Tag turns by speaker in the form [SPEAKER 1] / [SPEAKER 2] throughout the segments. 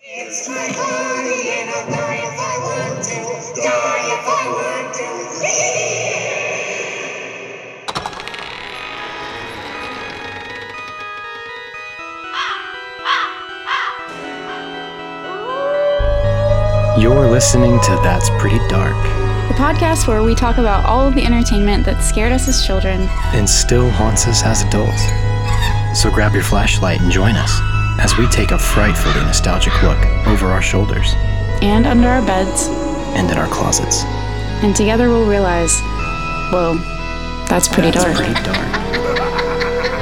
[SPEAKER 1] It's my body and I'll die if I want to. Die if I want to.
[SPEAKER 2] You're listening to That's Pretty Dark
[SPEAKER 3] the podcast where we talk about all of the entertainment that scared us as children.
[SPEAKER 2] and still haunts us as adults. So grab your flashlight and join us as we take a frightfully nostalgic look over our shoulders
[SPEAKER 3] and under our beds,
[SPEAKER 2] and in our closets.
[SPEAKER 3] and together we'll realize, whoa, that's pretty
[SPEAKER 2] That's
[SPEAKER 3] dark.
[SPEAKER 2] pretty dark.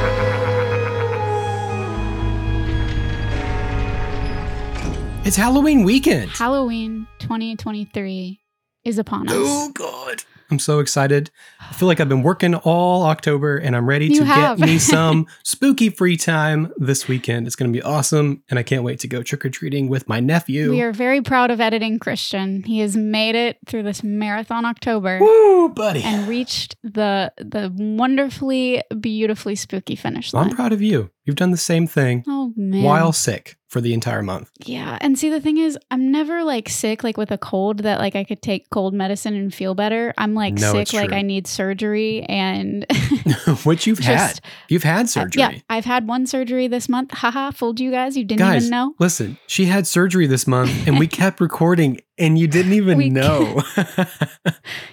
[SPEAKER 4] It's Halloween weekend.
[SPEAKER 3] Halloween 2023 is upon us.
[SPEAKER 4] Oh God. I'm so excited. I feel like I've been working all October and I'm ready
[SPEAKER 3] You
[SPEAKER 4] to
[SPEAKER 3] have.
[SPEAKER 4] get me some spooky free time this weekend. It's going to be awesome and I can't wait to go trick or treating with my nephew.
[SPEAKER 3] We are very proud of editing Christian. He has made it through this marathon October
[SPEAKER 4] Woo, buddy.
[SPEAKER 3] and reached the the wonderfully, beautifully spooky finish
[SPEAKER 4] I'm
[SPEAKER 3] line.
[SPEAKER 4] proud of you. You've done the same thing
[SPEAKER 3] Oh man.
[SPEAKER 4] while sick for the entire month.
[SPEAKER 3] Yeah. And see, the thing is, I'm never like sick, like with a cold that like I could take cold medicine and feel better. I'm like
[SPEAKER 4] No,
[SPEAKER 3] sick,
[SPEAKER 4] it's
[SPEAKER 3] like
[SPEAKER 4] true.
[SPEAKER 3] I need surgery and
[SPEAKER 4] what you've
[SPEAKER 3] just
[SPEAKER 4] had. You've had
[SPEAKER 3] uh,
[SPEAKER 4] surgery.
[SPEAKER 3] yeah, I've had one surgery this month. Haha, fooled you guys. You didn't
[SPEAKER 4] Guys,
[SPEAKER 3] even know.
[SPEAKER 4] listen, she had surgery this month and we kept recording and you didn't even
[SPEAKER 3] We-
[SPEAKER 4] know.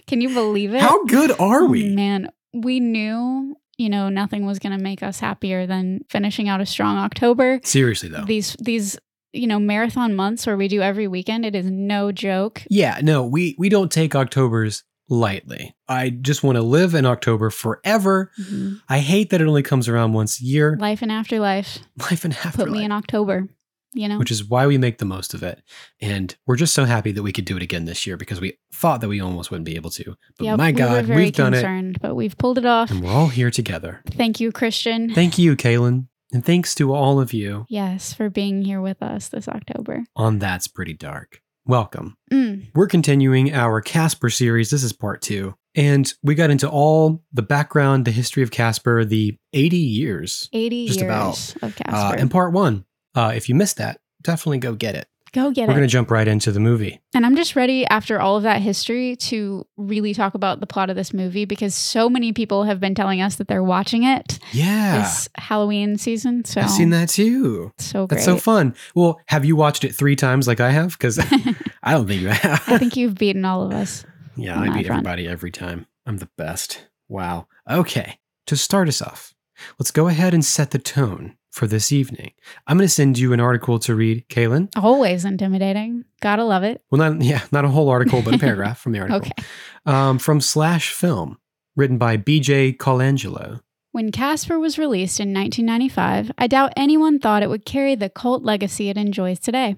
[SPEAKER 3] Can you believe it? Oh,
[SPEAKER 4] How good are we?
[SPEAKER 3] Man, we knew, you know, nothing was going to make us happier than finishing out a strong October.
[SPEAKER 4] Seriously though.
[SPEAKER 3] These, these, you know, marathon months where we do every weekend, it is no joke.
[SPEAKER 4] Yeah, no, we we don't take October's lightly. I just want to live in October forever.
[SPEAKER 3] Mhm.
[SPEAKER 4] I hate that it only comes around once a year.
[SPEAKER 3] Life and afterlife
[SPEAKER 4] Life and
[SPEAKER 3] put
[SPEAKER 4] afterlife,
[SPEAKER 3] me in October, you know?
[SPEAKER 4] which is why we make the most of it. And we're just so happy that we could do it again this year because we thought that we almost wouldn't be able to. But
[SPEAKER 3] Yep,
[SPEAKER 4] my
[SPEAKER 3] we were
[SPEAKER 4] God,
[SPEAKER 3] very
[SPEAKER 4] we've done it,
[SPEAKER 3] concerned, but we've pulled it off.
[SPEAKER 4] and we're all here together.
[SPEAKER 3] Thank you, Christian.
[SPEAKER 4] Thank you, Kaylin, and thanks to all of you
[SPEAKER 3] yes, for being here with us this October.
[SPEAKER 4] on That's Pretty Dark. Welcome.
[SPEAKER 3] Mm,
[SPEAKER 4] We're continuing our Casper series. This is part two. And we got into all the background, the history of Casper, the 80 years
[SPEAKER 3] 80
[SPEAKER 4] Just
[SPEAKER 3] years
[SPEAKER 4] about.
[SPEAKER 3] of
[SPEAKER 4] uh,
[SPEAKER 3] Casper.
[SPEAKER 4] in part one. Uh, if you missed that, definitely go get it.
[SPEAKER 3] Go get
[SPEAKER 4] We're
[SPEAKER 3] it.
[SPEAKER 4] going to jump right into the movie.
[SPEAKER 3] and I'm just ready after all of that history to really talk about the plot of this movie because so many people have been telling us that they're watching it
[SPEAKER 4] Yeah.
[SPEAKER 3] this Halloween season. So
[SPEAKER 4] I've seen that too.
[SPEAKER 3] So great.
[SPEAKER 4] That's so fun. Well, have you watched it three times like I have? Because I don't think you have.
[SPEAKER 3] I think you've beaten all of us.
[SPEAKER 4] Yeah,
[SPEAKER 3] on
[SPEAKER 4] I
[SPEAKER 3] that
[SPEAKER 4] beat
[SPEAKER 3] front.
[SPEAKER 4] everybody every time. I'm the best. Wow. Okay. To start us off, let's go ahead and set the tone for this evening. I'm going to send you an article to read, Kaylin.
[SPEAKER 3] Always intimidating. Gotta love it.
[SPEAKER 4] Well, not yeah, not a whole article, but a paragraph from the article.
[SPEAKER 3] Okay.
[SPEAKER 4] Um, from Slash Film, written by B.J. Colangelo.
[SPEAKER 3] When Casper was released in 1995, I doubt anyone thought it would carry the cult legacy it enjoys today.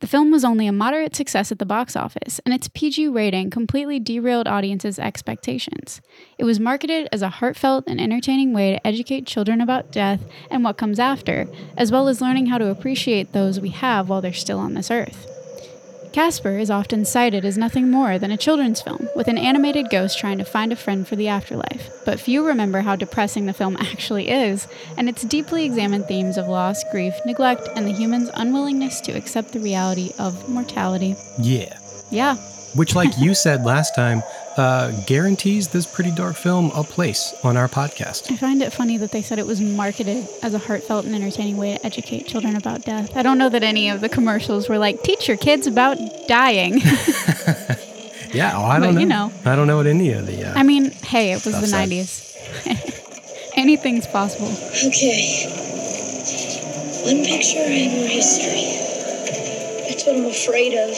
[SPEAKER 3] The film was only a moderate success at the box office, and its PG rating completely derailed audiences' expectations. It was marketed as a heartfelt and entertaining way to educate children about death and what comes after, as well as learning how to appreciate those we have while they're still on this earth. Casper is often cited as nothing more than a children's film, with an animated ghost trying to find a friend for the afterlife. But few remember how depressing the film actually is, and its deeply examined themes of loss, grief, neglect, and the human's unwillingness to accept the reality of mortality.
[SPEAKER 4] Yeah.
[SPEAKER 3] Yeah,
[SPEAKER 4] Which, like you said last time, uh, guarantees this pretty dark film a place on our podcast.
[SPEAKER 3] I find it funny that they said it was marketed as a heartfelt and entertaining way to educate children about death. I don't know that any of the commercials were like, teach your kids about dying.
[SPEAKER 4] Yeah. Oh, I don't
[SPEAKER 3] But,
[SPEAKER 4] know.
[SPEAKER 3] you
[SPEAKER 4] I don't know what any of the. Uh,
[SPEAKER 3] I mean, hey, it was
[SPEAKER 4] Stuff
[SPEAKER 3] the
[SPEAKER 4] said.
[SPEAKER 3] 90s. Anything's possible.
[SPEAKER 1] Okay. One picture and more history. That's what I'm afraid of.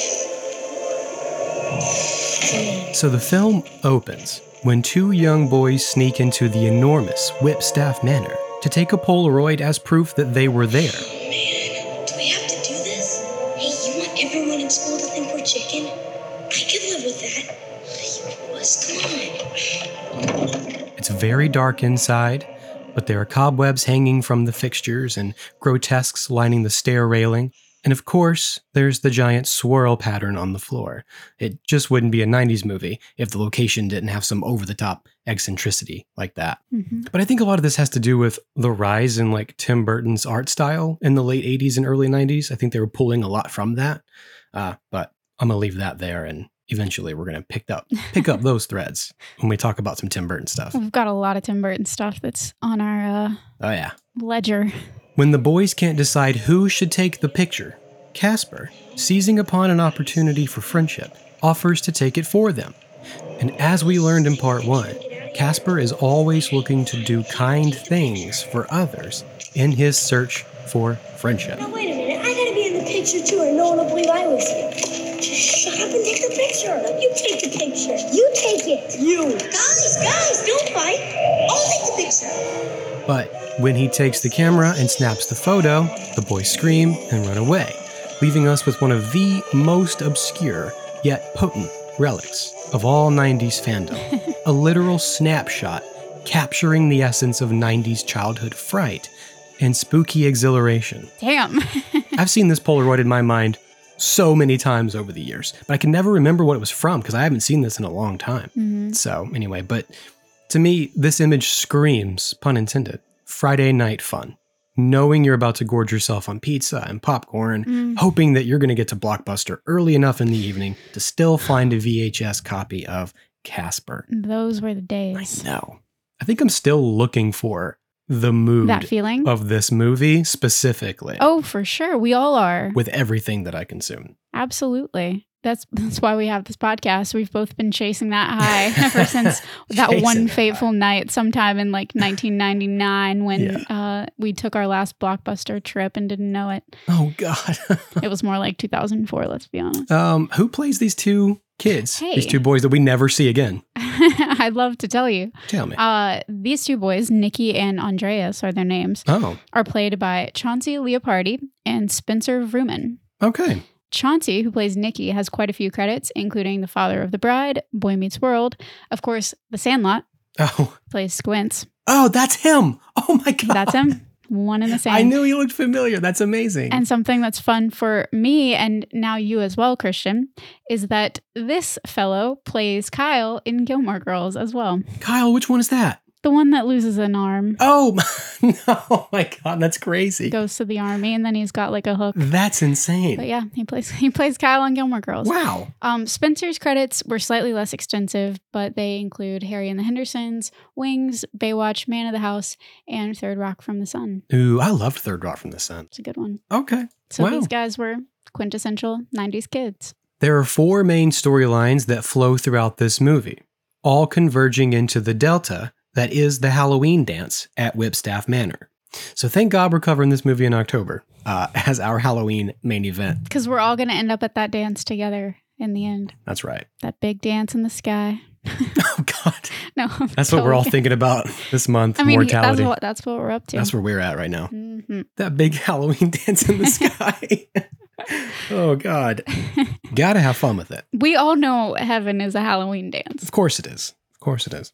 [SPEAKER 4] So the film opens when two young boys sneak into the enormous Whipstaff Manor to take a Polaroid as proof that they were there.
[SPEAKER 1] Do we have to do this? Hey, you want everyone in school to think we're chicken? I could live with that. You was, come on.
[SPEAKER 4] It's very dark inside, but there are cobwebs hanging from the fixtures and grotesques lining the stair railing. And of course, there's the giant swirl pattern on the floor. It just wouldn't be a 90s movie if the location didn't have some over the top eccentricity like that.
[SPEAKER 3] hmm
[SPEAKER 4] But I think a lot of this has to do with the rise in like Tim Burton's art style in the late 80s and early 90s. I think they were pulling a lot from that. Uh, but I'm going to leave that there and eventually we're going to pick up pick up those threads when we talk about some Tim Burton stuff.
[SPEAKER 3] We've got a lot of Tim Burton stuff that's on our uh,
[SPEAKER 4] Oh yeah.
[SPEAKER 3] ledger.
[SPEAKER 4] When the boys can't decide who should take the picture, Casper, seizing upon an opportunity for friendship, offers to take it for them. And as we learned in part 1, Casper is always looking to do kind things for others in his search for friendship.
[SPEAKER 1] Now, wait a minute. I gotta be in the picture too, or no one will believe I was here. Just shut up and take the picture. You take the picture. You take it. You. Guys, guys, don't fight. I'll take the picture.
[SPEAKER 4] But when he takes the camera and snaps the photo, the boys scream and run away, leaving us with one of the most obscure yet potent relics of all 90s fandom a literal snapshot capturing the essence of 90s childhood fright and spooky exhilaration.
[SPEAKER 3] Damn.
[SPEAKER 4] I've seen this Polaroid in my mind so many times over the years, but I can never remember what it was from because I haven't seen this in a long time.
[SPEAKER 3] Mhm.
[SPEAKER 4] So, anyway, but to me, this image screams, pun intended, Friday night fun. Knowing you're about to gorge yourself on pizza and popcorn,
[SPEAKER 3] Mm.
[SPEAKER 4] hoping that you're going to get to Blockbuster early enough in the evening to still find a VHS copy of Casper.
[SPEAKER 3] Those were the
[SPEAKER 4] I
[SPEAKER 3] days.
[SPEAKER 4] know. I think I'm still looking for the mood
[SPEAKER 3] That feeling.
[SPEAKER 4] of this movie specifically
[SPEAKER 3] Oh, for sure. We all are.
[SPEAKER 4] with everything that I consume.
[SPEAKER 3] Absolutely. That's that's why we have this podcast. We've both been chasing that high ever since that
[SPEAKER 4] Chasing
[SPEAKER 3] one
[SPEAKER 4] that high.
[SPEAKER 3] fateful night, sometime in like 1999, when
[SPEAKER 4] Yeah.
[SPEAKER 3] uh, we took our last blockbuster trip and didn't know it.
[SPEAKER 4] Oh God.
[SPEAKER 3] It was more like 2004. Let's be honest.
[SPEAKER 4] um, who plays these two kids?
[SPEAKER 3] Hey.
[SPEAKER 4] These two boys that we never see again.
[SPEAKER 3] I'd love to tell you.
[SPEAKER 4] Tell me.
[SPEAKER 3] Uh, these two boys, Nikki and Andreas, are their names,
[SPEAKER 4] oh,
[SPEAKER 3] are played by Chauncey Leopardi and Spencer Vrooman.
[SPEAKER 4] okay.
[SPEAKER 3] Chauncey, who plays Nikki, has quite a few credits, including The Father of the Bride, Boy Meets World, of course, The Sandlot,
[SPEAKER 4] Oh,
[SPEAKER 3] plays Squints.
[SPEAKER 4] oh, that's him. Oh my God.
[SPEAKER 3] That's him. One and the same.
[SPEAKER 4] I knew he looked familiar. That's amazing.
[SPEAKER 3] And something that's fun for me and now you as well, Christian, is that this fellow plays Kyle in Gilmore Girls as well.
[SPEAKER 4] Kyle, which one is that?
[SPEAKER 3] The one that loses an arm,
[SPEAKER 4] Oh, no, Oh my God, that's crazy.
[SPEAKER 3] goes to the army, and then he's got like a hook.
[SPEAKER 4] That's
[SPEAKER 3] But
[SPEAKER 4] insane.
[SPEAKER 3] yeah, he plays he plays Kyle on Gilmore Girls.
[SPEAKER 4] Wow.
[SPEAKER 3] Um, Spencer's credits were slightly less extensive, but they include Harry and the Hendersons, Wings, Baywatch, Man of the House, and Third Rock from the Sun.
[SPEAKER 4] Ooh, I loved Third Rock from the Sun.
[SPEAKER 3] It's a good one.
[SPEAKER 4] Okay.
[SPEAKER 3] So
[SPEAKER 4] Wow.
[SPEAKER 3] these guys were quintessential 90s kids.
[SPEAKER 4] There are four main storylines that flow throughout this movie, all converging into the Delta that is the Halloween dance at Whipstaff Manor. So thank God we're covering this movie in October uh, as our Halloween main event.
[SPEAKER 3] Because we're all going to end up at that dance together in the end.
[SPEAKER 4] That's right.
[SPEAKER 3] That big dance in the sky.
[SPEAKER 4] Oh God,
[SPEAKER 3] No,
[SPEAKER 4] that's what we're all thinking about this month.
[SPEAKER 3] I mean,
[SPEAKER 4] mortality.
[SPEAKER 3] that's what that's what we're up to.
[SPEAKER 4] that's where we're at right now.
[SPEAKER 3] Mhm.
[SPEAKER 4] That big Halloween dance in the sky. oh God, gotta have fun with it.
[SPEAKER 3] We all know heaven is a Halloween dance.
[SPEAKER 4] Of course it is. Of course it is.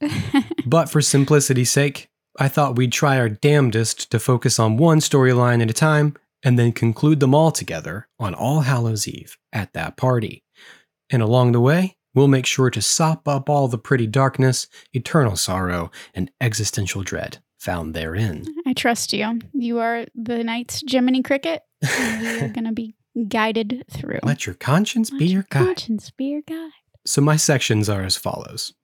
[SPEAKER 4] but for simplicity's sake, I thought we'd try our damnedest to focus on one storyline at a time and then conclude them all together on All Hallows Eve at that party. And along the way, we'll make sure to sop up all the pretty darkness, eternal sorrow, and existential dread found therein.
[SPEAKER 3] I trust you. You are the night's Jiminy Cricket. and We are going to be guided through.
[SPEAKER 4] Let your conscience be
[SPEAKER 3] Mm-hmm. Let
[SPEAKER 4] your guide.
[SPEAKER 3] Conscience be your guide.
[SPEAKER 4] So my sections are as follows.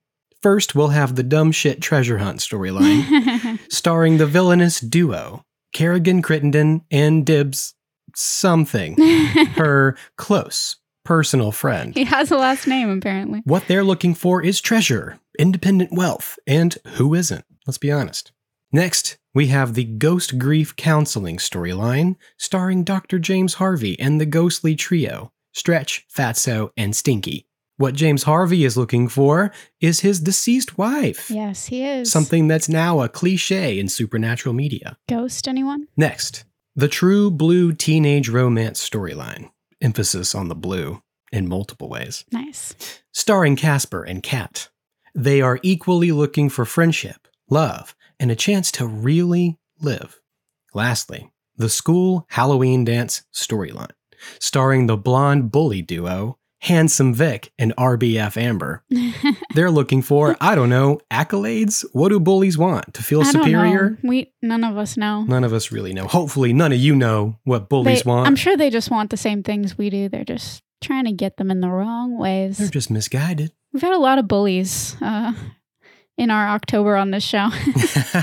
[SPEAKER 4] First, we'll have the dumb shit treasure hunt storyline. starring the villainous duo Kerrigan Crittenden and Dibs something, her close personal friend.
[SPEAKER 3] he has a last name, apparently.
[SPEAKER 4] What they're looking for is treasure, independent wealth, and who isn't? Let's be honest. Next, we have the Ghost Grief Counseling storyline, starring Dr. James Harvey and the ghostly trio Stretch, Fatso, and Stinky. What James Harvey is looking for is his deceased wife,
[SPEAKER 3] Yes, he is.
[SPEAKER 4] something that's now a cliche in supernatural media.
[SPEAKER 3] Ghost, anyone?
[SPEAKER 4] Next, the true blue teenage romance storyline. Emphasis on the blue in multiple ways.
[SPEAKER 3] Nice.
[SPEAKER 4] Starring Casper and Kat. They are equally looking for friendship, love, and a chance to really live. Lastly, the school Halloween dance storyline. starring the blonde bully duo, Handsome Vic and RBF Amber. They're looking for, I don't know, accolades? What do bullies want? To feel
[SPEAKER 3] I don't
[SPEAKER 4] superior?
[SPEAKER 3] know. We none of us know.
[SPEAKER 4] None of us really know. Hopefully, none of you know what bullies
[SPEAKER 3] They-
[SPEAKER 4] want.
[SPEAKER 3] I'm sure they just want the same things we do. They're just trying to get them in the wrong
[SPEAKER 4] They're
[SPEAKER 3] ways.
[SPEAKER 4] just misguided.
[SPEAKER 3] We've had a lot of bullies uh, in our October on this show.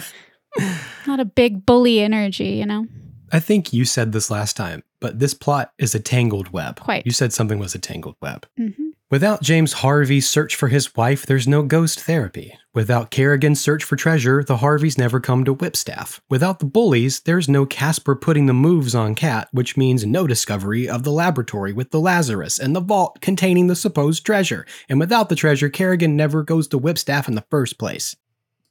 [SPEAKER 3] a lot of big bully energy, you know.
[SPEAKER 4] I think you said this last time, but this plot is a tangled web.
[SPEAKER 3] Quite.
[SPEAKER 4] You said something was a tangled web.
[SPEAKER 3] hmm
[SPEAKER 4] Without James Harvey's search for his wife, there's no ghost therapy. Without Kerrigan's search for treasure, the Harveys never come to Whipstaff. Without the bullies, there's no Casper putting the moves on Cat, which means no discovery of the laboratory with the Lazarus and the vault containing the supposed treasure. And without the treasure, Kerrigan never goes to Whipstaff in the first place.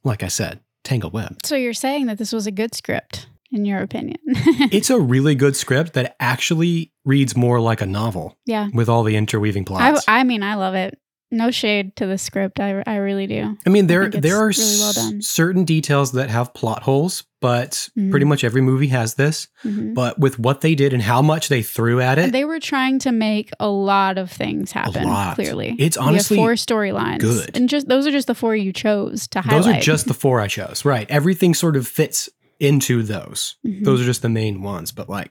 [SPEAKER 4] Like I said, tangled web.
[SPEAKER 3] So you're saying that this was a good script, in your opinion?
[SPEAKER 4] It's a really good script that actually reads more like a novel
[SPEAKER 3] yeah.
[SPEAKER 4] with all the interweaving
[SPEAKER 3] I,
[SPEAKER 4] plots. I,
[SPEAKER 3] I mean, I love it. No shade to the script. I, I really do.
[SPEAKER 4] mean, there
[SPEAKER 3] think it's
[SPEAKER 4] there are
[SPEAKER 3] really well
[SPEAKER 4] s-
[SPEAKER 3] done.
[SPEAKER 4] certain details that have plot holes, but
[SPEAKER 3] Mhm.
[SPEAKER 4] pretty much every movie has this.
[SPEAKER 3] Mhm.
[SPEAKER 4] But with what they did and how much they threw at it,
[SPEAKER 3] They were trying to make a lot of things happen.
[SPEAKER 4] lot.
[SPEAKER 3] Clearly,
[SPEAKER 4] It's
[SPEAKER 3] We have
[SPEAKER 4] honestly
[SPEAKER 3] four storylines.
[SPEAKER 4] good.
[SPEAKER 3] and just those are just the four you chose to highlight.
[SPEAKER 4] those are just the four I chose. Right, everything sort of fits into those.
[SPEAKER 3] Mhm.
[SPEAKER 4] Those are just the main ones. But like,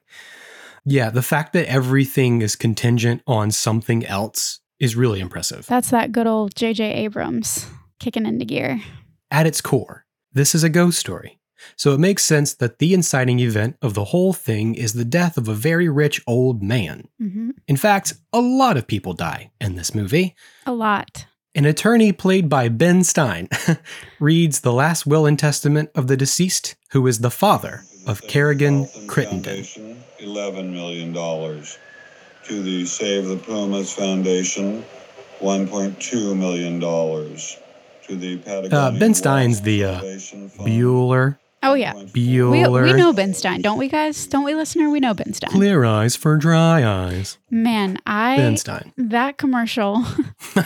[SPEAKER 4] yeah, the fact that everything is contingent on something else is really impressive.
[SPEAKER 3] That's that good old J.J. Abrams kicking into gear.
[SPEAKER 4] At its core, this is a ghost story. So it makes sense that the inciting event of the whole thing is the death of a very rich old man.
[SPEAKER 3] hmm
[SPEAKER 4] In fact, a lot of people die in this movie.
[SPEAKER 3] A lot.
[SPEAKER 4] An attorney played by Ben Stein reads the last will and testament of the deceased, who is the father of Kerrigan Crittenden.
[SPEAKER 5] Foundation, $11 million. To the Save the Pumas Foundation, $1.2 million. To the Patagonia.
[SPEAKER 4] Ben Stein's the, uh,
[SPEAKER 5] Foundation Fund,
[SPEAKER 4] Bueller,
[SPEAKER 3] Oh yeah,
[SPEAKER 5] $1.4
[SPEAKER 3] we,
[SPEAKER 4] Bueller.
[SPEAKER 3] we know Ben Stein, don't we, guys? Don't we, listener? We know Ben Stein.
[SPEAKER 4] Clear eyes for dry eyes.
[SPEAKER 3] Man, I
[SPEAKER 4] Ben Stein.
[SPEAKER 3] that commercial.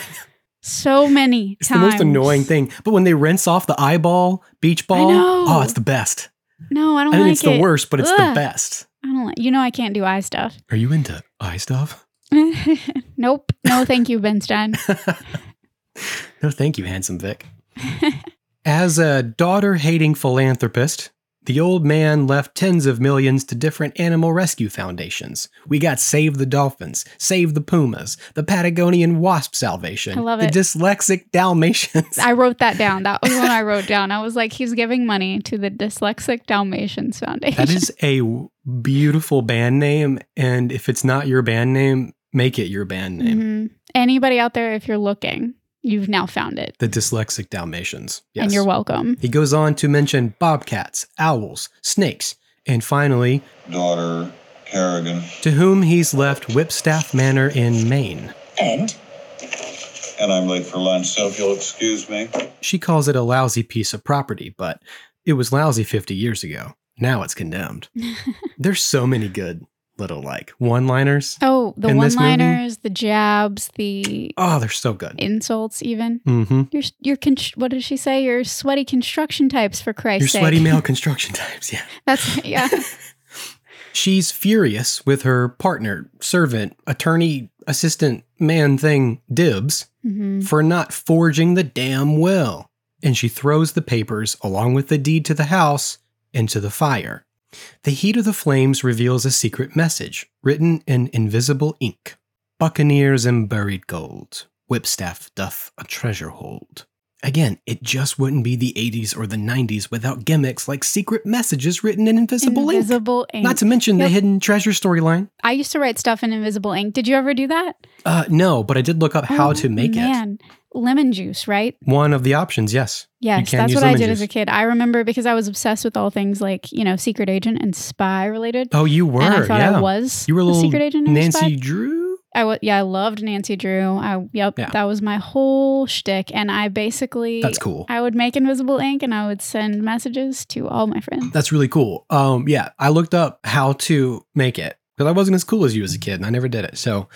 [SPEAKER 3] so many
[SPEAKER 4] It's
[SPEAKER 3] times.
[SPEAKER 4] the most annoying thing. But when they rinse off the eyeball, beach ball,
[SPEAKER 3] know.
[SPEAKER 4] oh, it's the best.
[SPEAKER 3] No, I
[SPEAKER 4] I
[SPEAKER 3] don't
[SPEAKER 4] think
[SPEAKER 3] like
[SPEAKER 4] it's
[SPEAKER 3] it.
[SPEAKER 4] the worst, but it's the
[SPEAKER 3] Ugh.
[SPEAKER 4] best.
[SPEAKER 3] I don't like. You know, I can't do eye stuff.
[SPEAKER 4] Are you into eye stuff?
[SPEAKER 3] nope. No, thank you, Ben Stein.
[SPEAKER 4] No, thank you, handsome Vic. As a daughter hating philanthropist, the old man left tens of millions to different animal rescue foundations. We got Save the Dolphins, Save the Pumas, the Patagonian Wasp Salvation,
[SPEAKER 3] I love
[SPEAKER 4] the
[SPEAKER 3] it.
[SPEAKER 4] Dyslexic Dalmatians.
[SPEAKER 3] I wrote that down. That was when I wrote down. I was like, he's giving money to the Dyslexic Dalmatians Foundation.
[SPEAKER 4] that is a beautiful band name. And if it's not your band name, make it your band name.
[SPEAKER 3] Mhm. Anybody out there, if you're looking, you've now found it,
[SPEAKER 4] The Dyslexic Dalmatians. Yes.
[SPEAKER 3] and you're welcome.
[SPEAKER 4] He goes on to mention bobcats, owls, snakes, and finally,
[SPEAKER 5] Daughter Kerrigan.
[SPEAKER 4] to whom he's left Whipstaff Manor in Maine.
[SPEAKER 1] And
[SPEAKER 5] And I'm late for lunch, so if you'll excuse me.
[SPEAKER 4] She calls it a lousy piece of property, but it was lousy 50 years ago. Now it's condemned. There's so many good little, like, one liners.
[SPEAKER 3] Oh, the
[SPEAKER 4] In this movie?
[SPEAKER 3] one-liners, the jabs, the
[SPEAKER 4] Oh, they're so good.
[SPEAKER 3] insults, even.
[SPEAKER 4] Mm-hmm.
[SPEAKER 3] You're, you're con- what did she say? You're sweaty construction types, for
[SPEAKER 4] Your
[SPEAKER 3] Christ's sake.
[SPEAKER 4] sweaty male construction types, yeah.
[SPEAKER 3] That's yeah.
[SPEAKER 4] She's furious with her partner, servant, attorney, assistant, man thing, Dibs,
[SPEAKER 3] hmm
[SPEAKER 4] for not forging the damn will. And she throws the papers, along with the deed to the house, into the fire. The heat of the flames reveals a secret message written in invisible ink Buccaneers and buried gold. Whipstaff doth a treasure hold. Again, it just wouldn't be the 80s or the 90s without gimmicks like secret messages written in invisible, ink.
[SPEAKER 3] Invisible ink.
[SPEAKER 4] Not to mention
[SPEAKER 3] Yep.
[SPEAKER 4] the hidden treasure storyline.
[SPEAKER 3] I used to write stuff in invisible ink. Did you ever do that?
[SPEAKER 4] Uh, no, but I did look up how
[SPEAKER 3] Oh,
[SPEAKER 4] to make it.
[SPEAKER 3] man. Lemon juice, right?
[SPEAKER 4] One of the options, yes.
[SPEAKER 3] Yes,
[SPEAKER 4] can
[SPEAKER 3] that's
[SPEAKER 4] use
[SPEAKER 3] what I
[SPEAKER 4] lemon
[SPEAKER 3] did as
[SPEAKER 4] juice.
[SPEAKER 3] a kid. I remember because I was obsessed with all things like you know secret agent and spy related.
[SPEAKER 4] Oh, you were.
[SPEAKER 3] and I thought
[SPEAKER 4] yeah.
[SPEAKER 3] I was
[SPEAKER 4] You were a little
[SPEAKER 3] secret agent and a
[SPEAKER 4] Nancy
[SPEAKER 3] spy.
[SPEAKER 4] Drew.
[SPEAKER 3] I wa- yeah, I loved Nancy Drew. I yep,
[SPEAKER 4] Yeah.
[SPEAKER 3] that was my whole shtick, and I basically
[SPEAKER 4] That's cool.
[SPEAKER 3] I would make invisible ink and I would send messages to all my friends.
[SPEAKER 4] That's really cool. Um, yeah, I looked up how to make it because I wasn't as cool as you as a kid, and I never did it. So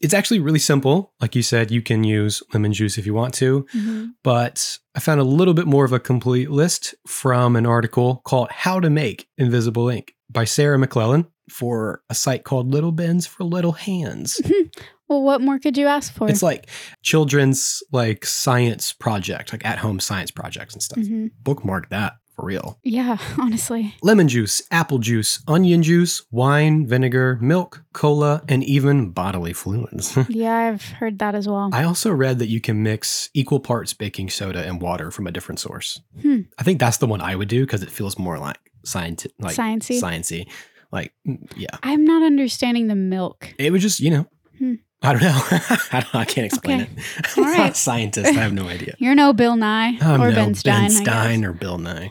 [SPEAKER 4] it's actually really simple. Like you said, you can use lemon juice if you want to,
[SPEAKER 3] Mhm.
[SPEAKER 4] but I found a little bit more of a complete list from an article called "How to Make Invisible Ink" by Sarah McClellan. for a site called Little Bends for Little Hands.
[SPEAKER 3] Well, what more could you ask for?
[SPEAKER 4] It's like children's like science project, like at-home science projects and stuff.
[SPEAKER 3] Mhm.
[SPEAKER 4] Bookmark that for real.
[SPEAKER 3] Yeah, honestly.
[SPEAKER 4] Lemon juice, apple juice, onion juice, wine, vinegar, milk, cola, and even bodily fluids.
[SPEAKER 3] Yeah, I've heard that as well.
[SPEAKER 4] I also read that you can mix equal parts baking soda and water from a different source.
[SPEAKER 3] Hmm.
[SPEAKER 4] I think that's the one I would do because it feels more like scientific, like
[SPEAKER 3] Sciencey.
[SPEAKER 4] sciencey. Like, mm, yeah,
[SPEAKER 3] I'm not understanding the milk.
[SPEAKER 4] it was just you know,
[SPEAKER 3] Hmm.
[SPEAKER 4] I don't know. I, don't, I can't explain
[SPEAKER 3] Okay.
[SPEAKER 4] it.
[SPEAKER 3] All
[SPEAKER 4] I'm not
[SPEAKER 3] right.
[SPEAKER 4] a scientist. I have no idea.
[SPEAKER 3] You're no Bill Nye
[SPEAKER 4] I'm
[SPEAKER 3] or
[SPEAKER 4] no
[SPEAKER 3] Ben Stein. I guess.
[SPEAKER 4] Stein or Bill Nye.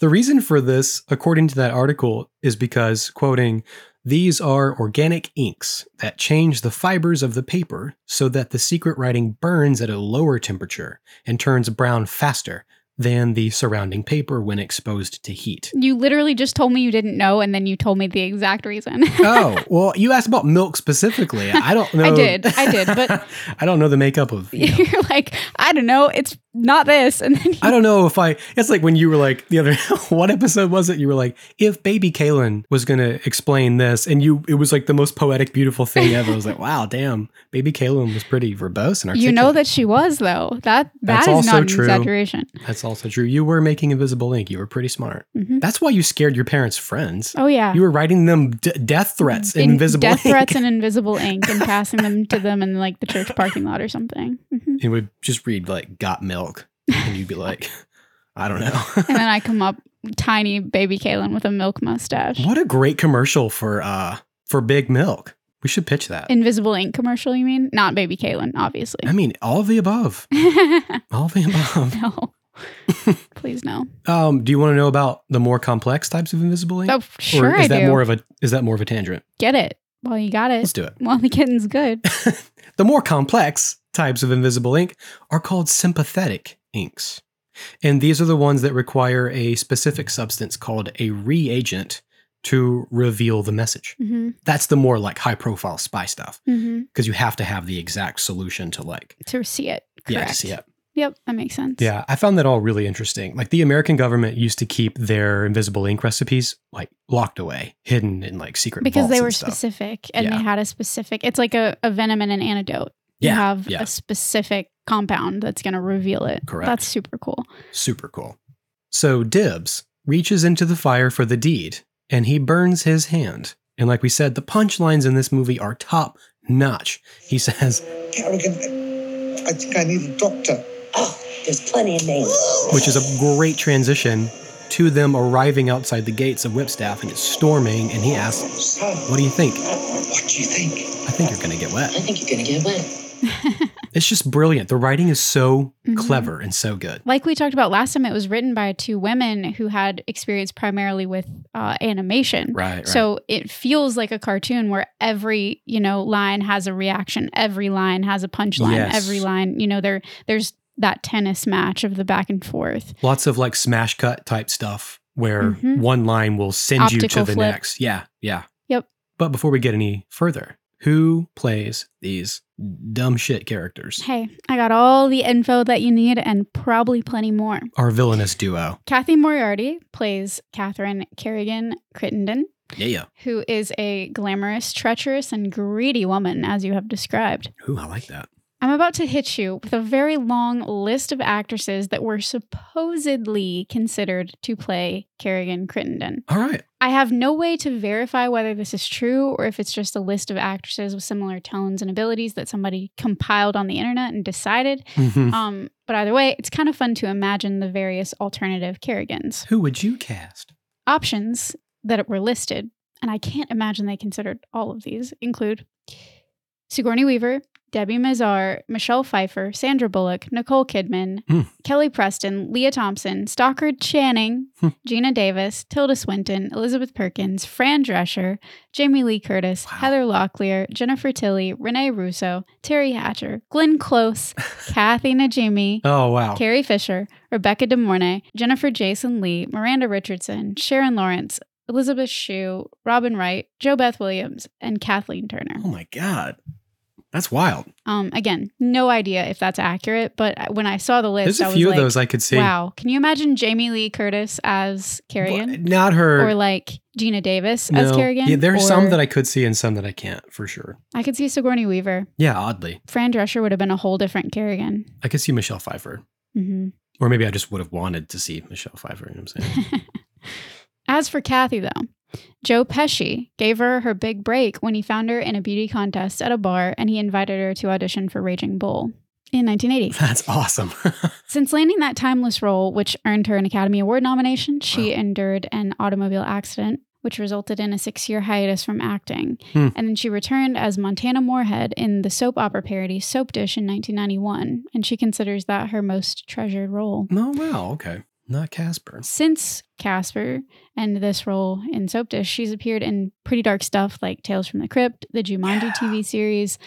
[SPEAKER 4] the reason for this, according to that article, is because, quoting, these are organic inks that change the fibers of the paper so that the secret writing burns at a lower temperature and turns brown faster than the surrounding paper when exposed to heat.
[SPEAKER 3] You literally just told me you didn't know, and then you told me the exact reason.
[SPEAKER 4] oh, well, you asked about milk specifically. I don't know.
[SPEAKER 3] I did. I did, but-
[SPEAKER 4] I don't know the makeup of you know,
[SPEAKER 3] You're like, I don't know, it's not this. And then you,
[SPEAKER 4] I don't know if I. It's like when you were like the other. what episode was it? You were like, if Baby Kalen was going to explain this, and you, it was like the most poetic, beautiful thing ever. I was like, wow, damn, Baby Kalen was pretty verbose and
[SPEAKER 3] you
[SPEAKER 4] articulate.
[SPEAKER 3] know that she was, though. That
[SPEAKER 4] That's
[SPEAKER 3] That's
[SPEAKER 4] also
[SPEAKER 3] not an
[SPEAKER 4] true.
[SPEAKER 3] exaggeration.
[SPEAKER 4] that's also true. You were making Invisible Ink. You were pretty smart.
[SPEAKER 3] Mhm.
[SPEAKER 4] That's why you scared your parents' friends.
[SPEAKER 3] Oh, yeah.
[SPEAKER 4] You were writing them d- death threats, in
[SPEAKER 3] In-
[SPEAKER 4] Invisible
[SPEAKER 3] death
[SPEAKER 4] Ink.
[SPEAKER 3] threats and invisible ink and passing them to them in like the church parking lot or something. Mhm.
[SPEAKER 4] it would just read like "Got milk," and you'd be like, I don't know.
[SPEAKER 3] And then I come up tiny baby Kalen with a milk mustache.
[SPEAKER 4] what a great commercial for uh for Big Milk. We should pitch that.
[SPEAKER 3] Invisible ink commercial, you mean? Not baby Kalen, obviously.
[SPEAKER 4] I mean, all of the above. All of the above.
[SPEAKER 3] no. Please no.
[SPEAKER 4] Um, do you want to know about the more complex types of invisible ink?
[SPEAKER 3] Oh, sure
[SPEAKER 4] or is
[SPEAKER 3] I
[SPEAKER 4] that
[SPEAKER 3] do.
[SPEAKER 4] more of a is that more of a tangent?
[SPEAKER 3] Get it. Well, you got
[SPEAKER 4] Let's
[SPEAKER 3] it.
[SPEAKER 4] do it.
[SPEAKER 3] Well, the kitten's good.
[SPEAKER 4] The more complex types of invisible ink are called sympathetic inks. And these are the ones that require a specific substance called a reagent to reveal the message.
[SPEAKER 3] hmm
[SPEAKER 4] That's the more like high profile spy stuff
[SPEAKER 3] hmm
[SPEAKER 4] because you have to have the exact solution to like
[SPEAKER 3] To see it. Correct.
[SPEAKER 4] yeah, to see it.
[SPEAKER 3] Yep, that makes sense.
[SPEAKER 4] Yeah, I found that all really interesting. Like the American government used to keep their invisible ink recipes like locked away, hidden in like secret
[SPEAKER 3] Because
[SPEAKER 4] vaults
[SPEAKER 3] they
[SPEAKER 4] and
[SPEAKER 3] were
[SPEAKER 4] stuff.
[SPEAKER 3] specific and
[SPEAKER 4] Yeah.
[SPEAKER 3] they had a specific, it's like a, a venom and an antidote.
[SPEAKER 4] Yeah,
[SPEAKER 3] You have
[SPEAKER 4] yeah.
[SPEAKER 3] a specific compound that's going to reveal it.
[SPEAKER 4] Correct.
[SPEAKER 3] That's super cool.
[SPEAKER 4] Super cool. So Dibbs reaches into the fire for the deed, and he burns his hand. And like we said, the punchlines in this movie are top notch. He says,
[SPEAKER 6] Kerrigan, I- I think I need a doctor.
[SPEAKER 1] Oh, there's plenty of names.
[SPEAKER 4] which is a great transition to them arriving outside the gates of Whipstaff, and it's storming. And he asks,
[SPEAKER 6] Son,
[SPEAKER 4] "What do you think?
[SPEAKER 6] what do you think?
[SPEAKER 4] I think you're gonna get wet."
[SPEAKER 7] I think you're gonna get wet.
[SPEAKER 4] It's just brilliant. The writing is so
[SPEAKER 3] Mhm.
[SPEAKER 4] clever and so good.
[SPEAKER 3] Like we talked about last time, it was written by two women who had experience primarily with uh, animation.
[SPEAKER 4] Right. right.
[SPEAKER 3] So it feels like a cartoon where every, you know, line has a reaction, every line has a punchline,
[SPEAKER 4] Yes.
[SPEAKER 3] every line, you know, there there's that tennis match of the back and forth.
[SPEAKER 4] lots of like smash cut type stuff where
[SPEAKER 3] Mhm.
[SPEAKER 4] one line will send you to
[SPEAKER 3] Optical
[SPEAKER 4] the
[SPEAKER 3] flip.
[SPEAKER 4] next. Yeah. Yeah.
[SPEAKER 3] Yep.
[SPEAKER 4] But before we get any further, who plays these dumb shit characters?
[SPEAKER 3] Hey, I got all the info that you need and probably plenty more.
[SPEAKER 4] Our villainous duo.
[SPEAKER 3] Kathy Moriarty plays Catherine Kerrigan Crittenden,
[SPEAKER 4] Yeah. Yeah.
[SPEAKER 3] who is a glamorous, treacherous, and greedy woman, as you have described.
[SPEAKER 4] Ooh, I like that.
[SPEAKER 3] I'm about to hit you with a very long list of actresses that were supposedly considered to play Kerrigan Crittenden.
[SPEAKER 4] All right.
[SPEAKER 3] I have no way to verify whether this is true or if it's just a list of actresses with similar tones and abilities that somebody compiled on the internet and decided.
[SPEAKER 4] Mhm.
[SPEAKER 3] Um, but either way, it's kind of fun to imagine the various alternative Kerrigans
[SPEAKER 4] who would you cast?
[SPEAKER 3] options that were listed, and I can't imagine they considered all of these, include Sigourney Weaver, Debbie Mazar, Michelle Pfeiffer, Sandra Bullock, Nicole Kidman,
[SPEAKER 4] Hmm.
[SPEAKER 3] Kelly Preston, Leah Thompson, Stockard Channing,
[SPEAKER 4] Hmm.
[SPEAKER 3] Gina Davis, Tilda Swinton, Elizabeth Perkins, Fran Drescher, Jamie Lee Curtis,
[SPEAKER 4] Wow.
[SPEAKER 3] Heather Locklear, Jennifer Tilly, Renee Russo, Terry Hatcher, Glenn Close, Kathy Najimy,
[SPEAKER 4] Oh, wow.
[SPEAKER 3] Carrie Fisher, Rebecca De Mornay, Jennifer Jason Lee, Miranda Richardson, Sharon Lawrence, Elizabeth Shue, Robin Wright, Joe Beth Williams, and Kathleen Turner.
[SPEAKER 4] oh, my God. That's wild.
[SPEAKER 3] Um, again, no idea if that's accurate, but when I saw the
[SPEAKER 4] There's
[SPEAKER 3] list,
[SPEAKER 4] a
[SPEAKER 3] I
[SPEAKER 4] few
[SPEAKER 3] was
[SPEAKER 4] of
[SPEAKER 3] like,
[SPEAKER 4] those I could see.
[SPEAKER 3] Wow, can you imagine Jamie Lee Curtis as
[SPEAKER 4] Well,
[SPEAKER 3] Carrion,
[SPEAKER 4] Not her.
[SPEAKER 3] or like Gina Davis as
[SPEAKER 4] no.
[SPEAKER 3] Kerrigan?
[SPEAKER 4] Yeah, there are
[SPEAKER 3] or
[SPEAKER 4] some that I could see and some that I can't for sure.
[SPEAKER 3] I could see Sigourney Weaver.
[SPEAKER 4] Yeah, oddly,
[SPEAKER 3] Fran Drescher would have been a whole different Kerrigan.
[SPEAKER 4] I could see Michelle Pfeiffer,
[SPEAKER 3] hmm
[SPEAKER 4] or maybe I just would have wanted to see Michelle Pfeiffer. You know what I'm saying?
[SPEAKER 3] As for Kathy, though, Joe Pesci gave her her big break when he found her in a beauty contest at a bar and he invited her to audition for Raging Bull in 1980.
[SPEAKER 4] That's awesome.
[SPEAKER 3] Since landing that timeless role, which earned her an Academy Award nomination, she endured an automobile accident, which resulted in a six year hiatus from acting.
[SPEAKER 4] Hmm.
[SPEAKER 3] And then she returned as Montana Moorhead in the soap opera parody Soap Dish in 1991. And she considers that her most treasured role.
[SPEAKER 4] oh wow, okay, not Casper.
[SPEAKER 3] Since Casper and this role in Soap Dish, she's appeared in pretty dark stuff like Tales from the Crypt, the Jumanji
[SPEAKER 4] Yeah.
[SPEAKER 3] TV series,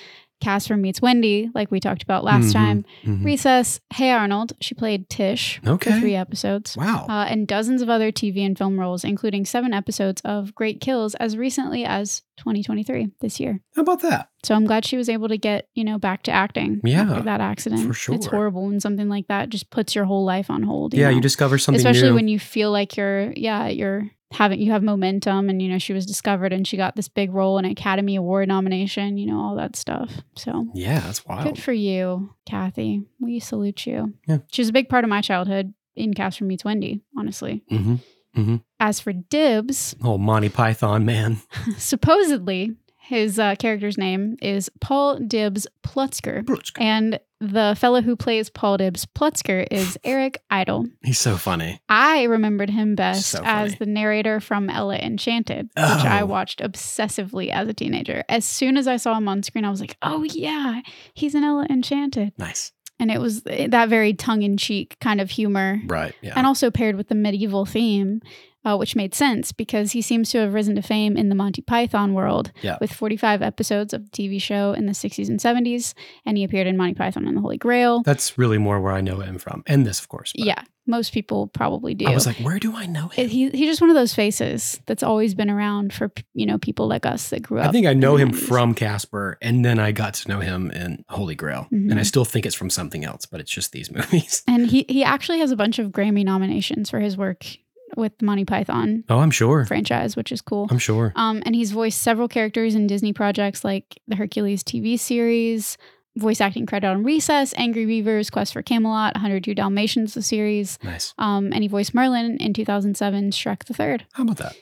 [SPEAKER 3] Casper Meets Wendy, like we talked about last
[SPEAKER 4] Mhm.
[SPEAKER 3] time,
[SPEAKER 4] Mhm.
[SPEAKER 3] Recess, Hey Arnold, she played Tish for
[SPEAKER 4] Okay.
[SPEAKER 3] three episodes,
[SPEAKER 4] Wow.
[SPEAKER 3] uh, and dozens of other TV and film roles, including seven episodes of Great Kills as recently as 2023, this year.
[SPEAKER 4] How about that?
[SPEAKER 3] So I'm glad she was able to get, you know, back to acting
[SPEAKER 4] Yeah,
[SPEAKER 3] after that accident.
[SPEAKER 4] for
[SPEAKER 3] It's
[SPEAKER 4] sure.
[SPEAKER 3] horrible when something like that just puts your whole life on hold.
[SPEAKER 4] yeah,
[SPEAKER 3] know?
[SPEAKER 4] you discover something
[SPEAKER 3] especially
[SPEAKER 4] new.
[SPEAKER 3] when you feel like you're yeah you're having you have momentum and you know she was discovered and she got this big role an academy award nomination you know all that stuff so
[SPEAKER 4] yeah, that's wild.
[SPEAKER 3] good for you kathy we salute you
[SPEAKER 4] Yeah.
[SPEAKER 3] she was a big part of my childhood in casper meets wendy honestly
[SPEAKER 4] hmm
[SPEAKER 3] as for dibs
[SPEAKER 4] Oh, Monty Python man.
[SPEAKER 3] supposedly his uh, character's name is paul dibs plutzker and the fellow who plays paul dibs plutzker is eric idle
[SPEAKER 4] He's so funny.
[SPEAKER 3] I remembered him best
[SPEAKER 4] So funny.
[SPEAKER 3] as the narrator from Ella Enchanted, which
[SPEAKER 4] Oh.
[SPEAKER 3] I watched obsessively as a teenager. As soon as I saw him on screen, I was like, oh, yeah, he's in Ella Enchanted.
[SPEAKER 4] Nice.
[SPEAKER 3] And it was eh, that very tongue in cheek kind of humor.
[SPEAKER 4] Right. Yeah.
[SPEAKER 3] And also paired with the medieval theme, uh, which made sense because he seems to have risen to fame in the Monty Python world
[SPEAKER 4] Yeah.
[SPEAKER 3] with 45 episodes of the TV show in the 60s and 70s. And he appeared in Monty Python and the Holy Grail.
[SPEAKER 4] That's really more where I know him from. And this, of course. but
[SPEAKER 3] Yeah, most people probably do.
[SPEAKER 4] I was like, where do I know him?
[SPEAKER 3] It- he he's just one of those faces that's always been around for p- you know people like us that grew up.
[SPEAKER 4] I think I
[SPEAKER 3] in
[SPEAKER 4] know
[SPEAKER 3] the
[SPEAKER 4] him
[SPEAKER 3] 90s.
[SPEAKER 4] from Casper, and then I got to know him in Holy Grail. And I
[SPEAKER 3] Mhm.
[SPEAKER 4] still think it's from something else, but it's just these movies.
[SPEAKER 3] And he he actually has a bunch of Grammy nominations for his work with the Monty Python
[SPEAKER 4] Oh, I'm sure.
[SPEAKER 3] franchise, which is cool.
[SPEAKER 4] I'm sure.
[SPEAKER 3] Um, and he's voiced several characters in Disney projects like the Hercules TV series, voice acting credit on Recess, Angry Beavers, Quest for Camelot, 102 Dalmatians, the series.
[SPEAKER 4] Nice.
[SPEAKER 3] Um, and he voiced Merlin in 2007 Shrek the Third.
[SPEAKER 4] How about that?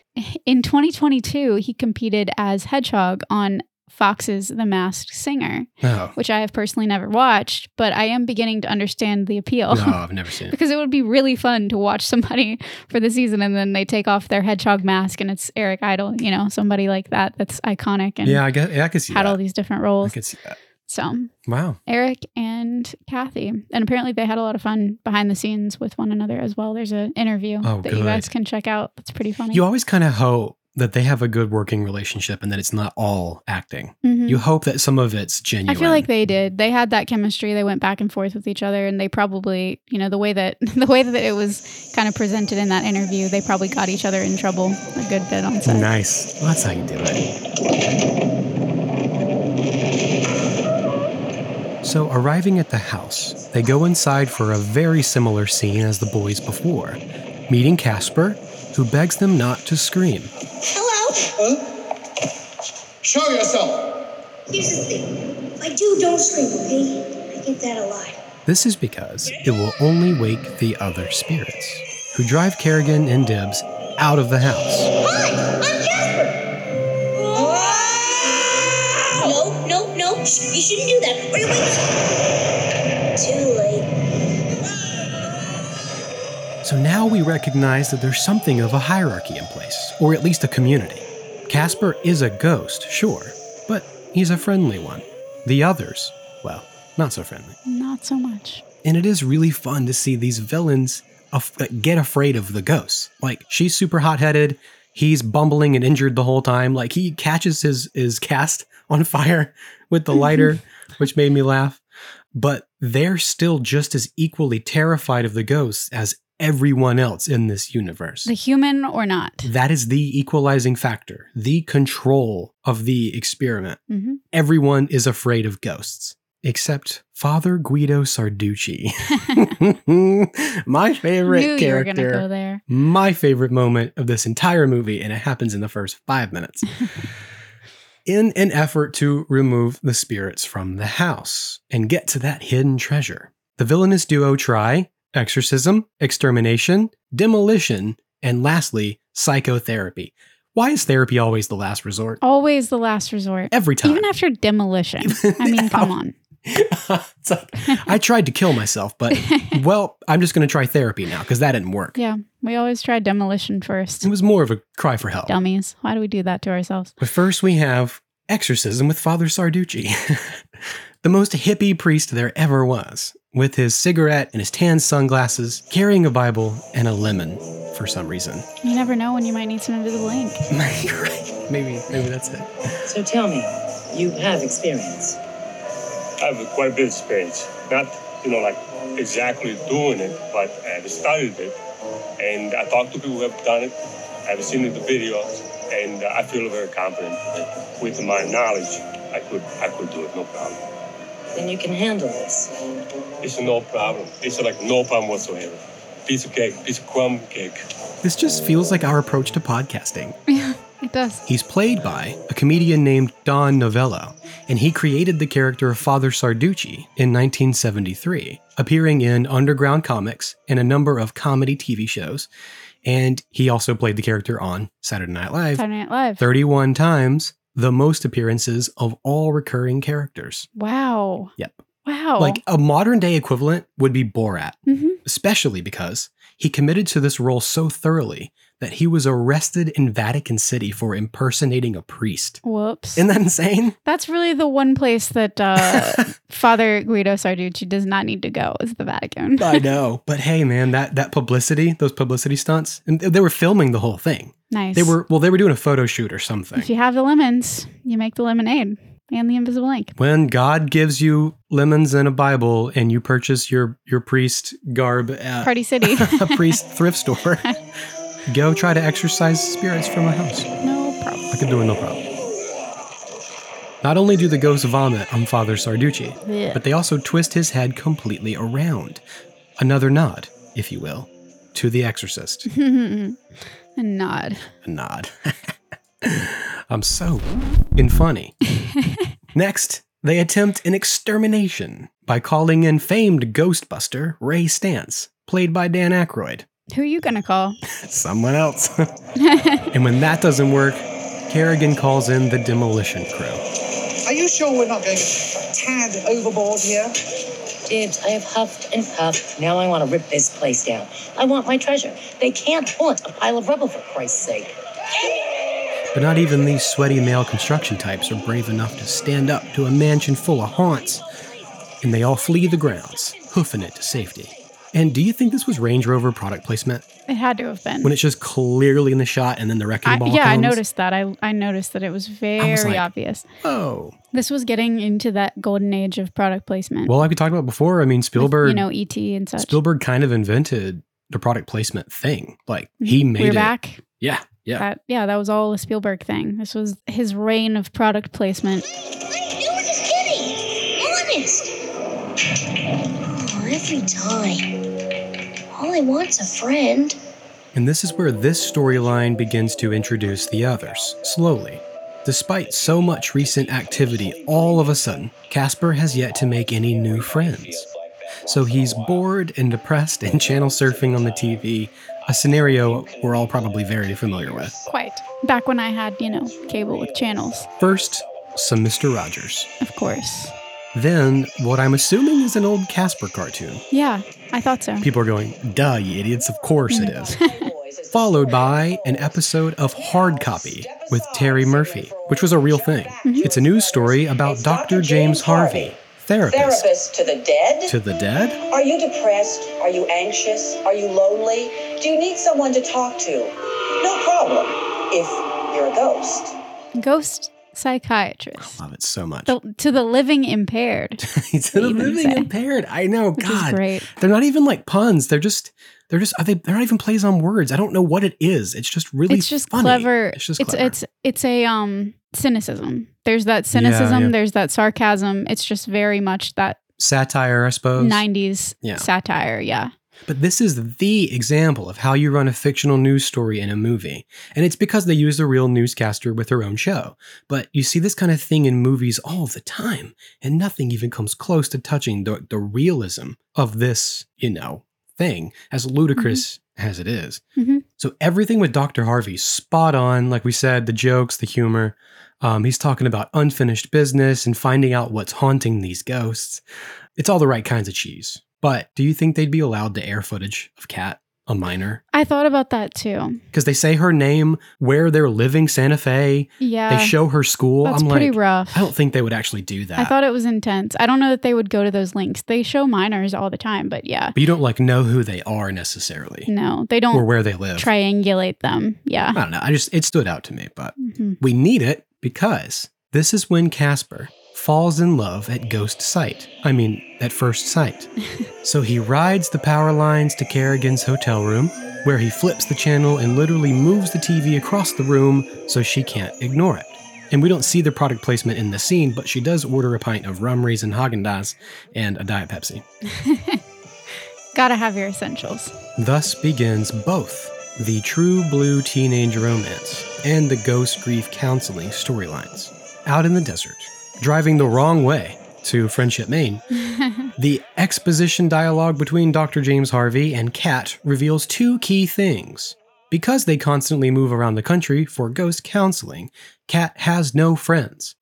[SPEAKER 3] In 2022, he competed as Hedgehog on Fox's The Masked Singer,
[SPEAKER 4] No.
[SPEAKER 3] which I have personally never watched, but I am beginning to understand the appeal.
[SPEAKER 4] No, Oh, I've never seen it.
[SPEAKER 3] because it would be really fun to watch somebody for the season and then they take off their hedgehog mask and it's Eric Idle, you know, somebody like that that's iconic and
[SPEAKER 4] Yeah, I guess yeah, I could see
[SPEAKER 3] had all
[SPEAKER 4] that.
[SPEAKER 3] these different
[SPEAKER 4] I
[SPEAKER 3] roles.
[SPEAKER 4] could see that.
[SPEAKER 3] So
[SPEAKER 4] Wow.
[SPEAKER 3] Eric and Kathy. And apparently they had a lot of fun behind the scenes with one another as well. There's an interview
[SPEAKER 4] Oh,
[SPEAKER 3] that you guys
[SPEAKER 4] good.
[SPEAKER 3] can check out. That's pretty funny.
[SPEAKER 4] You always kind of hope that they have a good working relationship and that it's not all acting.
[SPEAKER 3] Mhm.
[SPEAKER 4] You hope that some of it's genuine.
[SPEAKER 3] I feel like they did. They had that chemistry. They went back and forth with each other, and they probably, you know, the way that the way that it was kind of presented in that interview, they probably got each other in trouble a good bit on set.
[SPEAKER 4] Nice. Well, that's how you do it. So, arriving at the house, they go inside for a very similar scene as the boys before, meeting Casper, who begs them not to scream.
[SPEAKER 1] Hello?
[SPEAKER 6] Huh? Show yourself.
[SPEAKER 1] Here's the thing. If I do, don't scream, okay? I get that a lot.
[SPEAKER 4] This is because it will only wake the other spirits, who drive Kerrigan and Dibs out of the house.
[SPEAKER 1] Hi, I'm Jasper. No, no, no. Shh, You shouldn't do that. Or you wake up. Too late.
[SPEAKER 4] So now we recognize that there's something of a hierarchy in place, or at least a community. Casper is a ghost, sure, but he's a friendly one. The others, well, not so friendly.
[SPEAKER 3] Not so much.
[SPEAKER 4] And it is really fun to see these villains af- like, get afraid of the ghosts. Like she's super hot-headed, he's bumbling and injured the whole time. Like he catches his his cast on fire with the lighter, which made me laugh. But they're still just as equally terrified of the ghosts as everyone else in this universe.
[SPEAKER 3] The human or not.
[SPEAKER 4] that is the equalizing factor, the control of the experiment.
[SPEAKER 3] hmm
[SPEAKER 4] Everyone is afraid of ghosts, except Father Guido Sarducci. My favorite
[SPEAKER 3] Knew you were going to
[SPEAKER 4] character
[SPEAKER 3] go there.
[SPEAKER 4] my favorite moment of this entire movie, and it happens in the first five minutes. in an effort to remove the spirits from the house and get to that hidden treasure, the villainous duo try exorcism, extermination, demolition, and lastly, psychotherapy. Why is therapy always the last resort?
[SPEAKER 3] Always the last resort.
[SPEAKER 4] Every time.
[SPEAKER 3] Even after demolition. I mean, come on.
[SPEAKER 4] It's like, I tried to kill myself, but well, I'm just going to try therapy now because that didn't work.
[SPEAKER 3] Yeah, we always try demolition first.
[SPEAKER 4] It was more of a cry for help.
[SPEAKER 3] Dummies. Why do we do that to ourselves?
[SPEAKER 4] But first, we have Exorcism with Father Sarducci, the most hippie priest there ever was, with his cigarette and his tan sunglasses, carrying a Bible and a lemon for some reason.
[SPEAKER 3] You never know when you might need some invisible ink.
[SPEAKER 4] You're right. Maybe, maybe that's it.
[SPEAKER 7] So tell me, you have experience.
[SPEAKER 8] I have quite a bit of experience. Not, you know, like exactly doing it, but I've studied it. And I talked to people who have done it. I've seen the videos, and I feel very confident that with my knowledge, I could, I could do it, no problem.
[SPEAKER 7] Then you can handle this.
[SPEAKER 8] It's no problem. It's like no problem whatsoever. Piece of cake, piece of crumb cake.
[SPEAKER 4] This just feels like our approach to podcasting.
[SPEAKER 3] It does.
[SPEAKER 4] He's played by a comedian named Don Novello, and he created the character of Father Sarducci in 1973, appearing in Underground Comics and a number of comedy TV shows. And he also played the character on Saturday Night Live
[SPEAKER 3] Saturday Night Live.
[SPEAKER 4] 31 times, the most appearances of all recurring characters.
[SPEAKER 3] Wow.
[SPEAKER 4] Yep.
[SPEAKER 3] Wow.
[SPEAKER 4] Like a modern day equivalent would be Borat,
[SPEAKER 3] hmm
[SPEAKER 4] especially because he committed to this role so thoroughly that he was arrested in Vatican City for impersonating a priest.
[SPEAKER 3] Whoops.
[SPEAKER 4] Isn't that insane?
[SPEAKER 3] That's really the one place that uh, Father Guido Sarducci does not need to go is the Vatican.
[SPEAKER 4] I know. But hey, man, that that publicity, those publicity stunts, and they were filming the whole thing.
[SPEAKER 3] nice.
[SPEAKER 4] They were well, they were doing a photo shoot or
[SPEAKER 3] If
[SPEAKER 4] something.
[SPEAKER 3] you have the lemons, you make the lemonade and the invisible ink.
[SPEAKER 4] When God gives you lemons and a Bible, and you purchase your your priest garb at
[SPEAKER 3] Party City.
[SPEAKER 4] a priest thrift store, go try to exorcise spirits from a house.
[SPEAKER 3] no problem.
[SPEAKER 4] I can do it no problem. Not only do the ghosts vomit on Father Sarducci,
[SPEAKER 3] Blech.
[SPEAKER 4] but they also twist his head completely around. Another nod, if you will, to The Exorcist.
[SPEAKER 3] A nod.
[SPEAKER 4] a nod. I'm so in funny. Next, they attempt an extermination by calling in famed Ghostbuster Ray Stance, played by Dan Aykroyd.
[SPEAKER 3] Who are you going to call?
[SPEAKER 4] Someone else. and when that doesn't work, Kerrigan calls in the demolition crew.
[SPEAKER 6] Are you sure we're not going to tad overboard here?
[SPEAKER 7] Dibs, I have huffed and puffed. Now I want to rip this place down. I want my treasure. They can't haunt a pile of rubble, for Christ's sake.
[SPEAKER 4] But not even these sweaty male construction types are brave enough to stand up to a mansion full of haunts. And they all flee the grounds, hoofing it to safety. And do you think this was Range Rover product placement?
[SPEAKER 3] It had to have been.
[SPEAKER 4] when it's just clearly in the shot and then the wrecking
[SPEAKER 3] I,
[SPEAKER 4] ball
[SPEAKER 3] yeah, I
[SPEAKER 4] comes.
[SPEAKER 3] noticed that. I, I noticed that it was very
[SPEAKER 4] like-
[SPEAKER 3] obvious.
[SPEAKER 4] Oh.
[SPEAKER 3] This was getting into that golden age of product placement.
[SPEAKER 4] Well, like we talked about before, I mean
[SPEAKER 3] with,
[SPEAKER 4] Spielberg
[SPEAKER 3] you know, uh, ET and such.
[SPEAKER 4] Spielberg kind of invented the product placement thing. Like he made
[SPEAKER 3] Mm-hmm. We're
[SPEAKER 4] it.
[SPEAKER 3] back.
[SPEAKER 4] Yeah. Yeah.
[SPEAKER 3] That yeah, that was all a Spielberg thing. This was his reign of product placement.
[SPEAKER 1] You were just kidding. Honest. Oh, every time. All I want's a friend.
[SPEAKER 4] And this is where this storyline begins to introduce the others, slowly. Despite so much recent activity, all of a sudden, Casper has yet to make any new friends. So he's bored and depressed and channel surfing on the TV, a scenario we're all probably very familiar with.
[SPEAKER 3] Quite. Back when I had, you know, cable with channels,
[SPEAKER 4] First, some Mr. Rogers.
[SPEAKER 3] of course.
[SPEAKER 4] Then, what I'm assuming is an old Casper cartoon.
[SPEAKER 3] Yeah, I thought so.
[SPEAKER 4] People are going, duh, you idiots, of course it is. Followed by an episode of Hard Copy with Terry Murphy, which was a real thing.
[SPEAKER 3] Mm-hmm.
[SPEAKER 4] It's a news story about Dr. James Harvey, therapist
[SPEAKER 9] Therapist to the dead?
[SPEAKER 4] to the dead.
[SPEAKER 9] Are you depressed? Are you anxious? Are you lonely? Do you need someone to talk to? No problem if you're a ghost.
[SPEAKER 3] Ghost psychiatrist
[SPEAKER 2] Love it so much.
[SPEAKER 3] The- to the living impaired,
[SPEAKER 4] It's the
[SPEAKER 3] even
[SPEAKER 4] living
[SPEAKER 3] say.
[SPEAKER 4] impaired. I know.
[SPEAKER 3] which
[SPEAKER 4] God,
[SPEAKER 3] is great.
[SPEAKER 4] they're not even like puns. They're just. They're just. Are they? They're not even plays on words. I don't know what it is. It's just really.
[SPEAKER 3] it's just
[SPEAKER 4] funny.
[SPEAKER 3] clever.
[SPEAKER 4] It's just
[SPEAKER 3] it's
[SPEAKER 4] clever.
[SPEAKER 3] it's it's a um cynicism. There's that cynicism.
[SPEAKER 4] yeah.
[SPEAKER 3] There's that sarcasm. It's just very much that
[SPEAKER 4] satire, I suppose.
[SPEAKER 3] '90s
[SPEAKER 4] Yeah.
[SPEAKER 3] satire. Yeah,
[SPEAKER 4] But this is the example of how you run a fictional news story in a movie. And it's because they use a real newscaster with her own show. But you see this kind of thing in movies all the time, and nothing even comes close to touching the, the realism of this, you know, thing, as ludicrous as it is.
[SPEAKER 3] Mhm.
[SPEAKER 4] So everything with Dr. Harvey, spot on, like we said, the jokes, the humor. Um, he's talking about unfinished business and finding out what's haunting these ghosts. It's all the right kinds of cheese. But do you think they'd be allowed to air footage of Kat, a minor?
[SPEAKER 3] I thought about that too.
[SPEAKER 4] Because they say her name, where they're living, Santa Fe.
[SPEAKER 3] Yeah,
[SPEAKER 4] they show her school.
[SPEAKER 3] that's
[SPEAKER 4] I'm
[SPEAKER 3] pretty
[SPEAKER 4] like,
[SPEAKER 3] rough.
[SPEAKER 4] I don't think they would actually do that.
[SPEAKER 3] I thought it was intense. I don't know that they would go to those links. They show minors all the time, but yeah,
[SPEAKER 4] but you don't like know who they are necessarily
[SPEAKER 3] no, they
[SPEAKER 4] or
[SPEAKER 3] don't
[SPEAKER 4] where they live.
[SPEAKER 3] triangulate them. Yeah.
[SPEAKER 4] I don't know. I just it stood out to me, but
[SPEAKER 3] Mhm.
[SPEAKER 4] we need it because this is when Casper falls in love at ghost sight. I mean, at first sight. so he rides the power lines to Kerrigan's hotel room, where he flips the channel and literally moves the TV across the room so she can't ignore it. And we don't see the product placement in the scene, but she does order a pint of rum raisin Haagen-Dazs and a Diet Pepsi.
[SPEAKER 3] Gotta have your essentials.
[SPEAKER 4] Thus begins both the true blue teenage romance and the ghost grief counseling storylines. Out in the desert, driving the wrong way to Friendship, Maine, the exposition dialogue between Dr. James Harvey and Kat reveals two key things. Because they constantly move around the country for ghost counseling, Kat has no friends.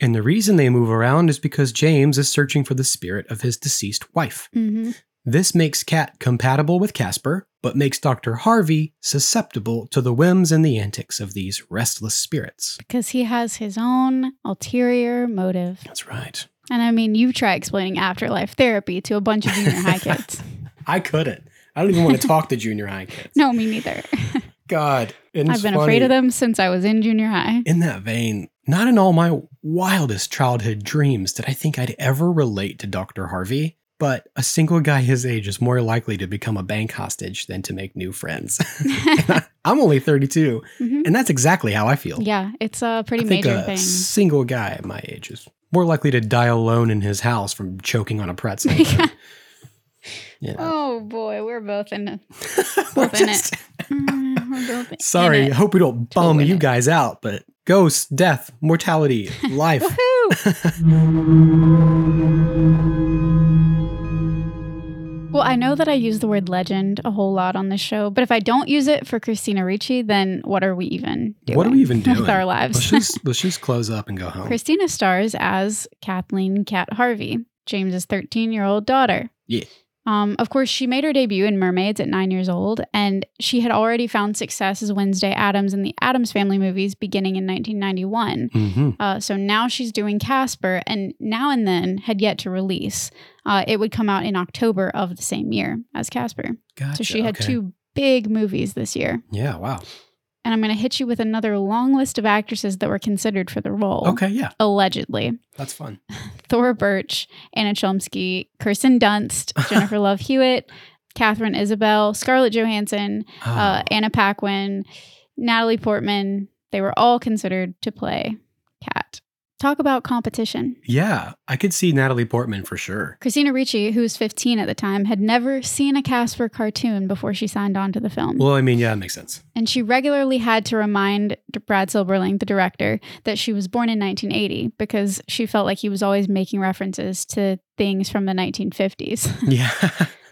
[SPEAKER 4] And the reason they move around is because James is searching for the spirit of his deceased wife.
[SPEAKER 3] hmm
[SPEAKER 4] This makes Cat compatible with Casper, but makes Dr. Harvey susceptible to the whims and the antics of these restless spirits.
[SPEAKER 3] Because he has his own ulterior motive.
[SPEAKER 4] That's right.
[SPEAKER 3] And I mean, you try explaining afterlife therapy to a bunch of junior high kids.
[SPEAKER 4] I couldn't. I don't even want to talk to junior high kids.
[SPEAKER 3] No, me neither.
[SPEAKER 4] God. and it's
[SPEAKER 3] I've been
[SPEAKER 4] funny.
[SPEAKER 3] afraid of them since I was in junior high.
[SPEAKER 4] In that vein, not in all my wildest childhood dreams did I think I'd ever relate to Dr. Harvey, but a single guy his age is more likely to become a bank hostage than to make new friends. And I- I'm only 32,
[SPEAKER 3] Mhm.
[SPEAKER 4] and that's exactly how I feel.
[SPEAKER 3] Yeah, it's a pretty
[SPEAKER 4] I think uh,
[SPEAKER 3] major
[SPEAKER 4] a
[SPEAKER 3] thing.
[SPEAKER 4] single guy at my age is more likely to die alone in his house from choking on a pretzel. than- you know.
[SPEAKER 3] Oh boy, we're both in it.
[SPEAKER 4] We're
[SPEAKER 3] in it.
[SPEAKER 4] just-
[SPEAKER 3] Mm, we're both in
[SPEAKER 4] Sorry,
[SPEAKER 3] it.
[SPEAKER 4] hope we don't bum
[SPEAKER 3] in
[SPEAKER 4] you
[SPEAKER 3] it.
[SPEAKER 4] guys out, but ghosts, death, mortality, life.
[SPEAKER 3] Woohoo! well, I know that I use the word legend a whole lot on this show, but if I don't use it for Christina Ricci, then what are we even doing?
[SPEAKER 4] What are we even doing
[SPEAKER 3] with our
[SPEAKER 4] Let's
[SPEAKER 3] lives?
[SPEAKER 4] just, let's just close up and go home.
[SPEAKER 3] Christina stars as Kathleen Cat Harvey, James's 13 year old daughter.
[SPEAKER 4] Yeah.
[SPEAKER 3] Um, of course, she made her debut in Mermaids at nine years old, and she had already found success as Wednesday Adams in the Adams Family movies beginning in 1991.
[SPEAKER 4] hmm
[SPEAKER 3] Uh, so now she's doing Casper, and now and then had yet to release. Uh, it would come out in October of the same year as Casper.
[SPEAKER 4] Gotcha.
[SPEAKER 3] so she had
[SPEAKER 4] okay.
[SPEAKER 3] two big movies this year.
[SPEAKER 4] Yeah, wow.
[SPEAKER 3] And I'm going to hit you with another long list of actresses that were considered for the role.
[SPEAKER 4] Okay, yeah,
[SPEAKER 3] Allegedly,
[SPEAKER 4] that's fun.
[SPEAKER 3] Thora Birch, Anna Chomsky, Kirsten Dunst, Jennifer Love Hewitt, Catherine Isabel, Scarlett Johansson,
[SPEAKER 4] Oh,
[SPEAKER 3] uh, Anna Paquin, Natalie Portman. They were all considered to play Cat. Talk about competition.
[SPEAKER 4] yeah, I could see Natalie Portman for sure.
[SPEAKER 3] Christina Ricci, who was 15 at the time, had never seen a Casper cartoon before she signed on to the film.
[SPEAKER 4] Well, I mean, yeah, that makes sense.
[SPEAKER 3] and she regularly had to remind D- Brad Silberling, the director, that she was born in 1980 because she felt like he was always making references to things from the 1950s.
[SPEAKER 4] Yeah.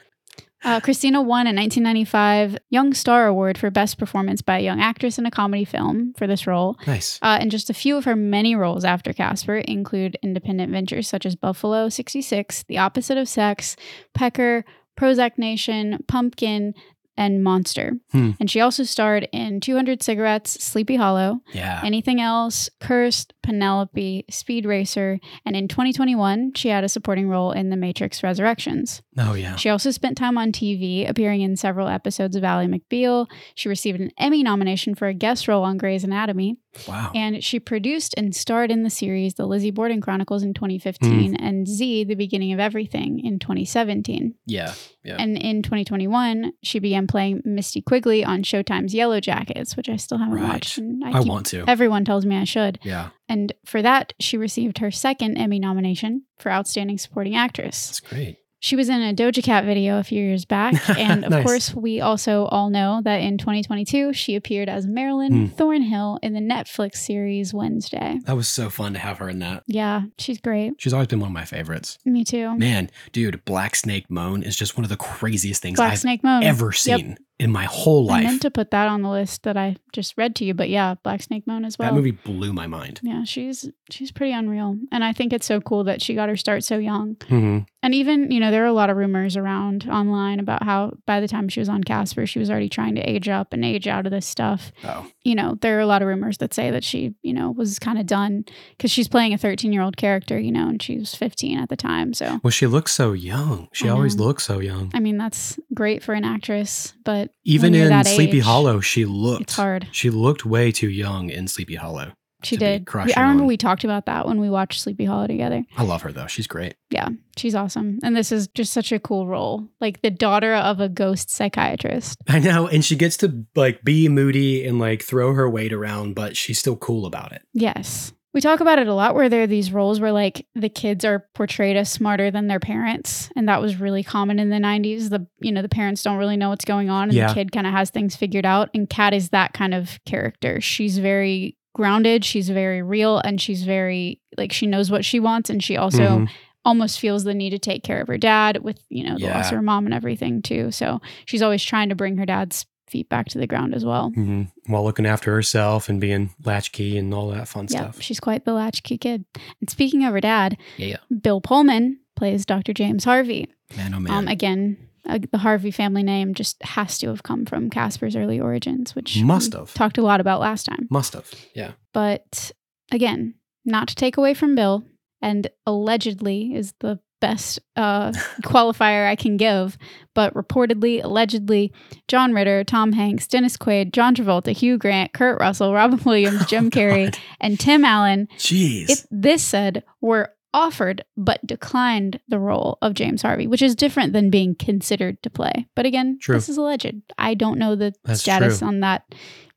[SPEAKER 3] Uh, Christina won a 1995 Young Star Award for Best Performance by a Young Actress in a Comedy Film for this role.
[SPEAKER 4] nice.
[SPEAKER 3] Uh, and just a few of her many roles after Casper include independent ventures such as Buffalo 66, The Opposite of Sex, Pecker, Prozac Nation, Pumpkin, and Monster.
[SPEAKER 4] Hmm.
[SPEAKER 3] And she also starred in 200 Cigarettes, Sleepy Hollow,
[SPEAKER 4] Yeah.
[SPEAKER 3] Anything Else, Cursed, Penelope, Speed Racer, and in 2021, she had a supporting role in The Matrix Resurrections.
[SPEAKER 4] Oh, yeah.
[SPEAKER 3] She also spent time on TV, appearing in several episodes of Ally McBeal. She received an Emmy nomination for a guest role on Grey's Anatomy,
[SPEAKER 4] Wow.
[SPEAKER 3] and she produced and starred in the series The Lizzie Borden Chronicles in
[SPEAKER 4] Mm.
[SPEAKER 3] 2015 and Z, The Beginning of Everything in 2017.
[SPEAKER 4] yeah. Yeah.
[SPEAKER 3] And in 2021, she began playing Misty Quigley on Showtime's Yellow Jackets, which I still haven't
[SPEAKER 4] Right.
[SPEAKER 3] watched. And
[SPEAKER 4] I
[SPEAKER 3] keep-
[SPEAKER 4] want to.
[SPEAKER 3] Everyone tells me I should.
[SPEAKER 4] yeah.
[SPEAKER 3] And for that, she received her second Emmy nomination for Outstanding Supporting Actress.
[SPEAKER 4] That's great.
[SPEAKER 3] She was in a Doja Cat video a few years back. And of
[SPEAKER 4] Nice.
[SPEAKER 3] course, we also all know that in 2022, she appeared as
[SPEAKER 4] Hmm.
[SPEAKER 3] Marilyn Thornhill in the Netflix series Wednesday.
[SPEAKER 4] That was so fun to have her in that.
[SPEAKER 3] Yeah, she's great.
[SPEAKER 4] She's always been one of my favorites.
[SPEAKER 3] Me too.
[SPEAKER 4] Man, dude, Black Snake Moan is just one of the craziest things
[SPEAKER 3] Black
[SPEAKER 4] I've
[SPEAKER 3] Snake Moan.
[SPEAKER 4] ever
[SPEAKER 3] Yep.
[SPEAKER 4] seen in my whole
[SPEAKER 3] I
[SPEAKER 4] life.
[SPEAKER 3] meant to put that on the list that I just read to you, but yeah, Black Snake Moan as well.
[SPEAKER 4] that movie blew my mind.
[SPEAKER 3] Yeah, she's she's pretty unreal, and I think it's so cool that she got her start so young.
[SPEAKER 4] Mm-hmm.
[SPEAKER 3] And even you know there are a lot of rumors around online about how by the time she was on Casper, she was already trying to age up and age out of this stuff.
[SPEAKER 4] Oh,
[SPEAKER 3] You know there are a lot of rumors that say that she you know was kind of done because she's playing a 13 year old character, you know, and she was 15 at the time. So
[SPEAKER 4] well, she looks so young. She
[SPEAKER 3] I
[SPEAKER 4] always
[SPEAKER 3] know.
[SPEAKER 4] looks so young.
[SPEAKER 3] I mean that's great for an actress, but
[SPEAKER 4] Even
[SPEAKER 3] when you're
[SPEAKER 4] in
[SPEAKER 3] that
[SPEAKER 4] Sleepy
[SPEAKER 3] age,
[SPEAKER 4] Hollow, she looked.
[SPEAKER 3] it's hard.
[SPEAKER 4] She looked way too young in Sleepy Hollow.
[SPEAKER 3] She
[SPEAKER 4] to be
[SPEAKER 3] did. We,
[SPEAKER 4] crushing
[SPEAKER 3] I remember
[SPEAKER 4] on.
[SPEAKER 3] we talked about that when we watched Sleepy Hollow together.
[SPEAKER 4] I love her though. She's great.
[SPEAKER 3] yeah, she's awesome. And this is just such a cool role. Like the daughter of a ghost psychiatrist.
[SPEAKER 4] I know, and she gets to like be moody and like throw her weight around, but she's still cool about it.
[SPEAKER 3] Yes. We talk about it a lot where there are these roles where like the kids are portrayed as smarter than their parents. And that was really common in the 90s. The, you know, the parents don't really know what's going on and
[SPEAKER 4] Yeah.
[SPEAKER 3] the kid kind of has things figured out. And Kat is that kind of character. She's very grounded, she's very real, and she's very like she knows what she wants. And she also
[SPEAKER 4] Mhm.
[SPEAKER 3] almost feels the need to take care of her dad with you know the loss of
[SPEAKER 4] Yeah.
[SPEAKER 3] her mom and everything too so she's always trying to bring her dad's feet back to the ground as well
[SPEAKER 4] Mhm. while looking after herself and being latchkey and all that fun
[SPEAKER 3] yeah
[SPEAKER 4] stuff.
[SPEAKER 3] she's quite the latchkey kid and speaking of her dad
[SPEAKER 4] Yeah,
[SPEAKER 3] bill pullman plays dr james harvey
[SPEAKER 4] man, oh man.
[SPEAKER 3] um again uh, the harvey family name just has to have come from casper's early origins which
[SPEAKER 4] Must
[SPEAKER 3] we
[SPEAKER 4] have.
[SPEAKER 3] talked a lot about last time
[SPEAKER 4] Must have. Yeah.
[SPEAKER 3] But again, not to take away from Bill, and allegedly is the best uh, qualifier I can give, but reportedly, allegedly, John Ritter, Tom Hanks, Dennis Quaid, John Travolta, Hugh Grant, Kurt Russell, Robin Williams, Jim Carrey,
[SPEAKER 4] Oh God.
[SPEAKER 3] and Tim Allen,
[SPEAKER 4] Jeez.
[SPEAKER 3] if this said, were offered but declined the role of James Harvey, which is different than being considered to play. But again,
[SPEAKER 4] True.
[SPEAKER 3] this is alleged. I don't know the
[SPEAKER 4] That's
[SPEAKER 3] status
[SPEAKER 4] true.
[SPEAKER 3] on that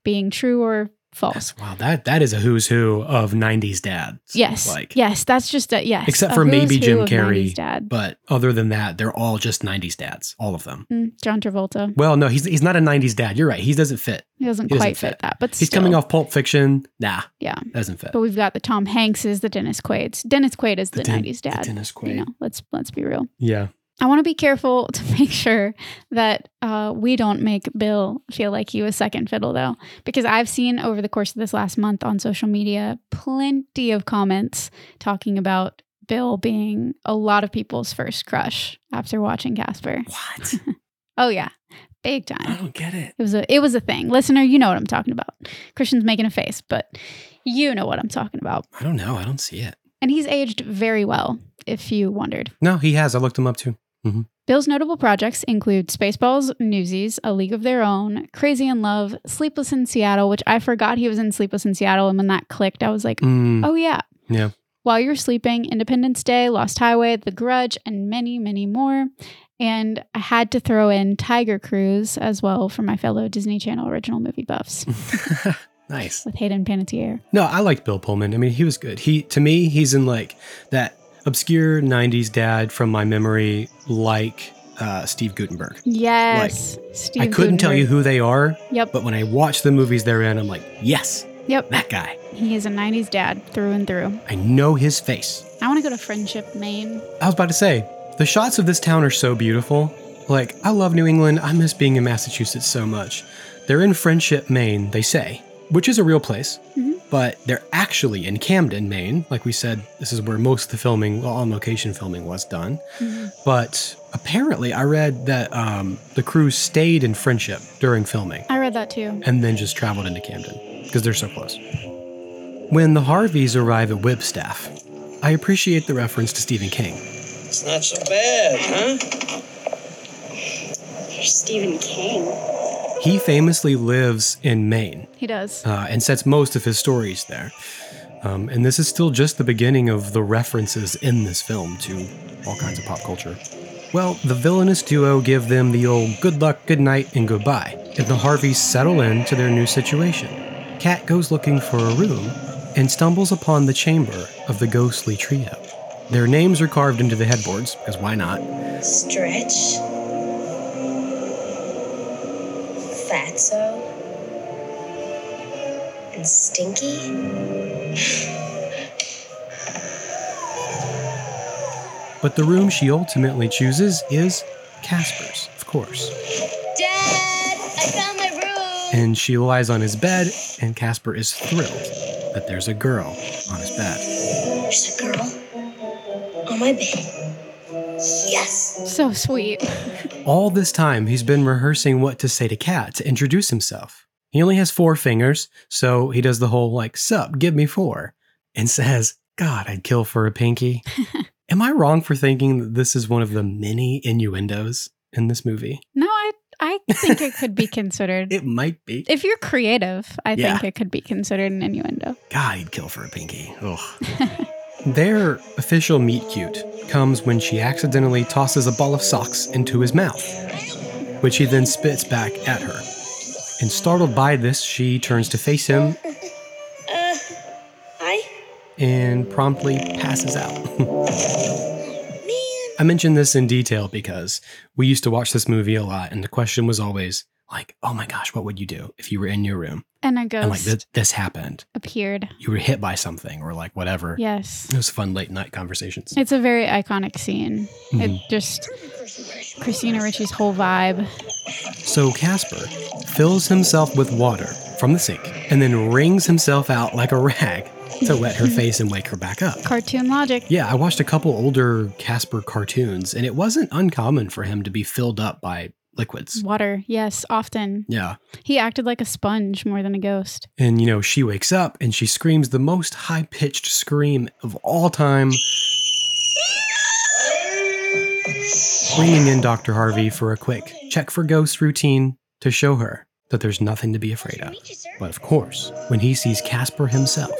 [SPEAKER 3] being true or false.
[SPEAKER 4] That's- wow, that that is a who's who of '90s dads.
[SPEAKER 3] Yes.
[SPEAKER 4] like
[SPEAKER 3] yes, that's just a yes.
[SPEAKER 4] Except
[SPEAKER 3] a
[SPEAKER 4] for
[SPEAKER 3] who's
[SPEAKER 4] maybe
[SPEAKER 3] who
[SPEAKER 4] Jim
[SPEAKER 3] of
[SPEAKER 4] Carrey.
[SPEAKER 3] 90s dad.
[SPEAKER 4] But other than that, they're all just '90s dads, all of them.
[SPEAKER 3] Mm, John Travolta.
[SPEAKER 4] Well, no, he's he's not a '90s dad. You're right. He doesn't fit.
[SPEAKER 3] He doesn't
[SPEAKER 4] He doesn't
[SPEAKER 3] quite fit.
[SPEAKER 4] fit.
[SPEAKER 3] that, but
[SPEAKER 4] He's
[SPEAKER 3] still.
[SPEAKER 4] coming off Pulp Fiction. Nah,
[SPEAKER 3] Yeah,
[SPEAKER 4] doesn't fit.
[SPEAKER 3] but we've got the Tom Hankses, the Dennis Quaid's. Dennis Quaid is the,
[SPEAKER 4] Den-
[SPEAKER 3] '90s dad.
[SPEAKER 4] The Dennis Quaid.
[SPEAKER 3] you know, let's let's be real.
[SPEAKER 4] Yeah.
[SPEAKER 3] I want to be careful to make sure that uh, we don't make Bill feel like he was second fiddle, though, because I've seen over the course of this last month on social media plenty of comments talking about Bill being a lot of people's first crush after watching Casper.
[SPEAKER 4] What?
[SPEAKER 3] Oh yeah, big time.
[SPEAKER 4] don't get it.
[SPEAKER 3] It was a it was a thing. Listener, you know what I'm talking about. Christian's making a face, but you know what I'm talking about.
[SPEAKER 4] I don't know. I don't see it.
[SPEAKER 3] And he's aged very well, if you wondered.
[SPEAKER 4] No, he has. I looked him up too.
[SPEAKER 3] Bill's notable projects include Spaceballs, Newsies, A League of Their Own, Crazy in Love, Sleepless in Seattle, which I forgot he was in Sleepless in Seattle. And when that clicked, I was like,
[SPEAKER 4] Mm,
[SPEAKER 3] oh yeah.
[SPEAKER 4] Yeah.
[SPEAKER 3] While You're Sleeping, Independence Day, Lost Highway, The Grudge, and many, many more. And I had to throw in Tiger Cruise as well for my fellow Disney Channel original movie buffs.
[SPEAKER 4] Mm.
[SPEAKER 3] Oh.
[SPEAKER 4] nice.
[SPEAKER 3] with Hayden Panettiere.
[SPEAKER 4] No, I liked Bill Pullman. I mean, he was good. He to me, he's in like that obscure '90s dad from my memory, like uh, Steve Gutenberg.
[SPEAKER 3] Yes, Steve.
[SPEAKER 4] I couldn't tell you who they are,
[SPEAKER 3] Yep,
[SPEAKER 4] but when I watch the movies they're in, I'm like, yes,
[SPEAKER 3] yep.
[SPEAKER 4] that guy.
[SPEAKER 3] He is a '90s dad through and through.
[SPEAKER 4] I know his face.
[SPEAKER 3] I want to go to Friendship, Maine.
[SPEAKER 4] I was about to say, the shots of this town are so beautiful. Like, I love New England. I miss being in Massachusetts so much. They're in Friendship, Maine, they say, which is a real place,
[SPEAKER 3] Mhm.
[SPEAKER 4] but they're actually in Camden, Maine. Like we said, this is where most of the filming, well, on location filming was done. But apparently, I read that um, the crew stayed in Friendship during filming
[SPEAKER 3] I read that too.
[SPEAKER 4] and then just traveled into Camden because they're so close. When the Harveys arrive at Whipstaff, I appreciate the reference to Stephen King.
[SPEAKER 10] It's not so bad, huh?
[SPEAKER 1] You're Stephen King.
[SPEAKER 4] He famously lives in Maine
[SPEAKER 3] He does.
[SPEAKER 4] uh, and sets most of his stories there. Um, and this is still just the beginning of the references in this film to all kinds of pop culture. Well, the villainous duo give them the old good luck, good night, and goodbye, and the Harveys settle in to their new situation. Kat goes looking for a room and stumbles upon the chamber of the ghostly trio. Their names are carved into the headboards, because why not?
[SPEAKER 1] Stretch. Fatso. And Stinky.
[SPEAKER 4] But the room she ultimately chooses is Casper's, of course.
[SPEAKER 1] Dad, I found my room.
[SPEAKER 4] and she lies on his bed, and Casper is thrilled that there's a girl on his bed.
[SPEAKER 1] There's a girl on my bed.
[SPEAKER 4] Oh.
[SPEAKER 1] Yes.
[SPEAKER 3] So sweet.
[SPEAKER 4] All this time, he's been rehearsing what to say to Kat to introduce himself. He only has four fingers, so he does the whole like, sup, give me four, and says, God, I'd kill for a pinky. Am I wrong for thinking that this is one of the many innuendos in this movie?
[SPEAKER 3] No, I I think it could be considered.
[SPEAKER 4] It might be.
[SPEAKER 3] if you're creative, I
[SPEAKER 4] Yeah.
[SPEAKER 3] think it could be considered an innuendo.
[SPEAKER 4] God, he'd kill for a pinky. Ugh. Their official meet cute comes when she accidentally tosses a ball of socks into his mouth, which he then spits back at her. And startled by this, she turns to face him
[SPEAKER 1] Uh, hi.
[SPEAKER 4] and promptly passes out.
[SPEAKER 1] Man.
[SPEAKER 4] I mention this in detail because we used to watch this movie a lot, and the question was always like, oh my gosh, what would you do if you were in your room
[SPEAKER 3] And a
[SPEAKER 4] and like
[SPEAKER 3] ghost
[SPEAKER 4] this, this happened?
[SPEAKER 3] appeared.
[SPEAKER 4] You were hit by something or like whatever.
[SPEAKER 3] Yes.
[SPEAKER 4] It was fun late night conversations.
[SPEAKER 3] It's a very iconic scene.
[SPEAKER 4] Mhm.
[SPEAKER 3] It just Christina Ricci's whole vibe.
[SPEAKER 4] So Casper fills himself with water from the sink and then wrings himself out like a rag to wet her face and wake her back up.
[SPEAKER 3] Cartoon logic.
[SPEAKER 4] Yeah, I watched a couple older Casper cartoons and it wasn't uncommon for him to be filled up by liquids.
[SPEAKER 3] Water, yes, often.
[SPEAKER 4] Yeah.
[SPEAKER 3] He acted like a sponge more than a ghost.
[SPEAKER 4] And you know, she wakes up and she screams the most high pitched scream of all time, bringing in Dr. Harvey for a quick check for ghosts routine to show her that there's nothing to be afraid of. But of course, when he sees Casper himself,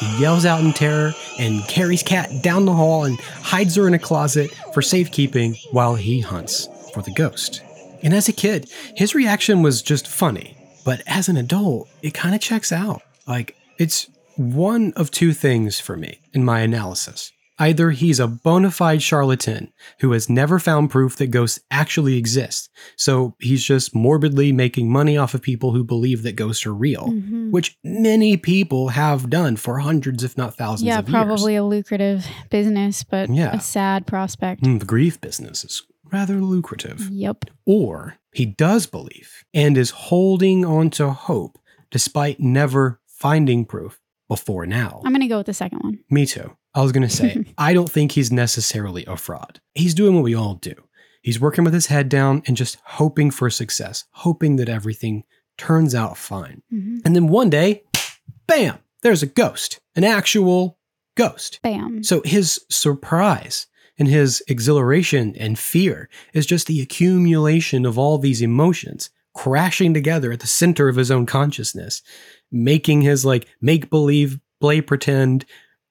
[SPEAKER 4] he yells out in terror and carries Kat down the hall and hides her in a closet for safekeeping while he hunts for the ghost. And as a kid, his reaction was just funny. But as an adult, it kind of checks out. Like, it's one of two things for me in my analysis. Either he's a bona fide charlatan who has never found proof that ghosts actually exist, so he's just morbidly making money off of people who believe that ghosts are real,
[SPEAKER 3] Mhm.
[SPEAKER 4] which many people have done for hundreds, if not thousands
[SPEAKER 3] Yeah,
[SPEAKER 4] of years.
[SPEAKER 3] probably a lucrative business, but
[SPEAKER 4] Yeah.
[SPEAKER 3] a sad prospect.
[SPEAKER 4] Mm, the grief business is rather lucrative.
[SPEAKER 3] Yep.
[SPEAKER 4] Or he does believe and is holding on to hope despite never finding proof before now.
[SPEAKER 3] I'm going to go with the second one.
[SPEAKER 4] Me too. I was going to say, I don't think he's necessarily a fraud. He's doing what we all do. He's working with his head down and just hoping for success, hoping that everything turns out fine.
[SPEAKER 3] Mhm.
[SPEAKER 4] And then one day, bam, there's a ghost, an actual ghost.
[SPEAKER 3] Bam.
[SPEAKER 4] So his surprise and his exhilaration and fear is just the accumulation of all these emotions crashing together at the center of his own consciousness, making his like make believe, play pretend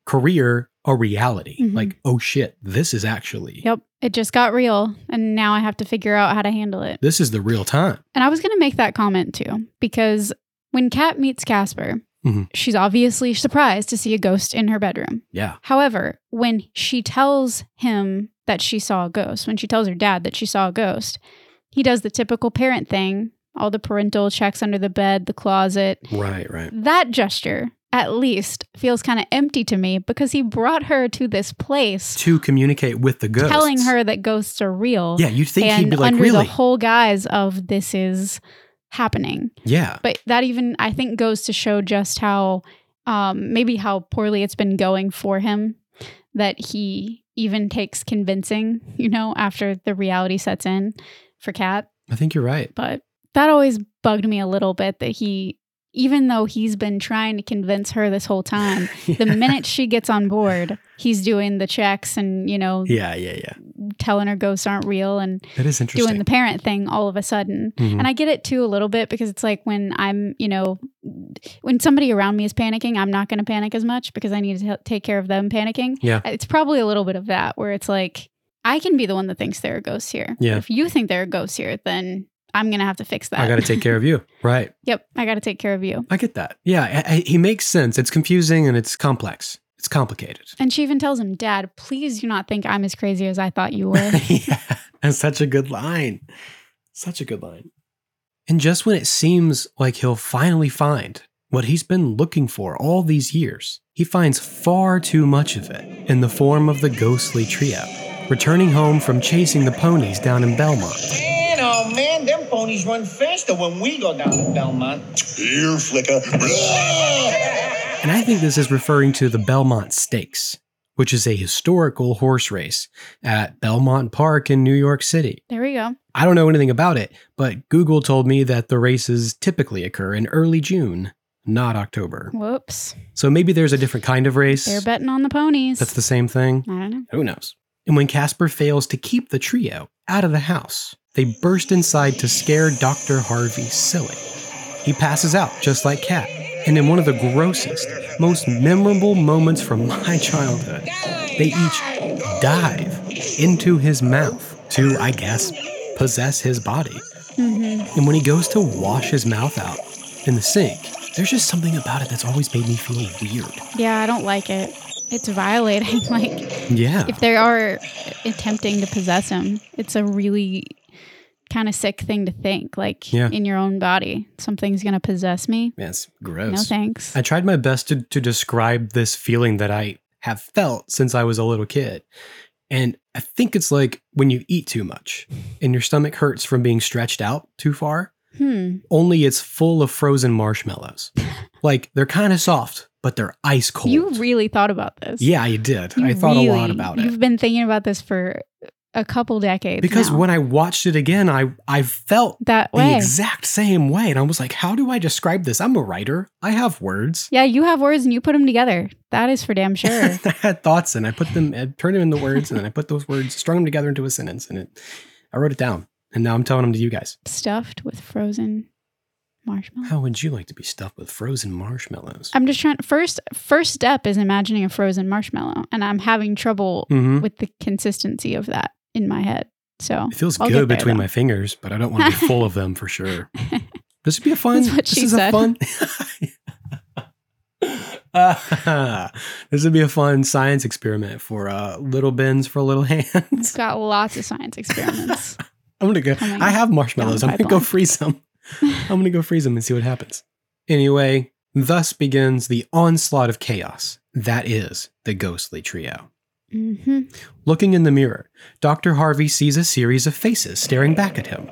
[SPEAKER 4] career a reality.
[SPEAKER 3] Mhm.
[SPEAKER 4] Like, oh shit, this is actually.
[SPEAKER 3] Yep. It just got real. And now I have to figure out how to handle it.
[SPEAKER 4] This is the real time.
[SPEAKER 3] And I was going to make that comment too, because when Kat meets Casper,
[SPEAKER 4] Mhm.
[SPEAKER 3] she's obviously surprised to see a ghost in her bedroom.
[SPEAKER 4] Yeah.
[SPEAKER 3] However, when she tells him that she saw a ghost, when she tells her dad that she saw a ghost, he does the typical parent thing all the parental checks under the bed, the closet.
[SPEAKER 4] Right, right.
[SPEAKER 3] That gesture, at least, feels kind of empty to me because he brought her to this place
[SPEAKER 4] To communicate with the ghost.
[SPEAKER 3] telling her that ghosts are real.
[SPEAKER 4] Yeah, you'd think
[SPEAKER 3] and
[SPEAKER 4] he'd be like,
[SPEAKER 3] under
[SPEAKER 4] really?
[SPEAKER 3] the whole guise of this is happening.
[SPEAKER 4] yeah.
[SPEAKER 3] But that even I think goes to show just how um, maybe how poorly it's been going for him that he even takes convincing, you know, after the reality sets in for Kat.
[SPEAKER 4] I think you're right.
[SPEAKER 3] But that always bugged me a little bit that he even though he's been trying to convince her this whole time, Um, the minute she gets on board, he's doing the checks and, you know,
[SPEAKER 4] Yeah, yeah, yeah.
[SPEAKER 3] telling her ghosts aren't real and
[SPEAKER 4] That is
[SPEAKER 3] doing
[SPEAKER 4] interesting.
[SPEAKER 3] the parent thing all of a sudden.
[SPEAKER 4] Mhm.
[SPEAKER 3] And I get it too a little bit because it's like when I'm, you know, when somebody around me is panicking, I'm not going to panic as much because I need to help take care of them panicking. Uh,
[SPEAKER 4] Yeah.
[SPEAKER 3] It's probably a little bit of that where it's like, I can be the one that thinks there are ghosts here.
[SPEAKER 4] Yeah.
[SPEAKER 3] If you think there are ghosts here, then I'm going to have to fix that.
[SPEAKER 4] I got to take care of you. Right.
[SPEAKER 3] Yep. I got to take care of you.
[SPEAKER 4] I get that. Yeah, I, I, he makes sense. It's confusing and it's complex. It's complicated.
[SPEAKER 3] And she even tells him, Dad, please do not think I'm as crazy as I thought you were.
[SPEAKER 4] yeah, that's such a good line. Such a good line. And just when it seems like he'll finally find what he's been looking for all these years, he finds far too much of it in the form of the ghostly trio, returning home from chasing the ponies down in Belmont.
[SPEAKER 6] Man, oh man, them ponies run faster when we go down to Belmont.
[SPEAKER 5] Ear flicker.
[SPEAKER 4] And I think this is referring to the Belmont Stakes, which is a historical horse race at Belmont Park in New York City.
[SPEAKER 3] there we go.
[SPEAKER 4] I don't know anything about it, but Google told me that the races typically occur in early June, not October.
[SPEAKER 3] Whoops.
[SPEAKER 4] So maybe there's a different kind of race
[SPEAKER 3] They're betting on the ponies.
[SPEAKER 4] that's the same thing.
[SPEAKER 3] I don't know.
[SPEAKER 4] Who knows? And when Casper fails to keep the trio out of the house, they burst inside to scare Dr. Harvey silly. He passes out just like Cat, and in one of the grossest, most memorable moments from my childhood, they each dive into his mouth to, I guess, possess his body.
[SPEAKER 3] Mm-hmm.
[SPEAKER 4] And when he goes to wash his mouth out in the sink, there's just something about it that's always made me feel weird.
[SPEAKER 3] Yeah, I don't like it. It's violating. like,
[SPEAKER 4] Yeah.
[SPEAKER 3] if they are attempting to possess him, it's a really kind of sick thing to think. Like,
[SPEAKER 4] Yeah.
[SPEAKER 3] in your own body, something's going to possess me.
[SPEAKER 4] Man, it's gross.
[SPEAKER 3] No thanks.
[SPEAKER 4] I tried my best to, to describe this feeling that I have felt since I was a little kid. And I think it's like when you eat too much and your stomach hurts from being stretched out too far,
[SPEAKER 3] hmm.
[SPEAKER 4] only it's full of frozen marshmallows. like they're kind of soft, but they're ice cold.
[SPEAKER 3] You really thought about this.
[SPEAKER 4] yeah, I did.
[SPEAKER 3] You
[SPEAKER 4] I thought a lot
[SPEAKER 3] really-
[SPEAKER 4] about
[SPEAKER 3] You've
[SPEAKER 4] it.
[SPEAKER 3] been thinking about this for a couple decades.
[SPEAKER 4] Because
[SPEAKER 3] now.
[SPEAKER 4] when I watched it again, I, I felt
[SPEAKER 3] that
[SPEAKER 4] the
[SPEAKER 3] way.
[SPEAKER 4] exact same way. And I was like, how do I describe this? I'm a writer, I have words.
[SPEAKER 3] Yeah, you have words and you put them together. That is for damn sure.
[SPEAKER 4] I had thoughts and I put them, I turned them into words, and then I put those words, strung them together into a sentence, and it, I wrote it down. And now I'm telling them to you guys.
[SPEAKER 3] Stuffed with frozen marshmallow.
[SPEAKER 4] How would you like to be stuffed with frozen marshmallows?
[SPEAKER 3] I'm just trying first first step is imagining a frozen marshmallow and I'm having trouble
[SPEAKER 4] hmm
[SPEAKER 3] with the consistency of that in my head. So
[SPEAKER 4] It feels
[SPEAKER 3] I'll
[SPEAKER 4] good
[SPEAKER 3] get there,
[SPEAKER 4] between
[SPEAKER 3] though.
[SPEAKER 4] my fingers, but I don't want to be full of them for sure. This would be a fun.
[SPEAKER 3] That's what
[SPEAKER 4] this
[SPEAKER 3] she
[SPEAKER 4] is
[SPEAKER 3] said.
[SPEAKER 4] a fun. Ah, this would be a fun science experiment for uh, little bins for little hands.
[SPEAKER 3] it's got lots of science experiments.
[SPEAKER 4] I'm gonna go.
[SPEAKER 3] Coming
[SPEAKER 4] I have marshmallows.
[SPEAKER 3] down
[SPEAKER 4] I'm
[SPEAKER 3] the
[SPEAKER 4] gonna go
[SPEAKER 3] pipeline.
[SPEAKER 4] freeze them. I'm gonna go freeze them and see what happens. Anyway, thus begins the onslaught of chaos. That is the ghostly trio.
[SPEAKER 3] hmm
[SPEAKER 4] Looking in the mirror, Dr. Harvey sees a series of faces staring back at him.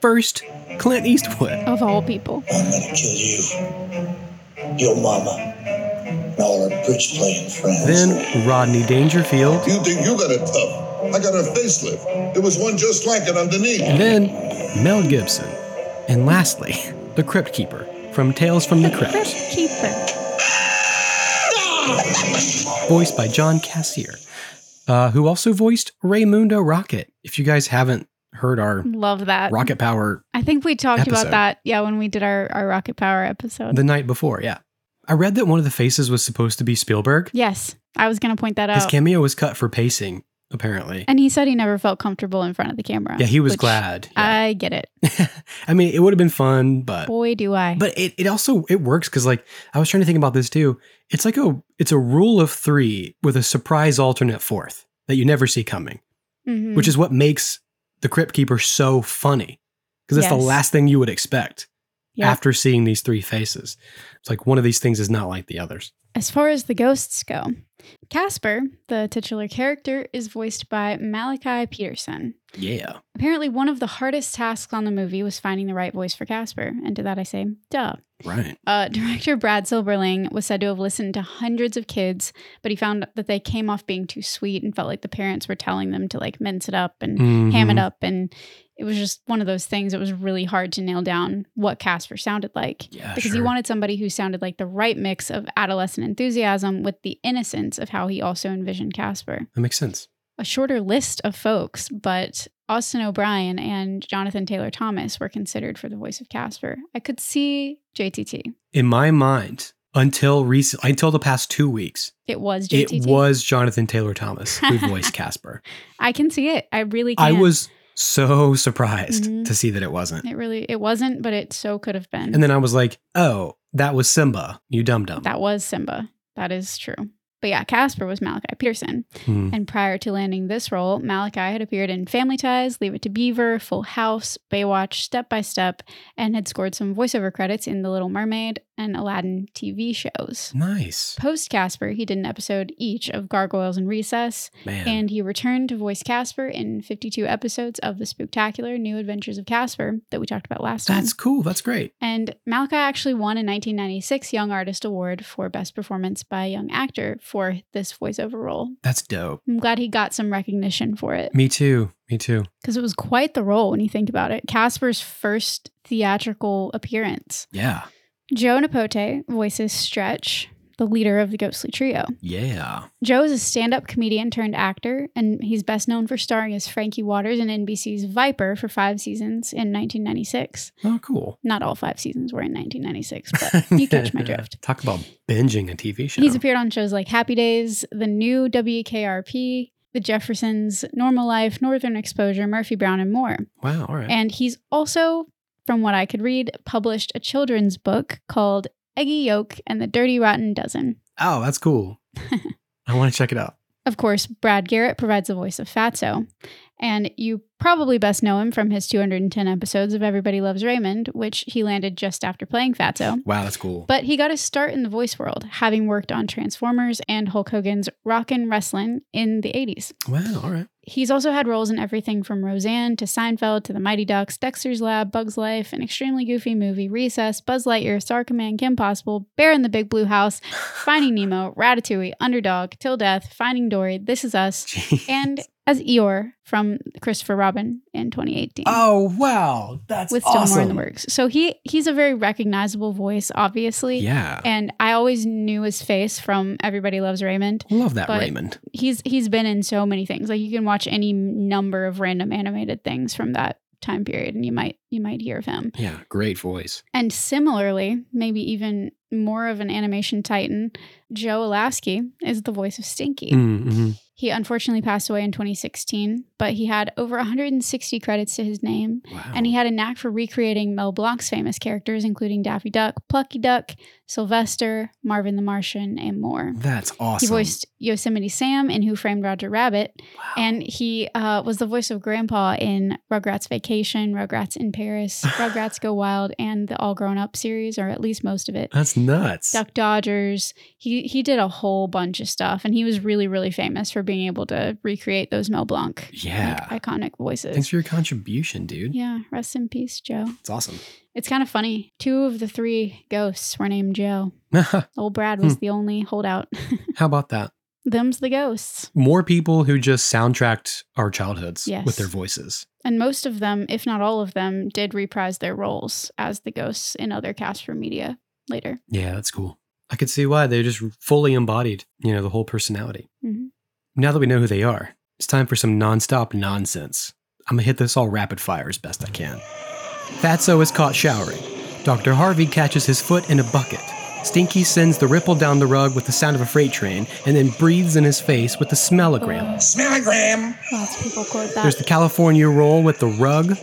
[SPEAKER 4] First, Clint Eastwood.
[SPEAKER 3] Of all people.
[SPEAKER 10] I'm gonna kill you, your mama, and all her bridge playing friends.
[SPEAKER 4] Then Rodney Dangerfield.
[SPEAKER 5] You think you got it tough? I got a facelift. There was one just like it underneath.
[SPEAKER 4] And then Mel Gibson. And lastly, the Crypt Keeper from Tales from the Crypt.
[SPEAKER 3] Crypt keeper.
[SPEAKER 4] voiced by John Cassier, uh, who also voiced Raymundo Rocket. If you guys haven't heard our
[SPEAKER 3] Love that.
[SPEAKER 4] Rocket Power
[SPEAKER 3] I think we talked
[SPEAKER 4] episode.
[SPEAKER 3] about that, yeah, when we did our, our Rocket Power episode.
[SPEAKER 4] the night before, yeah. I read that one of the faces was supposed to be Spielberg.
[SPEAKER 3] yes. I was gonna point that
[SPEAKER 4] His
[SPEAKER 3] out.
[SPEAKER 4] cameo was cut for pacing, apparently.
[SPEAKER 3] And he said he never felt comfortable in front of the camera.
[SPEAKER 4] Yeah, he was
[SPEAKER 3] which
[SPEAKER 4] glad. Yeah.
[SPEAKER 3] I get it.
[SPEAKER 4] I mean, it would have been fun, but
[SPEAKER 3] Boy, do I.
[SPEAKER 4] but it, it also it works because like I was trying to think about this too. It's like a it's a rule of three with a surprise alternate fourth that you never see coming.
[SPEAKER 3] Mhm.
[SPEAKER 4] which is what makes the Crypt Keeper so funny because it's
[SPEAKER 3] Yes.
[SPEAKER 4] the last thing you would expect
[SPEAKER 3] Yeah.
[SPEAKER 4] after seeing these three faces. It's like one of these things is not like the others.
[SPEAKER 3] As far as the ghosts go, Casper, the titular character, is voiced by Malachi Peterson.
[SPEAKER 4] Yeah.
[SPEAKER 3] Apparently, one of the hardest tasks on the movie was finding the right voice for Casper, and to that I say, duh.
[SPEAKER 4] Right.
[SPEAKER 3] Uh, director Brad Silberling was said to have listened to hundreds of kids, but he found that they came off being too sweet and felt like the parents were telling them to like mince it up and ham it
[SPEAKER 4] Mhm.
[SPEAKER 3] up, and it was just one of those things. It was really hard to nail down what Casper sounded like
[SPEAKER 4] Yeah,
[SPEAKER 3] because he
[SPEAKER 4] sure.
[SPEAKER 3] wanted somebody who sounded like the right mix of adolescent enthusiasm with the innocence of how he also envisioned Casper.
[SPEAKER 4] That makes sense.
[SPEAKER 3] A shorter list of folks, but Austin O'Brien and Jonathan Taylor Thomas were considered for the voice of Casper. I could see JTT.
[SPEAKER 4] In my mind, until recent, until the past two weeks,
[SPEAKER 3] It was JTT.
[SPEAKER 4] it was Jonathan Taylor Thomas who voiced Casper.
[SPEAKER 3] I can see it. I really can.
[SPEAKER 4] I was so surprised
[SPEAKER 3] Mhm.
[SPEAKER 4] to see that it wasn't.
[SPEAKER 3] It really it wasn't, but it so could have been.
[SPEAKER 4] And then um, I was like, oh, that was Simba, you dum dum.
[SPEAKER 3] that was Simba. That is true. But yeah, Casper was Malachi Peterson.
[SPEAKER 4] Hmm.
[SPEAKER 3] And prior to landing this role, Malachi had appeared in Family Ties, Leave It to Beaver, Full House, Baywatch, Step by Step, and had scored some voiceover credits in The Little Mermaid and Aladdin TV shows.
[SPEAKER 4] Nice.
[SPEAKER 3] Post Casper, he did an episode each of Gargoyles and Recess,
[SPEAKER 4] Man.
[SPEAKER 3] and he returned to voice Casper in 52 episodes of The Spooktacular New Adventures of Casper that we talked about last time.
[SPEAKER 4] That's cool. That's great.
[SPEAKER 3] And Malachi actually won a 1996 Young Artist Award for Best Performance by a Young Actor for this voiceover role.
[SPEAKER 4] That's dope.
[SPEAKER 3] I'm glad he got some recognition for it
[SPEAKER 4] Me too. Me too.
[SPEAKER 3] because it was quite the role when you think about it. Casper's first theatrical appearance.
[SPEAKER 4] Yeah.
[SPEAKER 3] Joe Napote voices Stretch, the leader of the Ghostly Trio.
[SPEAKER 4] Yeah.
[SPEAKER 3] Joe is a stand up comedian turned actor, and he's best known for starring as Frankie Waters in NBC's Viper for five seasons in 1996.
[SPEAKER 4] Oh, cool.
[SPEAKER 3] Not all five seasons were in 1996, but you catch my drift.
[SPEAKER 4] Talk about binging a TV show.
[SPEAKER 3] He's appeared on shows like Happy Days, The New WKRP, The Jeffersons, Normal Life, Northern Exposure, Murphy Brown, and more.
[SPEAKER 4] wow. All right.
[SPEAKER 3] And he's also, from what I could read, published a children's book called Eggy Yolk and the Dirty Rotten Dozen.
[SPEAKER 4] oh, that's cool. I want to check it out.
[SPEAKER 3] Of course, Brad Garrett provides the voice of Fatso, and you probably best know him from his 210 episodes of Everybody Loves Raymond, which he landed just after playing Fatso.
[SPEAKER 4] Wow, that's cool.
[SPEAKER 3] But he got his start in the voice world, having worked on Transformers and Hulk Hogan's Rockin' Wrestlin' in the 80s.
[SPEAKER 4] wow. All right.
[SPEAKER 3] He's also had roles in everything from Roseanne to Seinfeld to The Mighty Ducks, Dexter's Lab, Bugs Life, an extremely goofy movie, Recess, Buzz Lightyear, Star Command, Kim Possible, Bear in the Big Blue House, Finding Nemo, Ratatouille, Underdog, Till Death, Finding Dory, This Is Us,
[SPEAKER 4] Jeez.
[SPEAKER 3] and as Eeyore from Christopher Robin in 2018
[SPEAKER 4] oh, wow. That's
[SPEAKER 3] with still more in the
[SPEAKER 4] awesome.
[SPEAKER 3] works. So he he's a very recognizable voice, obviously.
[SPEAKER 4] Yeah.
[SPEAKER 3] And I always knew his face from Everybody Loves Raymond.
[SPEAKER 4] Love that
[SPEAKER 3] But-
[SPEAKER 4] Raymond.
[SPEAKER 3] He's he's been in so many things. Like you can watch any number of random animated things from that time period and you might you might hear of him.
[SPEAKER 4] Yeah, great voice.
[SPEAKER 3] And similarly, maybe even more of an animation titan, Joe Olavsky is the voice of Stinky.
[SPEAKER 4] Mm-hmm.
[SPEAKER 3] He unfortunately passed away in 2016, but he had over 160 credits to his name
[SPEAKER 4] Wow.
[SPEAKER 3] and he had a knack for recreating Mel Blanc's famous characters, including Daffy Duck, Plucky Duck, Sylvester, Marvin the Martian, and more.
[SPEAKER 4] that's awesome.
[SPEAKER 3] He voiced Yosemite Sam in Who Framed Roger Rabbit,
[SPEAKER 4] wow.
[SPEAKER 3] and he uh, was the voice of Grandpa in Rugrats Vacation, Rugrats in Paris, Rugrats Go Wild, and the All Grown Up series, or at least most of it.
[SPEAKER 4] that's nuts.
[SPEAKER 3] Duck Dodgers. He he did a whole bunch of stuff, and he was really really famous for being able to recreate those Mel Blanc
[SPEAKER 4] Yeah.
[SPEAKER 3] like, iconic voices.
[SPEAKER 4] Thanks for your contribution, dude.
[SPEAKER 3] yeah, rest in peace, Joe.
[SPEAKER 4] It's awesome.
[SPEAKER 3] It's kind of funny. Two of the three ghosts were named Joe.
[SPEAKER 4] How
[SPEAKER 3] Old Brad
[SPEAKER 4] Hmm.
[SPEAKER 3] was the only holdout.
[SPEAKER 4] about that?
[SPEAKER 3] Them's the ghosts.
[SPEAKER 4] More people who just soundtracked our childhoods
[SPEAKER 3] Yes.
[SPEAKER 4] with their voices.
[SPEAKER 3] And most of them, if not all of them, did reprise their roles as the ghosts in other Casper media later.
[SPEAKER 4] Yeah, that's cool. I could see why they just fully embodied, you know, the whole personality.
[SPEAKER 3] Mhm.
[SPEAKER 4] Now that we know who they are, it's time for some nonstop nonsense. I'm gonna hit this all rapid fire as best I can. Fatso is caught showering. Dr. Harvey catches his foot in a bucket. Stinky sends the ripple down the rug with the sound of a freight train and then breathes in his face with the smellogram.
[SPEAKER 10] Smellogram.
[SPEAKER 3] Lots of people quote Oh, that.
[SPEAKER 4] There's the California roll with the rug.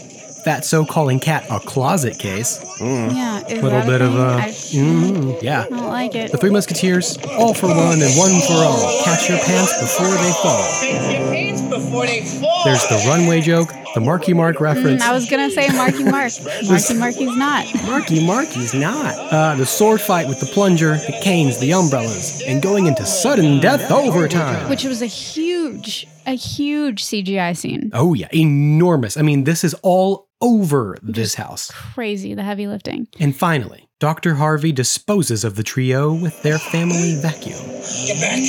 [SPEAKER 4] Fatso calling cat a closet case.
[SPEAKER 3] yeah, is
[SPEAKER 4] Little
[SPEAKER 3] that
[SPEAKER 4] bit of
[SPEAKER 3] thing?
[SPEAKER 4] a-
[SPEAKER 3] I
[SPEAKER 4] Mm, yeah.
[SPEAKER 3] don't like it.
[SPEAKER 4] The Three Musketeers, all for one and one for all. Catch your pants before they fall.
[SPEAKER 6] Take your pants before they fall.
[SPEAKER 4] There's the runway joke, the Marky Mark
[SPEAKER 3] Mm,
[SPEAKER 4] reference.
[SPEAKER 3] I was gonna say Marky Mark. Marky Marky's not.
[SPEAKER 4] Marky Marky's not. Uh, the sword fight with the plunger, the canes, the umbrellas, and going into sudden death overtime.
[SPEAKER 3] Which was a huge, a huge CGI scene.
[SPEAKER 4] Oh, yeah, enormous. I mean, this is all over this house.
[SPEAKER 3] Crazy, the heavy lifting.
[SPEAKER 4] And finally, Dr. Harvey disposes of the trio with their family vacuum,
[SPEAKER 10] Get back.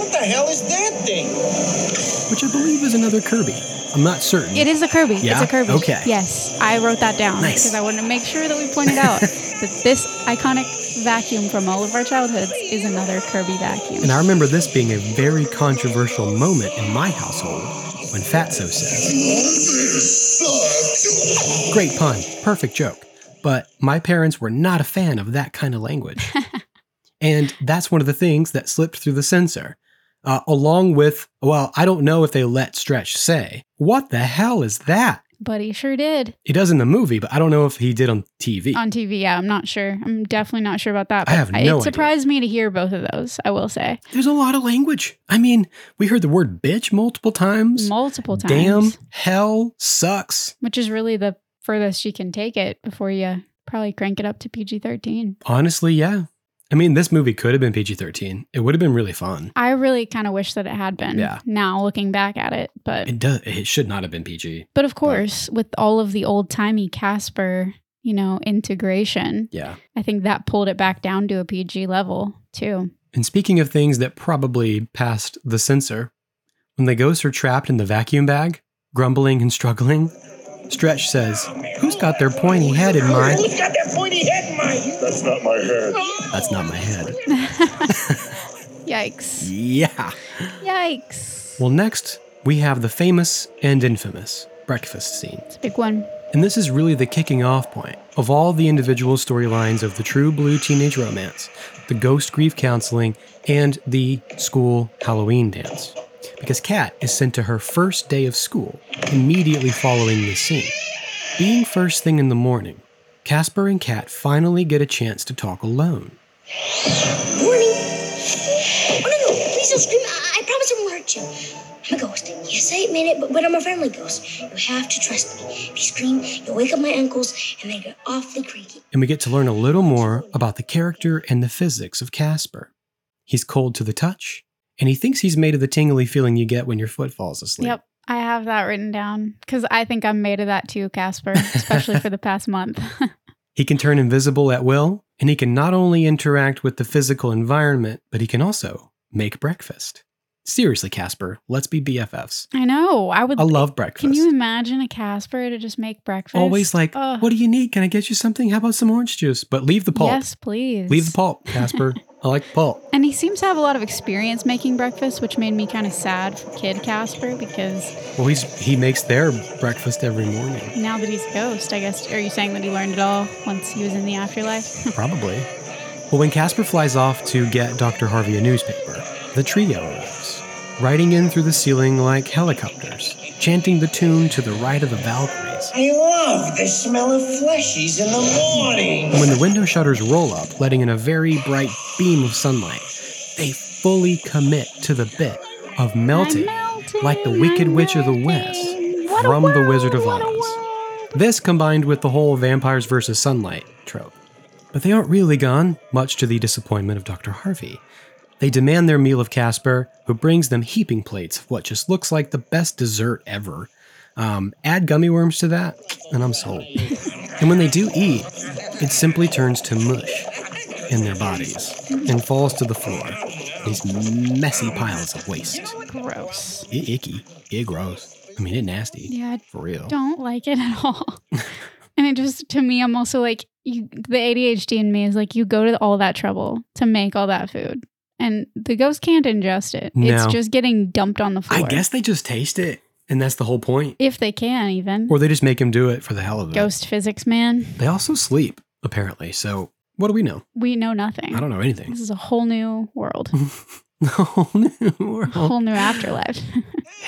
[SPEAKER 6] What the hell is that thing?
[SPEAKER 4] which I believe is another Kirby. I'm not certain.
[SPEAKER 3] It is a Kirby.
[SPEAKER 4] Yeah?
[SPEAKER 3] It's a Kirby.
[SPEAKER 4] Okay.
[SPEAKER 3] Yes, I wrote that down
[SPEAKER 4] Nice.
[SPEAKER 3] because I wanted to make sure that we pointed out that this iconic vacuum from all of our childhoods is another Kirby vacuum.
[SPEAKER 4] And I remember this being a very controversial moment in my household when Fatso said, Great pun, perfect joke. But my parents were not a fan of that kind of language. and that's one of the things that slipped through the censor, uh, along with, well, I don't know if they let Stretch say, What the hell is that?
[SPEAKER 3] But he sure did
[SPEAKER 4] He does in the movie, but I don't know if he did on TV.
[SPEAKER 3] on TV. Yeah, I'm not sure. I'm definitely not sure about that.
[SPEAKER 4] I have
[SPEAKER 3] but
[SPEAKER 4] no
[SPEAKER 3] It surprised me to hear both of those. I will say
[SPEAKER 4] There's a lot of language. I mean, we heard the word bitch multiple times.
[SPEAKER 3] multiple times.
[SPEAKER 4] Damn, hell, sucks.
[SPEAKER 3] which is really the furthest you can take it before you probably crank it up to PG 13.
[SPEAKER 4] Honestly, yeah. I mean, this movie could have been PG 13. It would have been really fun.
[SPEAKER 3] I really kind of wish that it had been.
[SPEAKER 4] Yeah.
[SPEAKER 3] Now looking back at it, but
[SPEAKER 4] It does. It should not have been PG.
[SPEAKER 3] but of course, with all of the old timey Casper, you know, integration,
[SPEAKER 4] Yeah.
[SPEAKER 3] I think that pulled it back down to a PG level too.
[SPEAKER 4] And speaking of things that probably passed the censor, when the ghosts are trapped in the vacuum bag, grumbling and struggling, Stretch says, Who's got their pointy head in mind?
[SPEAKER 6] Who's got that pointy head in mind?
[SPEAKER 8] That's not my head.
[SPEAKER 4] That's not my head.
[SPEAKER 3] Yikes!
[SPEAKER 4] Yeah.
[SPEAKER 3] Yikes!
[SPEAKER 4] Well, next, we have the famous and infamous breakfast scene.
[SPEAKER 3] It's a big one.
[SPEAKER 4] And this is really the kicking off point of all the individual storylines of the true blue teenage romance, the ghost grief counseling, and the school Halloween dance. Because Kat is sent to her first day of school immediately following this scene. Being first thing in the morning, Casper and Kat finally get a chance to talk alone.
[SPEAKER 1] Warning. Oh, no, no. Please don't scream. I, I promise I won't hurt you. I'm a ghost. Yes, I admit it, but, but I'm a friendly ghost. You have to trust me. If you scream, you'll wake up my ankles and they get awfully creaky.
[SPEAKER 4] and we get to learn a little more about the character and the physics of Casper. He's cold to the touch, and he thinks he's made of the tingly feeling you get when your foot falls asleep.
[SPEAKER 3] Yep. I have that written down because I think I'm made of that too, Casper, especially for the past month.
[SPEAKER 4] He can turn invisible at will, and he can not only interact with the physical environment, but he can also make breakfast. Seriously, Casper, let's be BFFs.
[SPEAKER 3] I know. I would
[SPEAKER 4] I love breakfast.
[SPEAKER 3] Can you imagine a Casper to just make breakfast? Oh,
[SPEAKER 4] Always like,
[SPEAKER 3] Ugh.
[SPEAKER 4] what do you need? Can I get you something? How about some orange juice? But leave the pulp.
[SPEAKER 3] Yes, please.
[SPEAKER 4] Leave the pulp, Casper. I like pulp.
[SPEAKER 3] And he seems to have a lot of experience making breakfast, which made me kind of sad for kid Casper because
[SPEAKER 4] Well, he's he makes their breakfast every morning.
[SPEAKER 3] now that he's a ghost, I guess, are you saying that he learned it all once he was in the afterlife?
[SPEAKER 4] Probably. Well, when Casper flies off to get Dr. Harvey a newspaper, the trio arrives, riding in through the ceiling like helicopters, chanting the tune to the right of the Valkyries.
[SPEAKER 6] I love the smell of fleshies in the morning.
[SPEAKER 4] And when the window shutters roll up, letting in a very bright beam of sunlight, they fully commit to the bit of melting,
[SPEAKER 3] melting,
[SPEAKER 4] like the Wicked
[SPEAKER 3] I'm
[SPEAKER 4] Witch of the
[SPEAKER 3] melting.
[SPEAKER 4] West
[SPEAKER 3] What a
[SPEAKER 4] from The
[SPEAKER 3] world,
[SPEAKER 4] Wizard of
[SPEAKER 3] what a
[SPEAKER 4] Oz. This combined with the whole vampires versus sunlight trope. But they aren't really gone, much to the disappointment of Dr. Harvey. They demand their meal of Casper, who brings them heaping plates of what just looks like the best dessert ever. Um, add gummy worms to that, and I'm sold. and when they do eat, it simply turns to mush in their bodies and falls to the floor. These messy piles of waste.
[SPEAKER 3] Gross.
[SPEAKER 4] I- icky. It gross. I mean, it nasty.
[SPEAKER 3] Yeah, I
[SPEAKER 4] For real.
[SPEAKER 3] don't like it at all. and it just, to me, I'm also like, you, the ADHD in me is like, you go to all that trouble to make all that food. And the ghost can't ingest it. It's
[SPEAKER 4] No.
[SPEAKER 3] just getting dumped on the
[SPEAKER 4] I
[SPEAKER 3] floor.
[SPEAKER 4] guess they just taste it, and that's the whole point.
[SPEAKER 3] If they can, even.
[SPEAKER 4] Or they just make him do it for the hell of it.
[SPEAKER 3] Ghost physics, man.
[SPEAKER 4] They also sleep, apparently. So what do we know?
[SPEAKER 3] We know nothing.
[SPEAKER 4] I don't know anything.
[SPEAKER 3] This is a whole new world,
[SPEAKER 4] whole new world.
[SPEAKER 3] a whole new afterlife.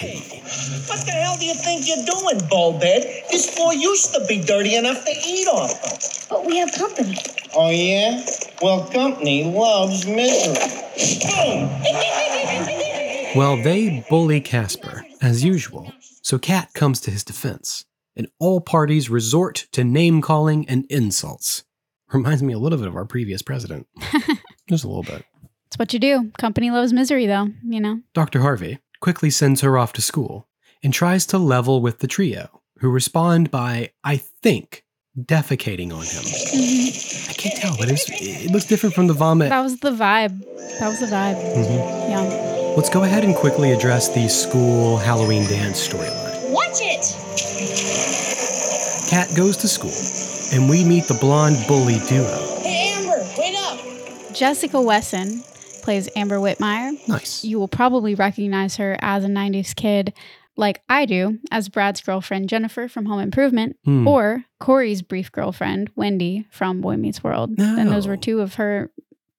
[SPEAKER 6] What the hell do you think you're doing, Bulbhead? This floor used to be dirty enough to eat off of.
[SPEAKER 1] But we have company.
[SPEAKER 6] Oh, yeah? Well, company loves misery. Boom!
[SPEAKER 4] Well, they bully Casper, as usual, so Kat comes to his defense, and all parties resort to name calling and insults. Reminds me a little bit of our previous president. Just a little bit.
[SPEAKER 3] it's what you do. Company loves misery, though, you know?
[SPEAKER 4] Dr. Harvey quickly sends her off to school and tries to level with the trio, who respond by, I think, defecating on him. I can't tell, but it's, it looks different from the vomit.
[SPEAKER 3] That was the vibe. That was the vibe.
[SPEAKER 4] Mhm.
[SPEAKER 3] Yeah.
[SPEAKER 4] Let's go ahead and quickly address the school Halloween dance storyline.
[SPEAKER 1] Watch it!
[SPEAKER 4] Kat goes to school, and we meet the blonde bully duo.
[SPEAKER 1] Hey, Amber, wait up!
[SPEAKER 3] Jessica Wesson plays Amber Whitmire.
[SPEAKER 4] Nice.
[SPEAKER 3] You will probably recognize her as a 90s kid, like I do, as Brad's girlfriend Jennifer from Home Improvement
[SPEAKER 4] Hmm.
[SPEAKER 3] or Corey's brief girlfriend Wendy from Boy Meets World. And those were
[SPEAKER 4] No.
[SPEAKER 3] two of her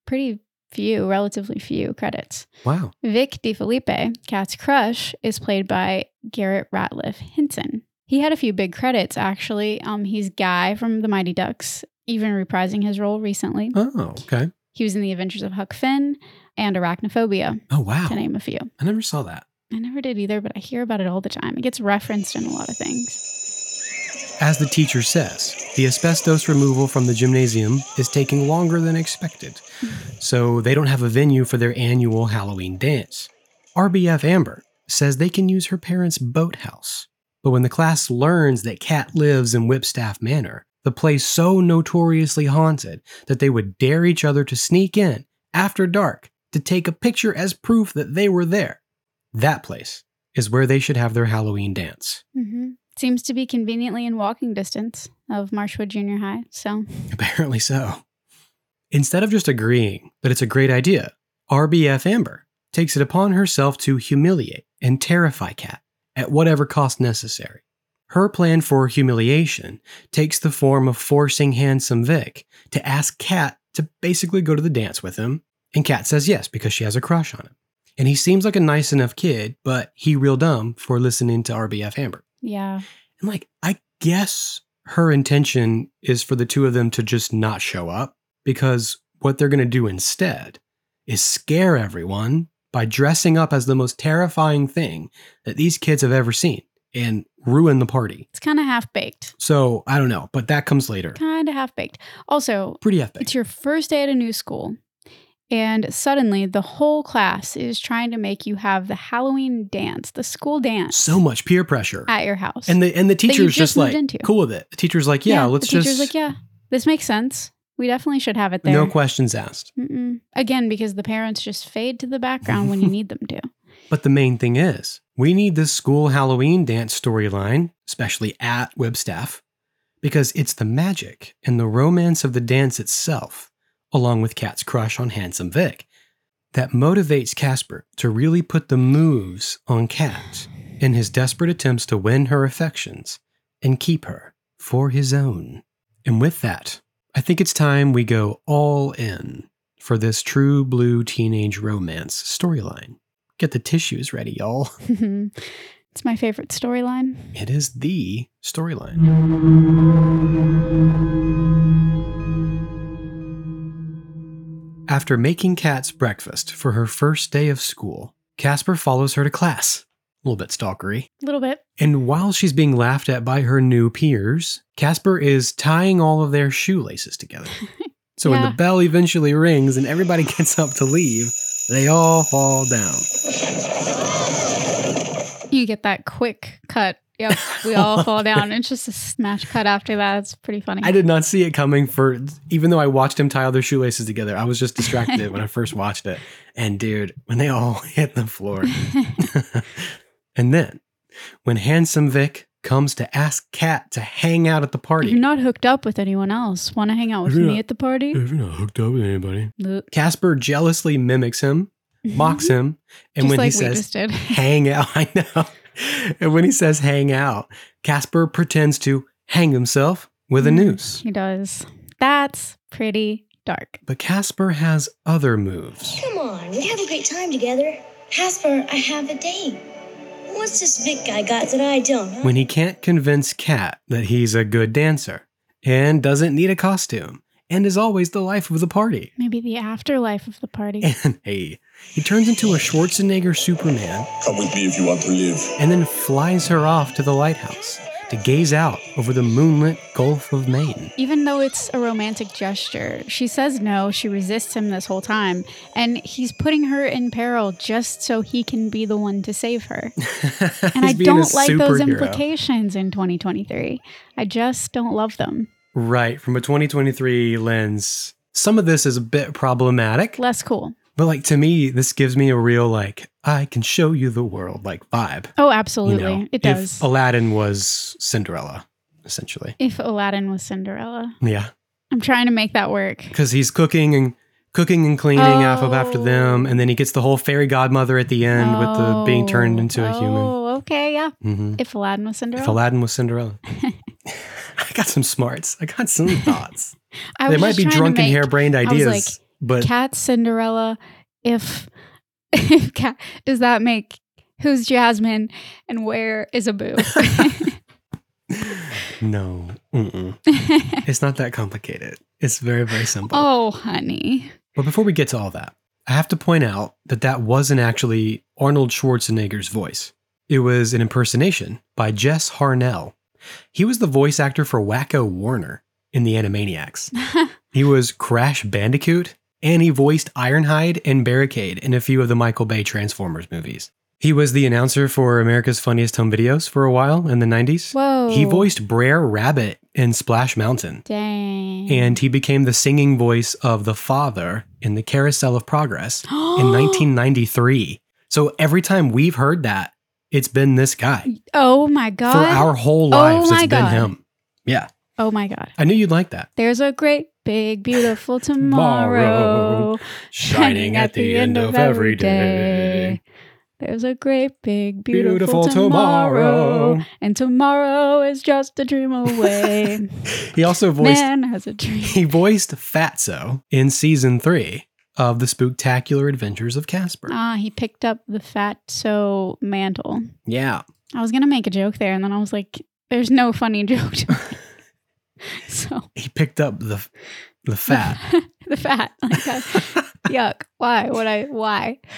[SPEAKER 3] pretty few, relatively few credits.
[SPEAKER 4] Wow.
[SPEAKER 3] Vic DiFilippe, Cat's crush, is played by Garrett Ratliff Hinson. He had a few big credits, actually. Um, he's Guy from The Mighty Ducks, even reprising his role recently.
[SPEAKER 4] Oh, okay.
[SPEAKER 3] He was in The Adventures of Huck Finn and Arachnophobia,
[SPEAKER 4] Oh, wow.
[SPEAKER 3] to name a few.
[SPEAKER 4] I never saw that.
[SPEAKER 3] I never did either, but I hear about it all the time. It gets referenced in a lot of things.
[SPEAKER 4] As the teacher says, the asbestos removal from the gymnasium is taking longer than expected, so they don't have a venue for their annual Halloween dance. RBF Amber says they can use her parents' boathouse, but when the class learns that Kat lives in Whipstaff Manor, the place so notoriously haunted that they would dare each other to sneak in after dark to take a picture as proof that they were there. That place is where they should have their Halloween dance.
[SPEAKER 3] hmm Seems to be conveniently in walking distance of Marshwood Junior High. So,
[SPEAKER 4] Apparently so. Instead of just agreeing that it's a great idea, RBF Amber takes it upon herself to humiliate and terrify Kat at whatever cost necessary. Her plan for humiliation takes the form of forcing Handsome Vic to ask Kat to basically go to the dance with him, and Kat says yes because she has a crush on him. And he seems like a nice enough kid, but he real dumb for listening to RBF Amber.
[SPEAKER 3] yeah.
[SPEAKER 4] And like, I guess her intention is for the two of them to just not show up because what they're going to do instead is scare everyone by dressing up as the most terrifying thing that these kids have ever seen and ruin the party.
[SPEAKER 3] It's kind of half baked.
[SPEAKER 4] So I don't know, but that comes later.
[SPEAKER 3] Kind of half baked. Also,
[SPEAKER 4] Pretty epic.
[SPEAKER 3] it's your first day at a new school, and suddenly the whole class is trying to make you have the Halloween dance, the school dance
[SPEAKER 4] so much peer pressure.
[SPEAKER 3] at your house.
[SPEAKER 4] and the and the
[SPEAKER 3] you've
[SPEAKER 4] teacher's
[SPEAKER 3] just
[SPEAKER 4] just,
[SPEAKER 3] moved
[SPEAKER 4] like
[SPEAKER 3] into.
[SPEAKER 4] cool with it. The teacher's like, yeah, let's
[SPEAKER 3] the teacher's
[SPEAKER 4] just
[SPEAKER 3] like, yeah, this makes sense. We definitely should have it there.
[SPEAKER 4] no questions asked.
[SPEAKER 3] Mm-mm. Again, because the parents just fade to the background when you need them to.
[SPEAKER 4] But the main thing is, we need this school Halloween dance storyline, especially at Webstaff, because it's the magic and the romance of the dance itself, along with Kat's crush on Handsome Vic, that motivates Casper to really put the moves on Kat in his desperate attempts to win her affections and keep her for his own. And with that, I think it's time we go all in for this true blue teenage romance storyline. Get the tissues ready, y'all.
[SPEAKER 3] it's my favorite storyline.
[SPEAKER 4] It is the storyline. After making Kat's breakfast for her first day of school, Casper follows her to class. A little bit stalkery.
[SPEAKER 3] A little bit.
[SPEAKER 4] And while she's being laughed at by her new peers, Casper is tying all of their shoelaces together. So when
[SPEAKER 3] Yeah.
[SPEAKER 4] the bell eventually rings and everybody gets up to leave, they all fall down.
[SPEAKER 3] You get that quick cut. Yep, we all fall down. It's just a smash cut after that. It's pretty funny.
[SPEAKER 4] I did not see it coming for even though I watched him tie all their shoelaces together, I was just distracted when I first watched it. And dude, when they all hit the floor. and then when handsome Vic comes to ask Kat to hang out at the party.
[SPEAKER 3] You're not hooked up with anyone else. Want to hang out with
[SPEAKER 4] Yeah.
[SPEAKER 3] me at the party?
[SPEAKER 4] If you're not hooked up with anybody.
[SPEAKER 3] Look.
[SPEAKER 4] Casper jealously mimics him, mocks him, and
[SPEAKER 3] Mm-hmm. just
[SPEAKER 4] when
[SPEAKER 3] like
[SPEAKER 4] he
[SPEAKER 3] we
[SPEAKER 4] says
[SPEAKER 3] just did.
[SPEAKER 4] hang out, I know. And when he says hang out, Casper pretends to hang himself with a
[SPEAKER 3] Mm.
[SPEAKER 4] noose.
[SPEAKER 3] He does. That's pretty dark.
[SPEAKER 4] But Casper has other moves.
[SPEAKER 1] Come on, we have a great time together. Casper, I have a date. What's this Vic guy got that I don't? Huh?
[SPEAKER 4] When he can't convince Kat that he's a good dancer and doesn't need a costume and is always the life of the party.
[SPEAKER 3] Maybe the afterlife of the party.
[SPEAKER 4] And hey, he turns into a Schwarzenegger Superman
[SPEAKER 5] Come with me if you want to live.
[SPEAKER 4] and then flies her off to the lighthouse to gaze out over the moonlit Gulf of Maine.
[SPEAKER 3] Even though it's a romantic gesture, she says no, she resists him this whole time, and he's putting her in peril just so he can be the one to save her. And I
[SPEAKER 4] He's being a
[SPEAKER 3] don't like those
[SPEAKER 4] superhero.
[SPEAKER 3] implications in 2023. I just don't love them.
[SPEAKER 4] Right, from a 2023 lens, some of this is a bit problematic.
[SPEAKER 3] Less cool.
[SPEAKER 4] But like to me, this gives me a real like I can show you the world like vibe.
[SPEAKER 3] Oh, absolutely.
[SPEAKER 4] You know,
[SPEAKER 3] it does.
[SPEAKER 4] If Aladdin was Cinderella, essentially.
[SPEAKER 3] If Aladdin was Cinderella.
[SPEAKER 4] Yeah.
[SPEAKER 3] I'm trying to make that work.
[SPEAKER 4] Because he's cooking and cooking and cleaning off up after them, and then he gets the whole fairy godmother at the end with the being turned into a human.
[SPEAKER 3] Oh, okay, yeah.
[SPEAKER 4] Mhm.
[SPEAKER 3] If Aladdin was Cinderella.
[SPEAKER 4] If Aladdin was Cinderella. I got some smarts. I got some thoughts.
[SPEAKER 3] I
[SPEAKER 4] they
[SPEAKER 3] was
[SPEAKER 4] might
[SPEAKER 3] just
[SPEAKER 4] be
[SPEAKER 3] trying to
[SPEAKER 4] drunk
[SPEAKER 3] make
[SPEAKER 4] and harebrained
[SPEAKER 3] I was
[SPEAKER 4] ideas,
[SPEAKER 3] like,
[SPEAKER 4] but
[SPEAKER 3] Cat Cinderella. If if cat does that make who's Jasmine and where is Abu?
[SPEAKER 4] no, Mm-mm. it's not that complicated. It's very, very simple.
[SPEAKER 3] oh, honey.
[SPEAKER 4] But before we get to all that, I have to point out that that wasn't actually Arnold Schwarzenegger's voice. It was an impersonation by Jess Harnell. He was the voice actor for Wacko Warner in The Animaniacs. he was Crash Bandicoot, and he voiced Ironhide and Barricade in a few of the Michael Bay Transformers movies. He was the announcer for America's Funniest Home Videos for a while in the 90s.
[SPEAKER 3] Whoa.
[SPEAKER 4] He voiced Brer Rabbit in Splash Mountain
[SPEAKER 3] Dang.
[SPEAKER 4] and he became the singing voice of the father in the Carousel of Progress in 1993. So every time we've heard that, it's been this guy
[SPEAKER 3] oh my god.
[SPEAKER 4] for our whole
[SPEAKER 3] Oh
[SPEAKER 4] lives.
[SPEAKER 3] my
[SPEAKER 4] it's been
[SPEAKER 3] God.
[SPEAKER 4] him. Yeah,
[SPEAKER 3] oh my god.
[SPEAKER 4] I knew you'd like that.
[SPEAKER 3] There's a great big beautiful tomorrow
[SPEAKER 4] Shining at the end of every day.
[SPEAKER 3] There's a great big beautiful, tomorrow. and tomorrow is just a dream away.
[SPEAKER 4] He also voiced
[SPEAKER 3] Man has a dream.
[SPEAKER 4] he voiced Fatso in season three of the Spooktacular Adventures of Casper.
[SPEAKER 3] Ah, he picked up the fatso mantle.
[SPEAKER 4] Yeah,
[SPEAKER 3] I was gonna make a joke there, and then I was like, "There's no funny joke." To make. so
[SPEAKER 4] he picked up the the fat.
[SPEAKER 3] the fat, like, I- yuck. Why would I? Why?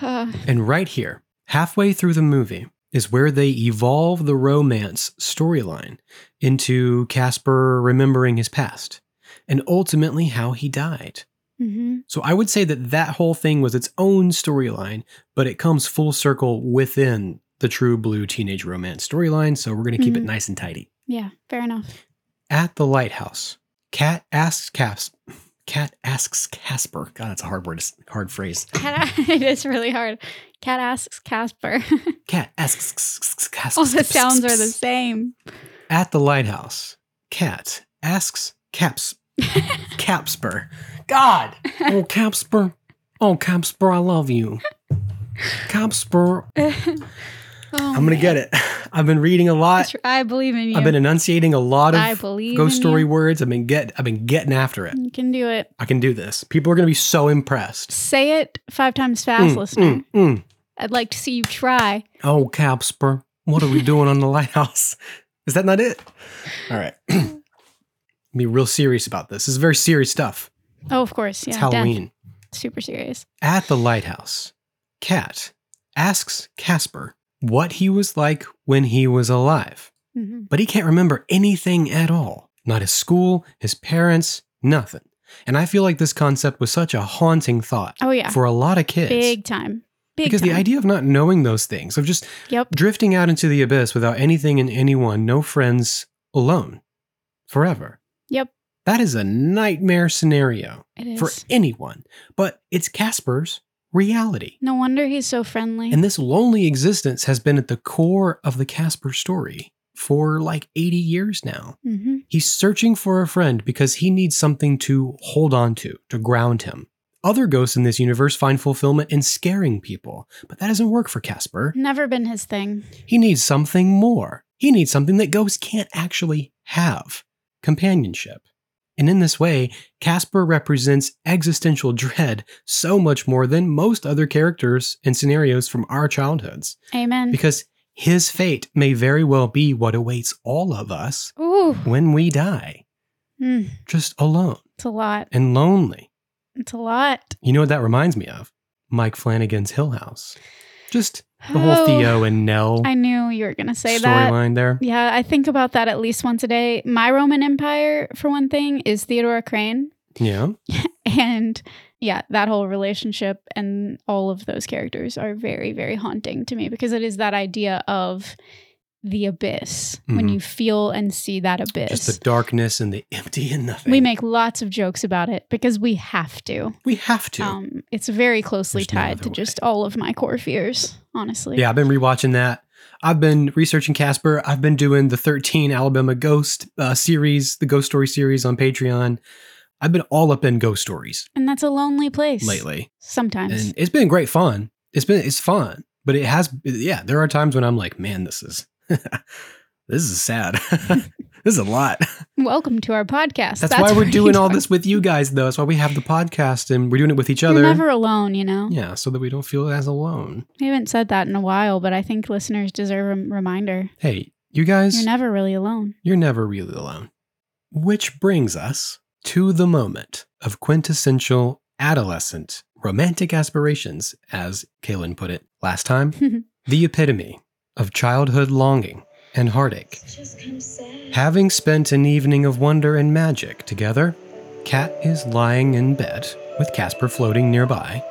[SPEAKER 3] Uh,
[SPEAKER 4] And right here, halfway through the movie, is where they evolve the romance storyline into Casper remembering his past and ultimately how he died.
[SPEAKER 3] mhm.
[SPEAKER 4] So I would say that that whole thing was its own storyline, but it comes full circle within the true blue teenage romance storyline. So we're going to keep
[SPEAKER 3] Mhm.
[SPEAKER 4] it nice and tidy.
[SPEAKER 3] Yeah, fair enough.
[SPEAKER 4] At the lighthouse, Cat asks Cas- Cat asks Casper. God, that's a hard word, hard phrase.
[SPEAKER 3] Cat, it is really hard. Cat asks Casper.
[SPEAKER 4] Cat asks Casper.
[SPEAKER 3] All the sounds are the same.
[SPEAKER 4] At the lighthouse, Cat asks Caps Capsper. God! Oh Capsper. Oh Capsper, I love you. Capsper.
[SPEAKER 3] Oh,
[SPEAKER 4] I'm gonna get it. I've been reading a lot.
[SPEAKER 3] I believe in you.
[SPEAKER 4] I've been enunciating a lot
[SPEAKER 3] I
[SPEAKER 4] of
[SPEAKER 3] believe
[SPEAKER 4] ghost
[SPEAKER 3] in
[SPEAKER 4] story
[SPEAKER 3] You.
[SPEAKER 4] words. I've been get I've been getting after it.
[SPEAKER 3] you can do it.
[SPEAKER 4] I can do this. People are gonna be so impressed.
[SPEAKER 3] Say it five times fast,
[SPEAKER 4] Mm,
[SPEAKER 3] listener.
[SPEAKER 4] mm, mm.
[SPEAKER 3] I'd like to see you try.
[SPEAKER 4] Oh Capsper, what are we doing on the lighthouse? Is that not it? All right. be real serious about this. This is very serious stuff.
[SPEAKER 3] Oh, of course. Yeah,
[SPEAKER 4] It's
[SPEAKER 3] death.
[SPEAKER 4] Halloween.
[SPEAKER 3] Super serious.
[SPEAKER 4] At the lighthouse, Cat asks Casper what he was like when he was alive,
[SPEAKER 3] hmm
[SPEAKER 4] but he can't remember anything at all. Not his school, his parents, nothing. And I feel like this concept was such a haunting thought
[SPEAKER 3] Oh yeah,
[SPEAKER 4] for a lot of kids.
[SPEAKER 3] big time. Big
[SPEAKER 4] because
[SPEAKER 3] time.
[SPEAKER 4] the idea of not knowing those things, of just
[SPEAKER 3] Yep.
[SPEAKER 4] drifting out into the abyss without anything and anyone, no friends, alone, forever.
[SPEAKER 3] Yep.
[SPEAKER 4] That is a nightmare scenario
[SPEAKER 3] It is.
[SPEAKER 4] for anyone, but it's Casper's reality.
[SPEAKER 3] no wonder he's so friendly.
[SPEAKER 4] And this lonely existence has been at the core of the Casper story for like 80 years now.
[SPEAKER 3] mm-hmm.
[SPEAKER 4] He's searching for a friend because he needs something to hold on to, to ground him. Other ghosts in this universe find fulfillment in scaring people, but that doesn't work for Casper.
[SPEAKER 3] Never been his thing.
[SPEAKER 4] He needs something more. He needs something that ghosts can't actually have companionship. And in this way, Casper represents existential dread so much more than most other characters and scenarios from our childhoods,
[SPEAKER 3] Amen.
[SPEAKER 4] because his fate may very well be what awaits all of us
[SPEAKER 3] Ooh,
[SPEAKER 4] when we die,
[SPEAKER 3] Mm,
[SPEAKER 4] just alone
[SPEAKER 3] it's a lot.
[SPEAKER 4] and lonely.
[SPEAKER 3] It's a lot.
[SPEAKER 4] You know what that reminds me of? Mike Flanagan's Hill House. Just the whole
[SPEAKER 3] Oh,
[SPEAKER 4] Theo and Nell
[SPEAKER 3] I knew you were gonna say that.
[SPEAKER 4] storyline there.
[SPEAKER 3] Yeah, I think about that at least once a day. My Roman Empire, for one thing, is Theodora Crane,
[SPEAKER 4] Yeah.
[SPEAKER 3] and yeah, that whole relationship and all of those characters are very, very haunting to me because it is that idea of the abyss when
[SPEAKER 4] Mhm.
[SPEAKER 3] you feel and see that abyss.
[SPEAKER 4] Just the darkness and the empty and nothing.
[SPEAKER 3] we make lots of jokes about it because we have to.
[SPEAKER 4] We have to.
[SPEAKER 3] Um, it's very closely
[SPEAKER 4] There's no
[SPEAKER 3] tied
[SPEAKER 4] other
[SPEAKER 3] to just all of my core fears, honestly.
[SPEAKER 4] yeah, I've been rewatching that. I've been researching Casper. I've been doing the 13 Alabama Ghost uh, series, the Ghost Story series on Patreon. I've been all up in ghost stories
[SPEAKER 3] And that's a lonely place.
[SPEAKER 4] lately,
[SPEAKER 3] Sometimes.
[SPEAKER 4] and it's been great fun. It's been it's fun, but it has yeah. There are times when I'm like, man, this is this is sad. this is a lot.
[SPEAKER 3] Welcome to our podcast.
[SPEAKER 4] That's, why
[SPEAKER 3] where
[SPEAKER 4] we're
[SPEAKER 3] you
[SPEAKER 4] doing all
[SPEAKER 3] talk-
[SPEAKER 4] this with you guys, though. That's why we have the podcast and we're doing it with each other.
[SPEAKER 3] You're never alone, you know?
[SPEAKER 4] yeah, so that we don't feel as alone.
[SPEAKER 3] We haven't said that in a while, but I think listeners deserve a reminder.
[SPEAKER 4] Hey, you guys,
[SPEAKER 3] You're never really alone.
[SPEAKER 4] you're never really alone. Which brings us to the moment of quintessential adolescent romantic aspirations, as Kaylin put it last time, the epitome of childhood longing and heartache.
[SPEAKER 1] Just kind of sad.
[SPEAKER 4] Having spent an evening of wonder and magic together, Kat is lying in bed with Casper floating nearby.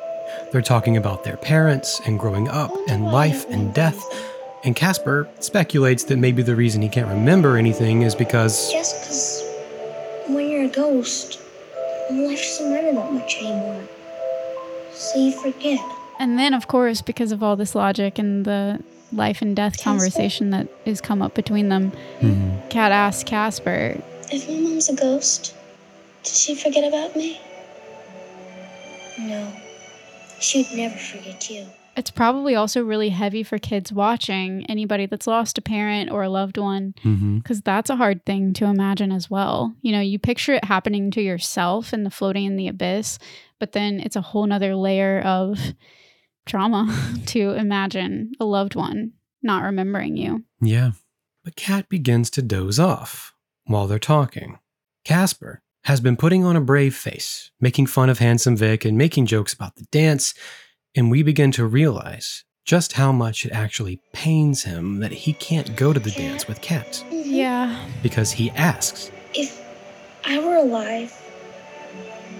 [SPEAKER 4] They're talking about their parents and growing up and life and death, and Casper speculates that maybe the reason he can't remember anything is because
[SPEAKER 1] Just because when you're a ghost, life doesn't matter that much anymore. So you forget.
[SPEAKER 3] And then, of course, because of all this logic and the life and death conversation that has come up between them, Kat asks Casper,
[SPEAKER 1] If my mom's a ghost, did she forget about me? No. She would never forget you.
[SPEAKER 3] it's probably also really heavy for kids watching anybody that's lost a parent or a loved one, because that's a hard thing to imagine as well. You know, you picture it happening to yourself and the floating in the abyss, but then it's a whole nother layer of trauma to imagine a loved one not remembering you.
[SPEAKER 4] Yeah. But Kat begins to doze off while they're talking. Casper has been putting on a brave face, making fun of Handsome Vic and making jokes about the dance, and we begin to realize just how much it actually pains him that he can't go to the dance with Kat
[SPEAKER 3] Yeah.
[SPEAKER 4] because he asks.
[SPEAKER 1] Mm-hmm. If I were alive,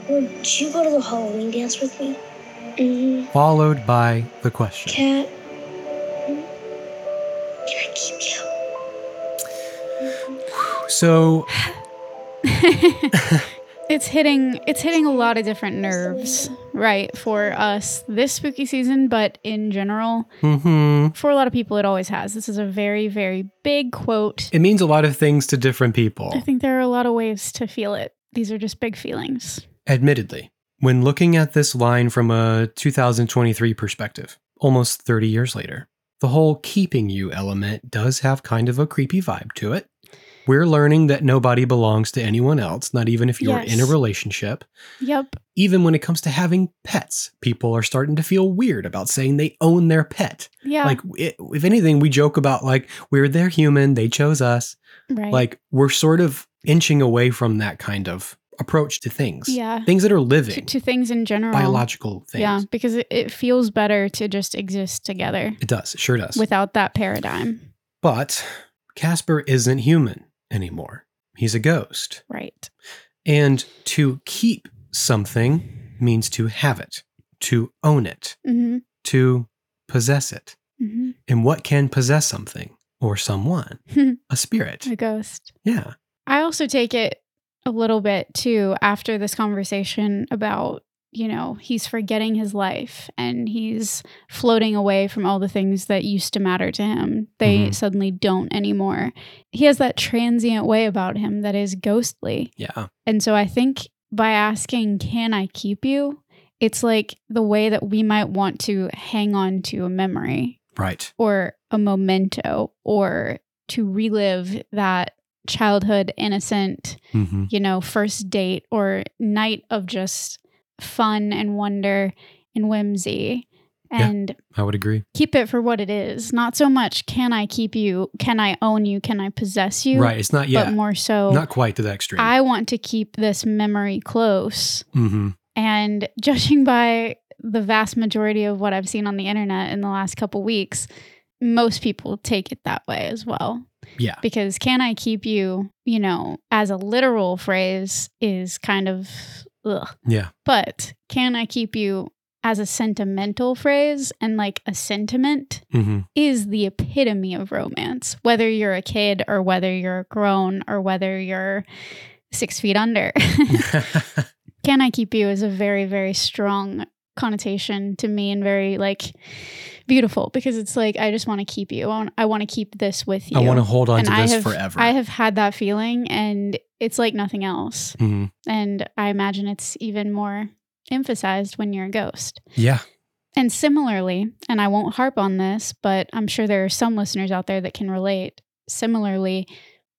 [SPEAKER 1] would you go to the Halloween dance with me? Mm-hmm.
[SPEAKER 4] Followed by the question.
[SPEAKER 1] Cat. Can I keep you?
[SPEAKER 4] So,
[SPEAKER 3] It's hitting it's hitting a lot of different nerves, right, for us this spooky season, but in general,
[SPEAKER 4] mhm.
[SPEAKER 3] for a lot of people it always has. This is a very very big quote.
[SPEAKER 4] it means a lot of things to different people.
[SPEAKER 3] I think there are a lot of ways to feel it. These are just big feelings.
[SPEAKER 4] Admittedly, when looking at this line from a 2023 perspective, almost 30 years later, the whole keeping you element does have kind of a creepy vibe to it. We're learning that nobody belongs to anyone else, not even if you're in a
[SPEAKER 3] Yes.
[SPEAKER 4] relationship.
[SPEAKER 3] Yep.
[SPEAKER 4] Even when it comes to having pets, people are starting to feel weird about saying they own their pet.
[SPEAKER 3] Yeah.
[SPEAKER 4] Like, i if anything, we joke about, like, we're their human, they chose us.
[SPEAKER 3] right.
[SPEAKER 4] Like, we're sort of inching away from that kind of approach to things.
[SPEAKER 3] Yeah.
[SPEAKER 4] Things that are living
[SPEAKER 3] to, to things in general.
[SPEAKER 4] biological things.
[SPEAKER 3] Mm. Yeah, because it, it feels better to just exist together
[SPEAKER 4] It does. It sure does.
[SPEAKER 3] without that paradigm.
[SPEAKER 4] but Casper isn't human anymore. He's a ghost.
[SPEAKER 3] Right.
[SPEAKER 4] And to keep something means to have it, to own it,
[SPEAKER 3] Mhm.
[SPEAKER 4] to possess it.
[SPEAKER 3] Mhm.
[SPEAKER 4] And what can possess something or someone? a spirit.
[SPEAKER 3] A ghost.
[SPEAKER 4] Yeah.
[SPEAKER 3] I also take it a little bit too after this conversation about, you know, he's forgetting his life and he's floating away from all the things that used to matter to him. They
[SPEAKER 4] Mhm.
[SPEAKER 3] suddenly don't anymore. He has that transient way about him that is ghostly.
[SPEAKER 4] Yeah.
[SPEAKER 3] And so I think by asking, Can I keep you? It's like the way that we might want to hang on to a memory
[SPEAKER 4] Right.
[SPEAKER 3] or a memento or to relive that childhood innocent
[SPEAKER 4] Mm-hmm.
[SPEAKER 3] you know, first date or night of just fun and wonder and whimsy
[SPEAKER 4] Yeah.
[SPEAKER 3] and
[SPEAKER 4] I would agree.
[SPEAKER 3] keep it for what it is. Not so much can I keep you, can I own you, can I possess you,
[SPEAKER 4] right. It's not
[SPEAKER 3] but
[SPEAKER 4] yet.
[SPEAKER 3] more so
[SPEAKER 4] Not quite to that extreme.
[SPEAKER 3] I want to keep this memory close.
[SPEAKER 4] mm-hmm.
[SPEAKER 3] And judging by the vast majority of what I've seen on the internet in the last couple weeks, most people take it that way as well
[SPEAKER 4] Yeah.
[SPEAKER 3] because can I keep you, you know, as a literal phrase is kind of ugh.
[SPEAKER 4] Yeah.
[SPEAKER 3] But can I keep you as a sentimental phrase and like a sentiment
[SPEAKER 4] Mm-hmm.
[SPEAKER 3] is the epitome of romance, whether you're a kid or whether you're grown or whether you're six feet under. Can I Keep You is a very, very strong connotation to me and very like beautiful because it's like, I just want to keep you. I want, I want to keep this with you.
[SPEAKER 4] I want to hold on
[SPEAKER 3] And
[SPEAKER 4] to
[SPEAKER 3] I
[SPEAKER 4] this
[SPEAKER 3] have,
[SPEAKER 4] forever.
[SPEAKER 3] I have had that feeling and it's like nothing else.
[SPEAKER 4] hmm
[SPEAKER 3] And I imagine it's even more emphasized when you're a ghost.
[SPEAKER 4] Yeah.
[SPEAKER 3] And similarly, and I won't harp on this, but I'm sure there are some listeners out there that can relate. Similarly,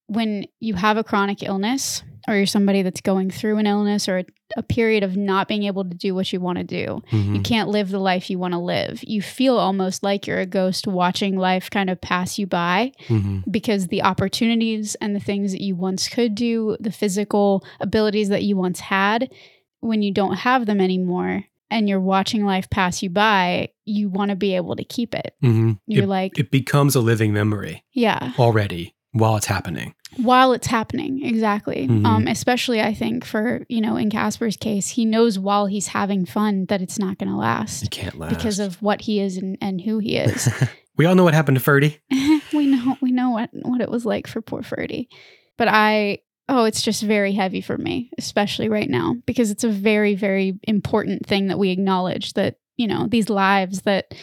[SPEAKER 3] when you have a chronic illness or you're somebody that's going through an illness or a, a period of not being able to do what you want to do,
[SPEAKER 4] hmm
[SPEAKER 3] you can't live the life you want to live. You feel almost like you're a ghost watching life kind of pass you by
[SPEAKER 4] hmm
[SPEAKER 3] because the opportunities and the things that you once could do, the physical abilities that you once had, when you don't have them anymore and you're watching life pass you by, you want to be able to keep it.
[SPEAKER 4] hmm
[SPEAKER 3] You're
[SPEAKER 4] it,
[SPEAKER 3] like,
[SPEAKER 4] it becomes a living memory
[SPEAKER 3] yeah,
[SPEAKER 4] already while it's happening.
[SPEAKER 3] while it's happening, exactly.
[SPEAKER 4] Mhm.
[SPEAKER 3] Um, especially, I think, for, you know, in Casper's case, he knows while he's having fun that it's not going to
[SPEAKER 4] It
[SPEAKER 3] last
[SPEAKER 4] can't last.
[SPEAKER 3] because of what he is and, and who he is.
[SPEAKER 4] we all know what happened to Ferdy.
[SPEAKER 3] we know we know what what it was like for poor Ferdy. But I oh, it's just very heavy for me, especially right now, because it's a very, very important thing that we acknowledge that, you know, these lives that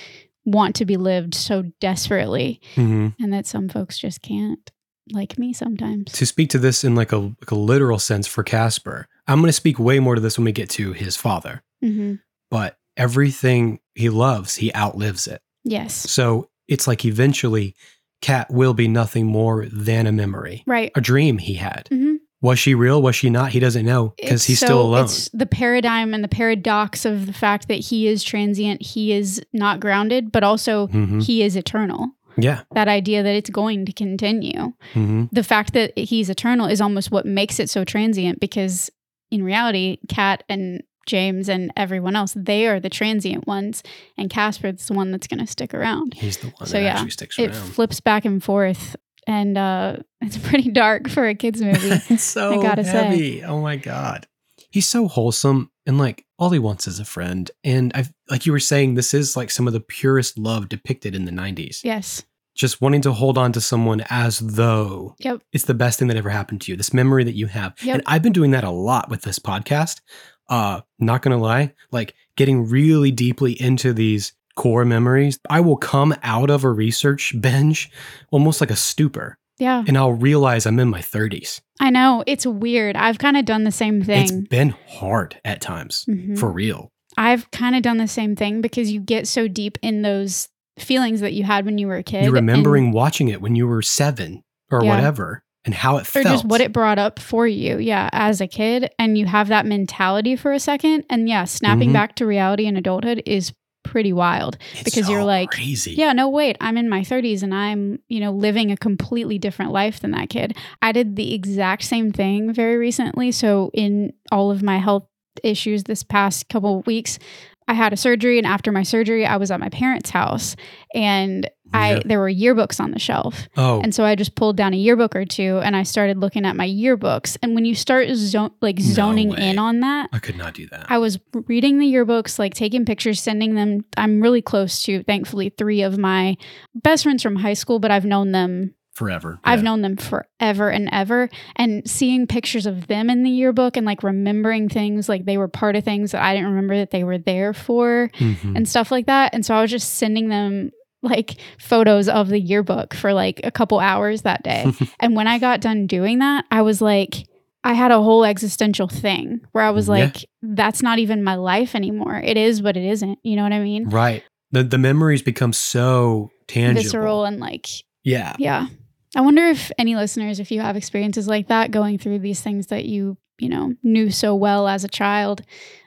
[SPEAKER 3] want to be lived so desperately
[SPEAKER 4] hmm
[SPEAKER 3] and that some folks just can't, like me sometimes.
[SPEAKER 4] To speak to this in like a, like a literal sense for Casper, I'm going to speak way more to this when we get to his father.
[SPEAKER 3] hmm
[SPEAKER 4] But everything he loves, he outlives it.
[SPEAKER 3] Yes.
[SPEAKER 4] So it's like eventually, Cat will be nothing more than a memory,
[SPEAKER 3] Right.
[SPEAKER 4] a dream he had.
[SPEAKER 3] Mm-hmm.
[SPEAKER 4] Was she real? Was she not? He doesn't know because
[SPEAKER 3] It's
[SPEAKER 4] he's
[SPEAKER 3] so-
[SPEAKER 4] still alone.
[SPEAKER 3] It's the paradigm and the paradox of the fact that he is transient, he is not grounded, but also
[SPEAKER 4] hmm
[SPEAKER 3] he is eternal.
[SPEAKER 4] Yeah.
[SPEAKER 3] that idea that it's going to continue.
[SPEAKER 4] hmm
[SPEAKER 3] The fact that he's eternal is almost what makes it so transient because in reality, Kat and James and everyone else, they are the transient ones, and Casper's the one that's going to stick around.
[SPEAKER 4] He's the one
[SPEAKER 3] So
[SPEAKER 4] that
[SPEAKER 3] yeah,
[SPEAKER 4] actually sticks
[SPEAKER 3] It
[SPEAKER 4] around.
[SPEAKER 3] flips back and forth, and uh, it's pretty dark for a kids' movie.
[SPEAKER 4] it's so
[SPEAKER 3] I gotta say.
[SPEAKER 4] heavy. Oh my god. He's so wholesome and like all he wants is a friend. And I've like you were saying, this is like some of the purest love depicted in the 90s.
[SPEAKER 3] yes.
[SPEAKER 4] Just wanting to hold on to someone as though
[SPEAKER 3] Yep.
[SPEAKER 4] it's the best thing that ever happened to you. This memory that you have.
[SPEAKER 3] Yep.
[SPEAKER 4] And I've been doing that a lot with this podcast. Uh, not gonna lie, like getting really deeply into these core memories. I will come out of a research binge almost like a stupor,
[SPEAKER 3] Yeah.
[SPEAKER 4] and I'll realize I'm in my 30s.
[SPEAKER 3] I know. It's weird. I've kind of done the same
[SPEAKER 4] It's
[SPEAKER 3] thing.
[SPEAKER 4] been hard at times
[SPEAKER 3] Mhm.
[SPEAKER 4] for real.
[SPEAKER 3] I've kind of done the same thing because you get so deep in those feelings that you had when you were a kid.
[SPEAKER 4] You're
[SPEAKER 3] and-
[SPEAKER 4] remembering watching it when you were seven or
[SPEAKER 3] Yeah.
[SPEAKER 4] whatever and how it
[SPEAKER 3] or
[SPEAKER 4] felt.
[SPEAKER 3] just what it brought up for you yeah as a kid and you have that mentality for a second and yeah snapping
[SPEAKER 4] Mhm.
[SPEAKER 3] back to reality in adulthood is pretty wild
[SPEAKER 4] It's
[SPEAKER 3] because you're
[SPEAKER 4] so
[SPEAKER 3] like,
[SPEAKER 4] crazy.
[SPEAKER 3] yeah no wait i'm in my 30s and i'm you know living a completely different life than that kid i did the exact same thing very recently so in all of my health issues this past couple of weeks i had a surgery and after my surgery i was at my parents house and
[SPEAKER 4] Yeah.
[SPEAKER 3] i there were yearbooks on the shelf
[SPEAKER 4] Oh,
[SPEAKER 3] and so I just pulled down a yearbook or two and I started looking at my yearbooks. And when you start zo- like
[SPEAKER 4] No
[SPEAKER 3] zoning
[SPEAKER 4] way.
[SPEAKER 3] in on that,
[SPEAKER 4] I could not do that.
[SPEAKER 3] I was reading the yearbooks, like taking pictures, sending them. I'm really close to, thankfully, three of my best friends from high school, but I've known them
[SPEAKER 4] Forever.
[SPEAKER 3] I've
[SPEAKER 4] Yeah.
[SPEAKER 3] known them forever and ever. And seeing pictures of them in the yearbook and like remembering things like they were part of things that I didn't remember that they were there for
[SPEAKER 4] Mhm.
[SPEAKER 3] and stuff like that. And so I was just sending them like photos of the yearbook for like a couple hours that day. and when I got done doing that, I was like, I had a whole existential thing where I was
[SPEAKER 4] Yeah.
[SPEAKER 3] like, that's not even my life anymore. It is, but it isn't. You know what I mean?
[SPEAKER 4] Right. The, the memories become so tangible.
[SPEAKER 3] Visceral and like
[SPEAKER 4] Yeah.
[SPEAKER 3] yeah. I wonder if any listeners, if you have experiences like that, going through these things that you, you know, knew so well as a child,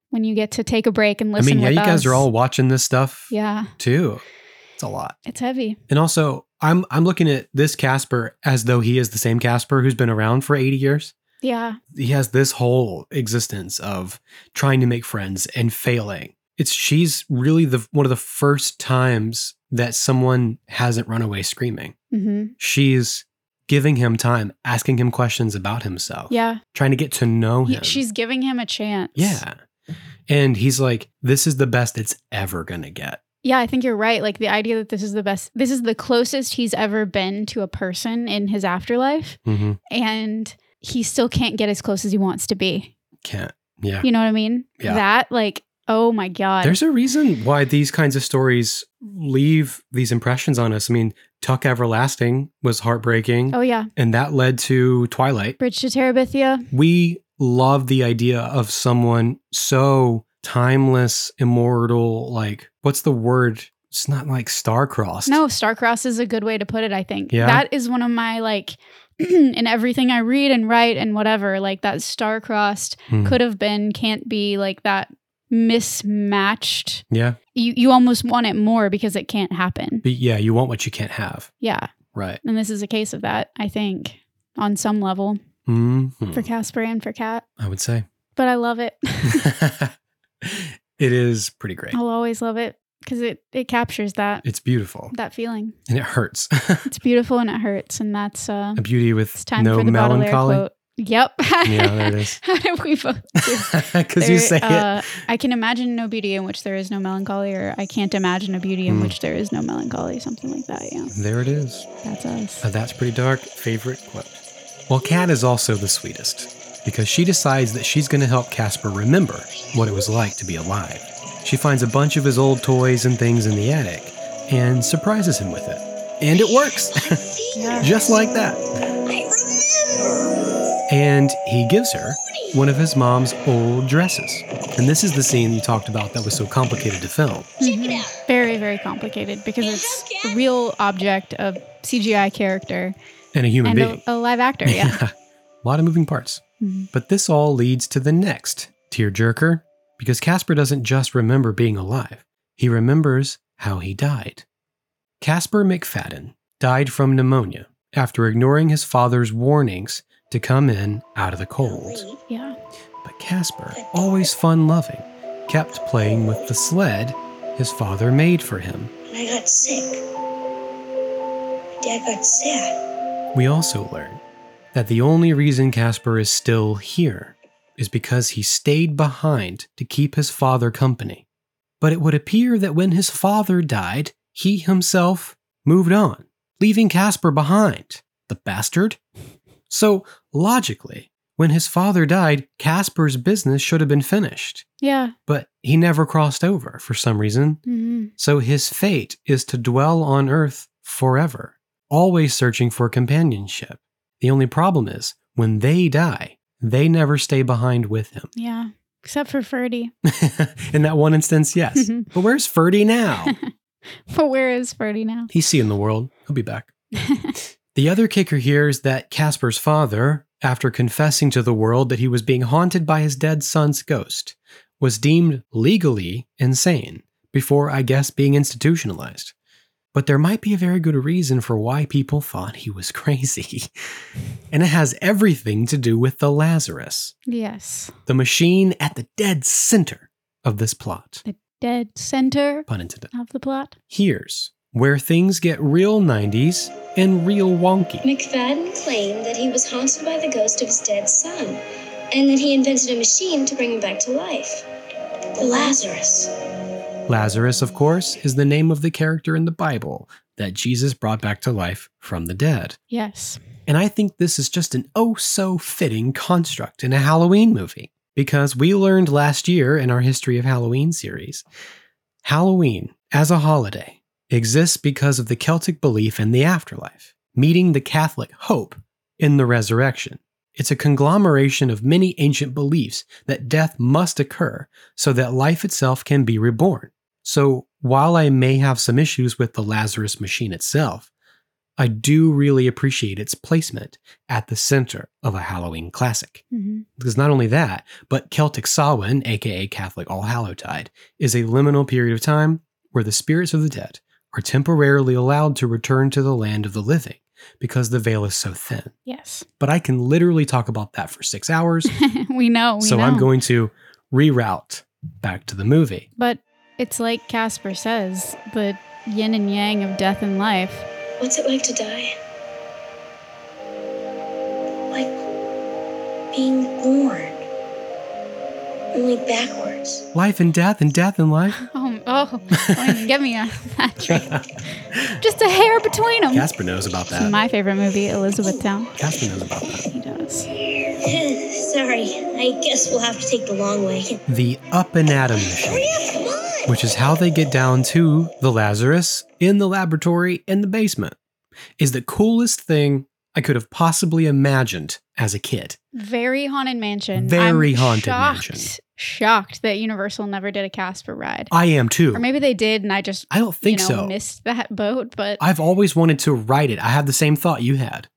[SPEAKER 3] when you get to take a break and
[SPEAKER 4] I
[SPEAKER 3] listen.
[SPEAKER 4] mean, yeah,
[SPEAKER 3] with
[SPEAKER 4] you guys are
[SPEAKER 3] us.
[SPEAKER 4] all watching this stuff
[SPEAKER 3] Yeah,
[SPEAKER 4] too. It's a lot.
[SPEAKER 3] it's heavy.
[SPEAKER 4] And also, I'm I'm looking at this Casper as though he is the same Casper who's been around for 80 years.
[SPEAKER 3] Yeah,
[SPEAKER 4] he has this whole existence of trying to make friends and failing. It's she's really the one of the first times that someone hasn't run away screaming.
[SPEAKER 3] hmm
[SPEAKER 4] She's giving him time, asking him questions about himself,
[SPEAKER 3] yeah.
[SPEAKER 4] trying to get to know
[SPEAKER 3] He-
[SPEAKER 4] him.
[SPEAKER 3] she's giving him a chance.
[SPEAKER 4] yeah. And he's like, this is the best it's ever going to get.
[SPEAKER 3] Yeah, I think you're right. Like the idea that this is the best, this is the closest he's ever been to a person in his afterlife.
[SPEAKER 4] Mm-hmm.
[SPEAKER 3] And he still can't get as close as he wants to be.
[SPEAKER 4] Can't. Yeah.
[SPEAKER 3] You know what I mean?
[SPEAKER 4] Yeah.
[SPEAKER 3] That, like, oh my God.
[SPEAKER 4] There's a reason why these kinds of stories leave these impressions on us. I mean, Tuck Everlasting was heartbreaking,
[SPEAKER 3] oh, yeah.
[SPEAKER 4] and that led to Twilight.
[SPEAKER 3] Bridge to Terabithia.
[SPEAKER 4] We love the idea of someone so timeless, immortal, like, what's the word? It's not like star-crossed.
[SPEAKER 3] No, Starcross is a good way to put it, I think.
[SPEAKER 4] Yeah.
[SPEAKER 3] That is one of my, like, in everything I read and write and whatever, like that star-crossed
[SPEAKER 4] Hmm.
[SPEAKER 3] could have been, can't be, like that mismatched.
[SPEAKER 4] Yeah.
[SPEAKER 3] You, you almost want it more because it can't happen.
[SPEAKER 4] But yeah, you want what you can't have.
[SPEAKER 3] Yeah.
[SPEAKER 4] Right.
[SPEAKER 3] And this is a case of that, I think, on some level
[SPEAKER 4] Mhm.
[SPEAKER 3] for Casper and for Cat.
[SPEAKER 4] I would say.
[SPEAKER 3] But I love it.
[SPEAKER 4] it is pretty great.
[SPEAKER 3] I'll always love it because it, it captures that
[SPEAKER 4] It's beautiful
[SPEAKER 3] that feeling.
[SPEAKER 4] and it hurts.
[SPEAKER 3] It's beautiful and it hurts, and that's uh,
[SPEAKER 4] A beauty
[SPEAKER 3] it's
[SPEAKER 4] with
[SPEAKER 3] time
[SPEAKER 4] no
[SPEAKER 3] for the Baudelaire
[SPEAKER 4] melancholy.
[SPEAKER 3] quote. Yep.
[SPEAKER 4] Yeah, there it is.
[SPEAKER 3] How did we both?
[SPEAKER 4] Because you
[SPEAKER 3] There,
[SPEAKER 4] say
[SPEAKER 3] uh, I can imagine no beauty in which there is no melancholy, or I can't imagine a beauty in
[SPEAKER 4] Hmm.
[SPEAKER 3] which there is no melancholy, something like that. Yeah,
[SPEAKER 4] it. There it is.
[SPEAKER 3] that's us.
[SPEAKER 4] Uh, that's pretty dark. Favorite quote. Well, Kat is also the sweetest because she decides that she's going to help Casper remember what it was like to be alive. She finds a bunch of his old toys and things in the attic and surprises him with it. And it works,
[SPEAKER 3] Yeah.
[SPEAKER 4] just like that.
[SPEAKER 1] I remember.
[SPEAKER 4] And he gives her one of his mom's old dresses. And this is the scene you talked about that was so complicated to film.
[SPEAKER 1] Check it out.
[SPEAKER 3] Mm-hmm. Very, very complicated because it's a real object of CGI character
[SPEAKER 4] And a human
[SPEAKER 3] and
[SPEAKER 4] being.
[SPEAKER 3] a, a live actor. Yeah.
[SPEAKER 4] a lot of moving parts.
[SPEAKER 3] Mhm.
[SPEAKER 4] But this all leads to the next tearjerker because Casper doesn't just remember being alive, he remembers how he died. Casper McFadden died from pneumonia after ignoring his father's warnings to come in out of the cold.
[SPEAKER 1] Mm-hmm.
[SPEAKER 3] yeah.
[SPEAKER 4] But Casper, always fun loving, kept playing with the sled his father made for him.
[SPEAKER 1] And I got sick. Dad got sad.
[SPEAKER 4] We also learn that the only reason Casper is still here is because he stayed behind to keep his father company. But it would appear that when his father died, he himself moved on, leaving Casper behind. The bastard. So, logically, when his father died, Casper's business should have been finished.
[SPEAKER 3] Yeah.
[SPEAKER 4] But he never crossed over for some reason.
[SPEAKER 3] hmm
[SPEAKER 4] So his fate is to dwell on Earth forever, always searching for companionship. The only problem is, when they die, they never stay behind with him.
[SPEAKER 3] Yeah. Except for Ferdy.
[SPEAKER 4] In that one instance, yes.
[SPEAKER 3] Mhm.
[SPEAKER 4] but where's Ferdy now?
[SPEAKER 3] But where is Ferdy now?
[SPEAKER 4] He's seeing the world. He'll be back. The other kicker here is that Casper's father, after confessing to the world that he was being haunted by his dead son's ghost, was deemed legally insane before, I guess, being institutionalized. But there might be a very good reason for why people thought he was crazy. and it has everything to do with the Lazarus,
[SPEAKER 3] yes.
[SPEAKER 4] the machine at the dead center of this plot.
[SPEAKER 3] Dead center
[SPEAKER 4] Pun intended.
[SPEAKER 3] of the plot.
[SPEAKER 4] Here's where things get real 90s and real wonky.
[SPEAKER 1] McFadden claimed that he was haunted by the ghost of his dead son, and that he invented a machine to bring him back to life. The Lazarus.
[SPEAKER 4] Lazarus, of course, is the name of the character in the Bible that Jesus brought back to life from the dead.
[SPEAKER 3] Yes.
[SPEAKER 4] And I think this is just an oh so fitting construct in a Halloween movie because we learned last year in our History of Halloween series Halloween as a holiday exists because of the Celtic belief in the afterlife, meeting the Catholic hope in the resurrection. It's a conglomeration of many ancient beliefs that death must occur so that life itself can be reborn. So, while I may have some issues with the Lazarus machine itself, I do really appreciate its placement at the center of a Halloween classic.
[SPEAKER 3] hmm
[SPEAKER 4] Because not only that, but Celtic Samhain, aka Catholic All Hallowtide, is a liminal period of time where the spirits of the dead are temporarily allowed to return to the land of the living because the veil is so thin.
[SPEAKER 3] Yes.
[SPEAKER 4] But I can literally talk about that for six hours,
[SPEAKER 3] we know. We
[SPEAKER 4] so
[SPEAKER 3] know.
[SPEAKER 4] I'm going to reroute back to the movie.
[SPEAKER 3] But it's like Casper says the yin and yang of death and life.
[SPEAKER 1] What's it like to die? Like being born. only backwards.
[SPEAKER 4] Life and death and death and life.
[SPEAKER 3] Oh, oh don't even get me on that train. Just a hair between them.
[SPEAKER 4] Casper knows about that.
[SPEAKER 3] My favorite movie, Elizabethtown.
[SPEAKER 4] Casper knows about that.
[SPEAKER 3] He does.
[SPEAKER 1] Sorry, I guess we'll have to take the long way.
[SPEAKER 4] The up and atom machine, which is how they get down to the Lazarus in the laboratory in the basement, is the coolest thing I could have possibly imagined as a kid.
[SPEAKER 3] Very haunted mansion.
[SPEAKER 4] Very
[SPEAKER 3] I'm
[SPEAKER 4] haunted
[SPEAKER 3] shocked,
[SPEAKER 4] mansion.
[SPEAKER 3] Shocked that Universal never did a Casper ride,
[SPEAKER 4] I am too.
[SPEAKER 3] or maybe they did, and I just
[SPEAKER 4] I don't think
[SPEAKER 3] you know,
[SPEAKER 4] so.
[SPEAKER 3] missed that boat. But
[SPEAKER 4] I've always wanted to write it. I had the same thought you had.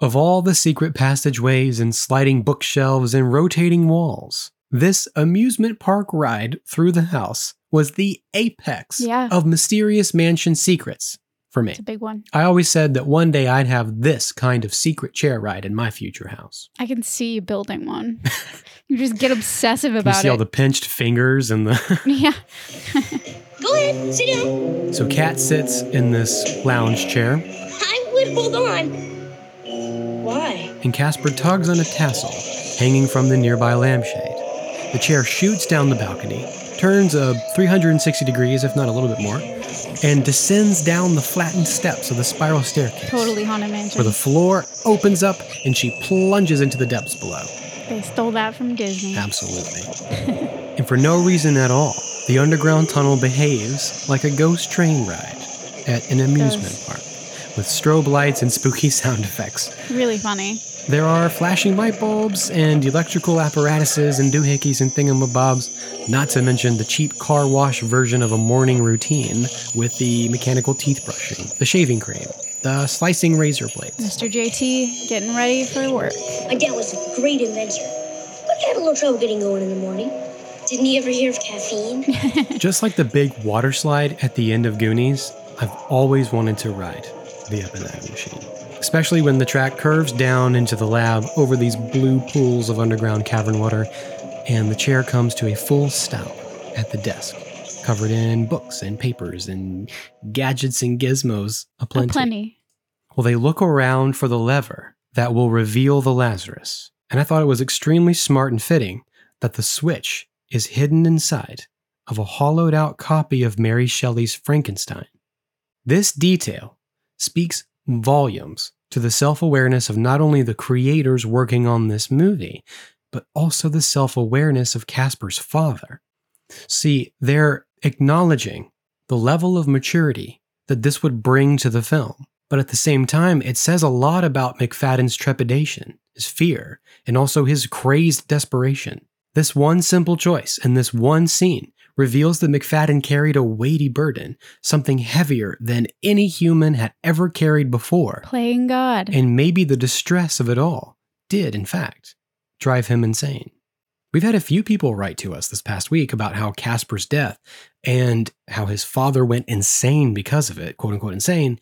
[SPEAKER 4] Of all the secret passageways and sliding bookshelves and rotating walls, this amusement park ride through the house was the apex
[SPEAKER 3] Yeah.
[SPEAKER 4] of mysterious mansion secrets for me.
[SPEAKER 3] it's a big one.
[SPEAKER 4] I always said that one day I'd have this kind of secret chair ride in my future house.
[SPEAKER 3] I can see you building one. you just get obsessive
[SPEAKER 4] Can you
[SPEAKER 3] about
[SPEAKER 4] see
[SPEAKER 3] it.
[SPEAKER 4] all the pinched fingers and the
[SPEAKER 3] yeah,
[SPEAKER 1] Go ahead, sit down.
[SPEAKER 4] So Kat sits in this lounge chair
[SPEAKER 1] I would hold on. Why?
[SPEAKER 4] and Casper tugs on a tassel hanging from the nearby lampshade. The chair shoots down the balcony, turns a 360 degrees, if not a little bit more, and descends down the flattened steps of the spiral staircase.
[SPEAKER 3] totally haunted mansion.
[SPEAKER 4] Where the floor opens up and she plunges into the depths below.
[SPEAKER 3] they stole that from Disney.
[SPEAKER 4] Absolutely. and for no reason at all, the underground tunnel behaves like a ghost train ride at an amusement
[SPEAKER 3] does.
[SPEAKER 4] park with strobe lights and spooky sound effects.
[SPEAKER 3] Really funny.
[SPEAKER 4] There are flashing light bulbs and electrical apparatuses and doohickeys and thingamabobs, not to mention the cheap car wash version of a morning routine with the mechanical teeth brushing, the shaving cream, the slicing razor blades.
[SPEAKER 3] Mr. JT getting ready for work.
[SPEAKER 1] My dad was a great inventor, but he had a little trouble getting going in the morning. Didn't he ever hear of caffeine?
[SPEAKER 4] Just like the big water slide at the end of Goonies, I've always wanted to ride the Up and Down machine. Especially when the track curves down into the lab over these blue pools of underground cavern water, and the chair comes to a full stop at the desk, covered in books and papers and gadgets and gizmos aplenty.
[SPEAKER 3] Plenty.
[SPEAKER 4] Well, they look around for the lever that will reveal the Lazarus. And I thought it was extremely smart and fitting that the switch is hidden inside of a hollowed out copy of Mary Shelley's Frankenstein. This detail speaks volumes to the self awareness of not only the creators working on this movie, but also the self awareness of Casper's father. See, they're acknowledging the level of maturity that this would bring to the film. But at the same time, it says a lot about McFadden's trepidation, his fear, and also his crazed desperation. This one simple choice in this one scene reveals that McFadden carried a weighty burden, something heavier than any human had ever carried before.
[SPEAKER 3] Playing God.
[SPEAKER 4] And maybe the distress of it all did, in fact, drive him insane. We've had a few people write to us this past week about how Casper's death and how his father went insane because of it, quote unquote insane,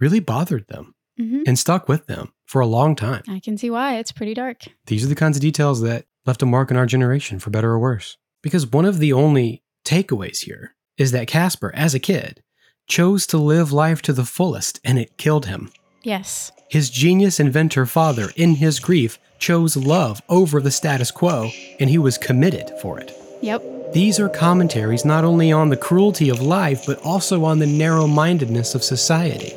[SPEAKER 4] really bothered them
[SPEAKER 3] hmm
[SPEAKER 4] and stuck with them for a long time.
[SPEAKER 3] I can see why. It's pretty dark.
[SPEAKER 4] These are the kinds of details that left a mark in our generation, for better or worse. Because one of the only takeaways here is that Casper, as a kid, chose to live life to the fullest and it killed him.
[SPEAKER 3] Yes.
[SPEAKER 4] His genius inventor father, in his grief, chose love over the status quo, and he was committed for it.
[SPEAKER 3] Yep.
[SPEAKER 4] These are commentaries not only on the cruelty of life, but also on the narrow mindedness of society,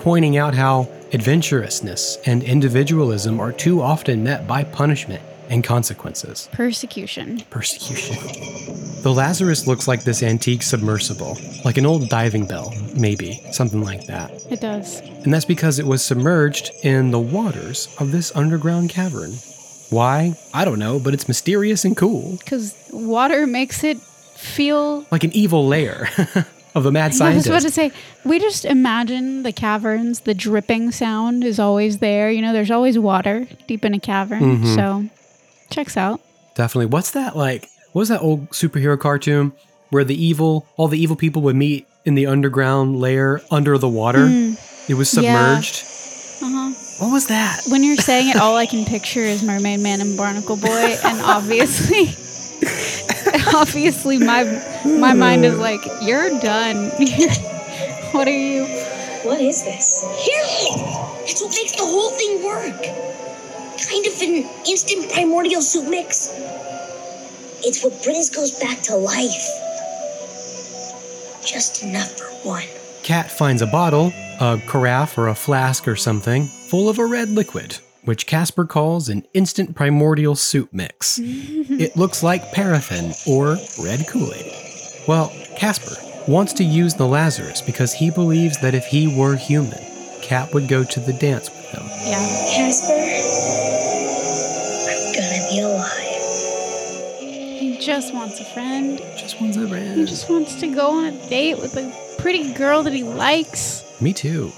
[SPEAKER 4] pointing out how adventurousness and individualism are too often met by punishment and consequences
[SPEAKER 3] Persecution.
[SPEAKER 4] persecution. The Lazarus looks like this antique submersible, like an old diving bell, maybe, something like that.
[SPEAKER 3] It does.
[SPEAKER 4] And that's because it was submerged in the waters of this underground cavern. Why? I don't know, but it's mysterious and cool.
[SPEAKER 3] Because water makes it feel.
[SPEAKER 4] Like an evil lair of the mad
[SPEAKER 3] I was
[SPEAKER 4] scientist.
[SPEAKER 3] about to say, we just imagine the caverns, the dripping sound is always there. You know, there's always water deep in a cavern.
[SPEAKER 4] Mhm.
[SPEAKER 3] So, checks out.
[SPEAKER 4] Definitely. What's that like? What was that old superhero cartoon where the evil, all the evil people would meet in the underground lair under the water? It was
[SPEAKER 3] Hmm. Yeah.
[SPEAKER 4] submerged.
[SPEAKER 3] Uh-huh.
[SPEAKER 4] What was that?
[SPEAKER 3] When you're saying it, all I can picture is Mermaid Man and Barnacle Boy, and obviously, obviously, my my mind is like, you're done. what are you?
[SPEAKER 7] What is this?
[SPEAKER 1] Hear me! That's what makes the whole thing work. Kind of an instant primordial soup mix. It's what brings ghosts back to life. Just enough for one.
[SPEAKER 4] Cat finds a bottle, a carafe or a flask or something, full of a red liquid, which Casper calls an instant primordial soup mix. it looks like paraffin or red Kool Aid. Well, Casper wants to use the Lazarus because he believes that if he were human, Cat would go to the dance with him.
[SPEAKER 3] Yeah.
[SPEAKER 1] Casper, I'm gonna be alive.
[SPEAKER 3] He just wants a friend.
[SPEAKER 4] Just wants a
[SPEAKER 3] He
[SPEAKER 4] red.
[SPEAKER 3] just wants to go on a date with a pretty girl that he likes.
[SPEAKER 4] Me too.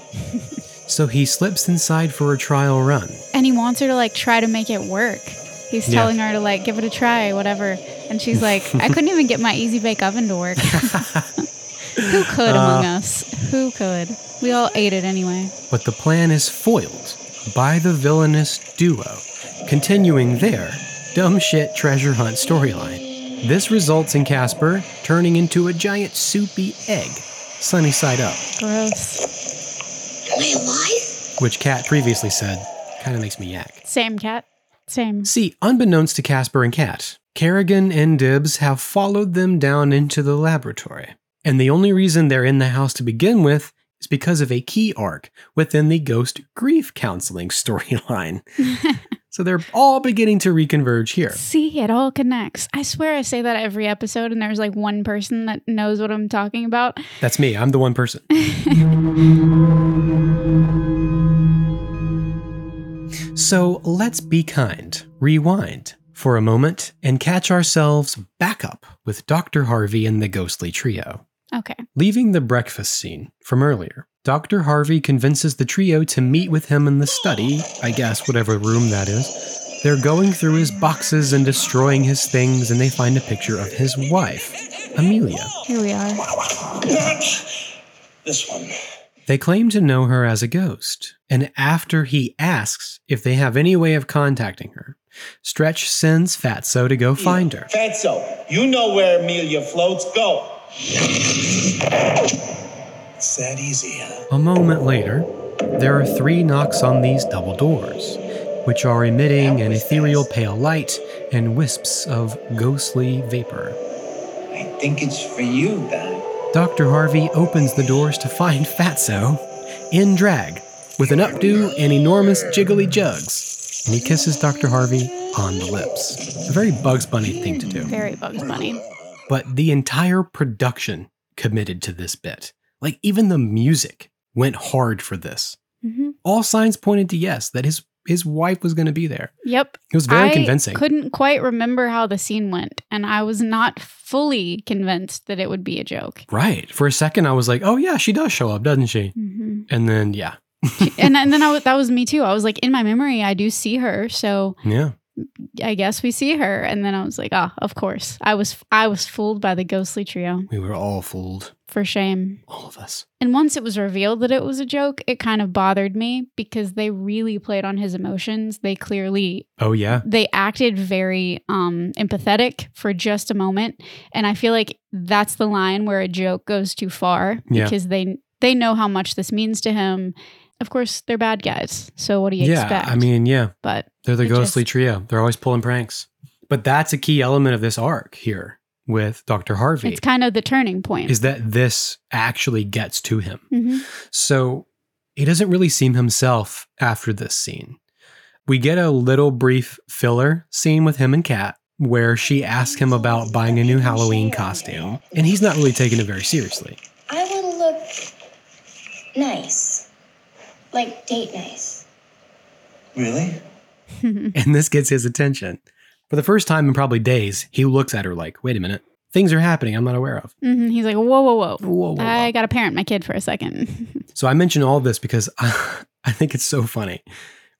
[SPEAKER 4] so he slips inside for a trial run.
[SPEAKER 3] And he wants her to like try to make it work. He's
[SPEAKER 4] Yeah.
[SPEAKER 3] telling her to like give it a try, whatever. And she's like, I couldn't even get my easy bake oven to work. Who could among us? Who could? We all ate it anyway.
[SPEAKER 4] But the plan is foiled by the villainous duo, continuing their dumb shit treasure hunt storyline. This results in Casper turning into a giant soupy egg, sunny side up,
[SPEAKER 3] Gross.
[SPEAKER 1] Am I alive?
[SPEAKER 4] which Kat previously said kind of makes me yak.
[SPEAKER 3] Same cat. Same.
[SPEAKER 4] See, unbeknownst to Casper and Kat, Kerrigan and Dibbs have followed them down into the laboratory. And the only reason they're in the house to begin with is because of a key arc within the ghost grief counseling storyline. So they're all beginning to reconverge here.
[SPEAKER 3] See, it all connects. I swear I say that every episode, and there's like one person that knows what I'm talking about.
[SPEAKER 4] That's me. I'm the one person. so let's be kind, rewind for a moment, and catch ourselves back up with Dr. Harvey and the ghostly trio.
[SPEAKER 3] Okay.
[SPEAKER 4] Leaving the breakfast scene from earlier, Dr. Harvey convinces the trio to meet with him in the study, I guess, whatever room that is. They're going through his boxes and destroying his things, and they find a picture of his wife, Amelia.
[SPEAKER 3] Here we are.
[SPEAKER 10] This one.
[SPEAKER 4] They claim to know her as a ghost, and after he asks if they have any way of contacting her, Stretch sends Fatso to go find her.
[SPEAKER 6] Fatso, you know where Amelia floats. Go.
[SPEAKER 10] It's that easy, huh?
[SPEAKER 4] A moment later, there are three knocks on these double doors, which are emitting an ethereal pale light and wisps of ghostly vapor.
[SPEAKER 6] I think it's for you, Doc.
[SPEAKER 4] Dr. Harvey opens the doors to find Fatso in drag with an updo and enormous jiggly jugs, and he kisses Dr. Harvey on the lips. A very Bugs Bunny thing to do.
[SPEAKER 3] Very Bugs Bunny.
[SPEAKER 4] but the entire production committed to this bit. Like even the music went hard for this.
[SPEAKER 3] hmm
[SPEAKER 4] All signs pointed to yes that his his wife was going to be there.
[SPEAKER 3] Yep.
[SPEAKER 4] It was very
[SPEAKER 3] I
[SPEAKER 4] convincing.
[SPEAKER 3] couldn't quite remember how the scene went, and I was not fully convinced that it would be a joke.
[SPEAKER 4] right. For a second I was like, "Oh yeah, she does show up, doesn't she?"
[SPEAKER 3] hmm
[SPEAKER 4] And then yeah.
[SPEAKER 3] and, and then I, w- that was me too. I was like, in my memory, I do see her, so
[SPEAKER 4] Yeah.
[SPEAKER 3] I guess we see her. And then I was like, ah, of course. I was I was fooled by the ghostly trio.
[SPEAKER 4] We were all fooled,
[SPEAKER 3] For shame.
[SPEAKER 4] all of us.
[SPEAKER 3] And once it was revealed that it was a joke, it kind of bothered me because they really played on his emotions. They clearly
[SPEAKER 4] Oh yeah.
[SPEAKER 3] they acted very um empathetic for just a moment, and I feel like that's the line where a joke goes too far
[SPEAKER 4] Yeah.
[SPEAKER 3] because they they know how much this means to him. Of course, they're bad guys. So what do you
[SPEAKER 4] yeah,
[SPEAKER 3] expect?
[SPEAKER 4] I mean, yeah.
[SPEAKER 3] but
[SPEAKER 4] They're the
[SPEAKER 3] It
[SPEAKER 4] ghostly
[SPEAKER 3] just-
[SPEAKER 4] trio. They're always pulling pranks. But that's a key element of this arc here with Dr. Harvey
[SPEAKER 3] it's kind of the turning point.
[SPEAKER 4] is that this actually gets to him.
[SPEAKER 3] hmm
[SPEAKER 4] So he doesn't really seem himself after this scene. We get a little brief filler scene with him and Kat where she asks him about buying a new Halloween costume, and he's not really taking it very seriously.
[SPEAKER 11] I want to look nice. Like date nice.
[SPEAKER 10] Really?
[SPEAKER 3] Mm-hmm.
[SPEAKER 4] And this gets his attention. For the first time in probably days, he looks at her like, wait a minute, things are happening I'm not aware of.
[SPEAKER 3] hmm He's like, whoa, whoa, whoa.
[SPEAKER 4] Whoa, whoa, whoa.
[SPEAKER 3] I got to parent my kid for a second.
[SPEAKER 4] So I mention all this because I, think it's so funny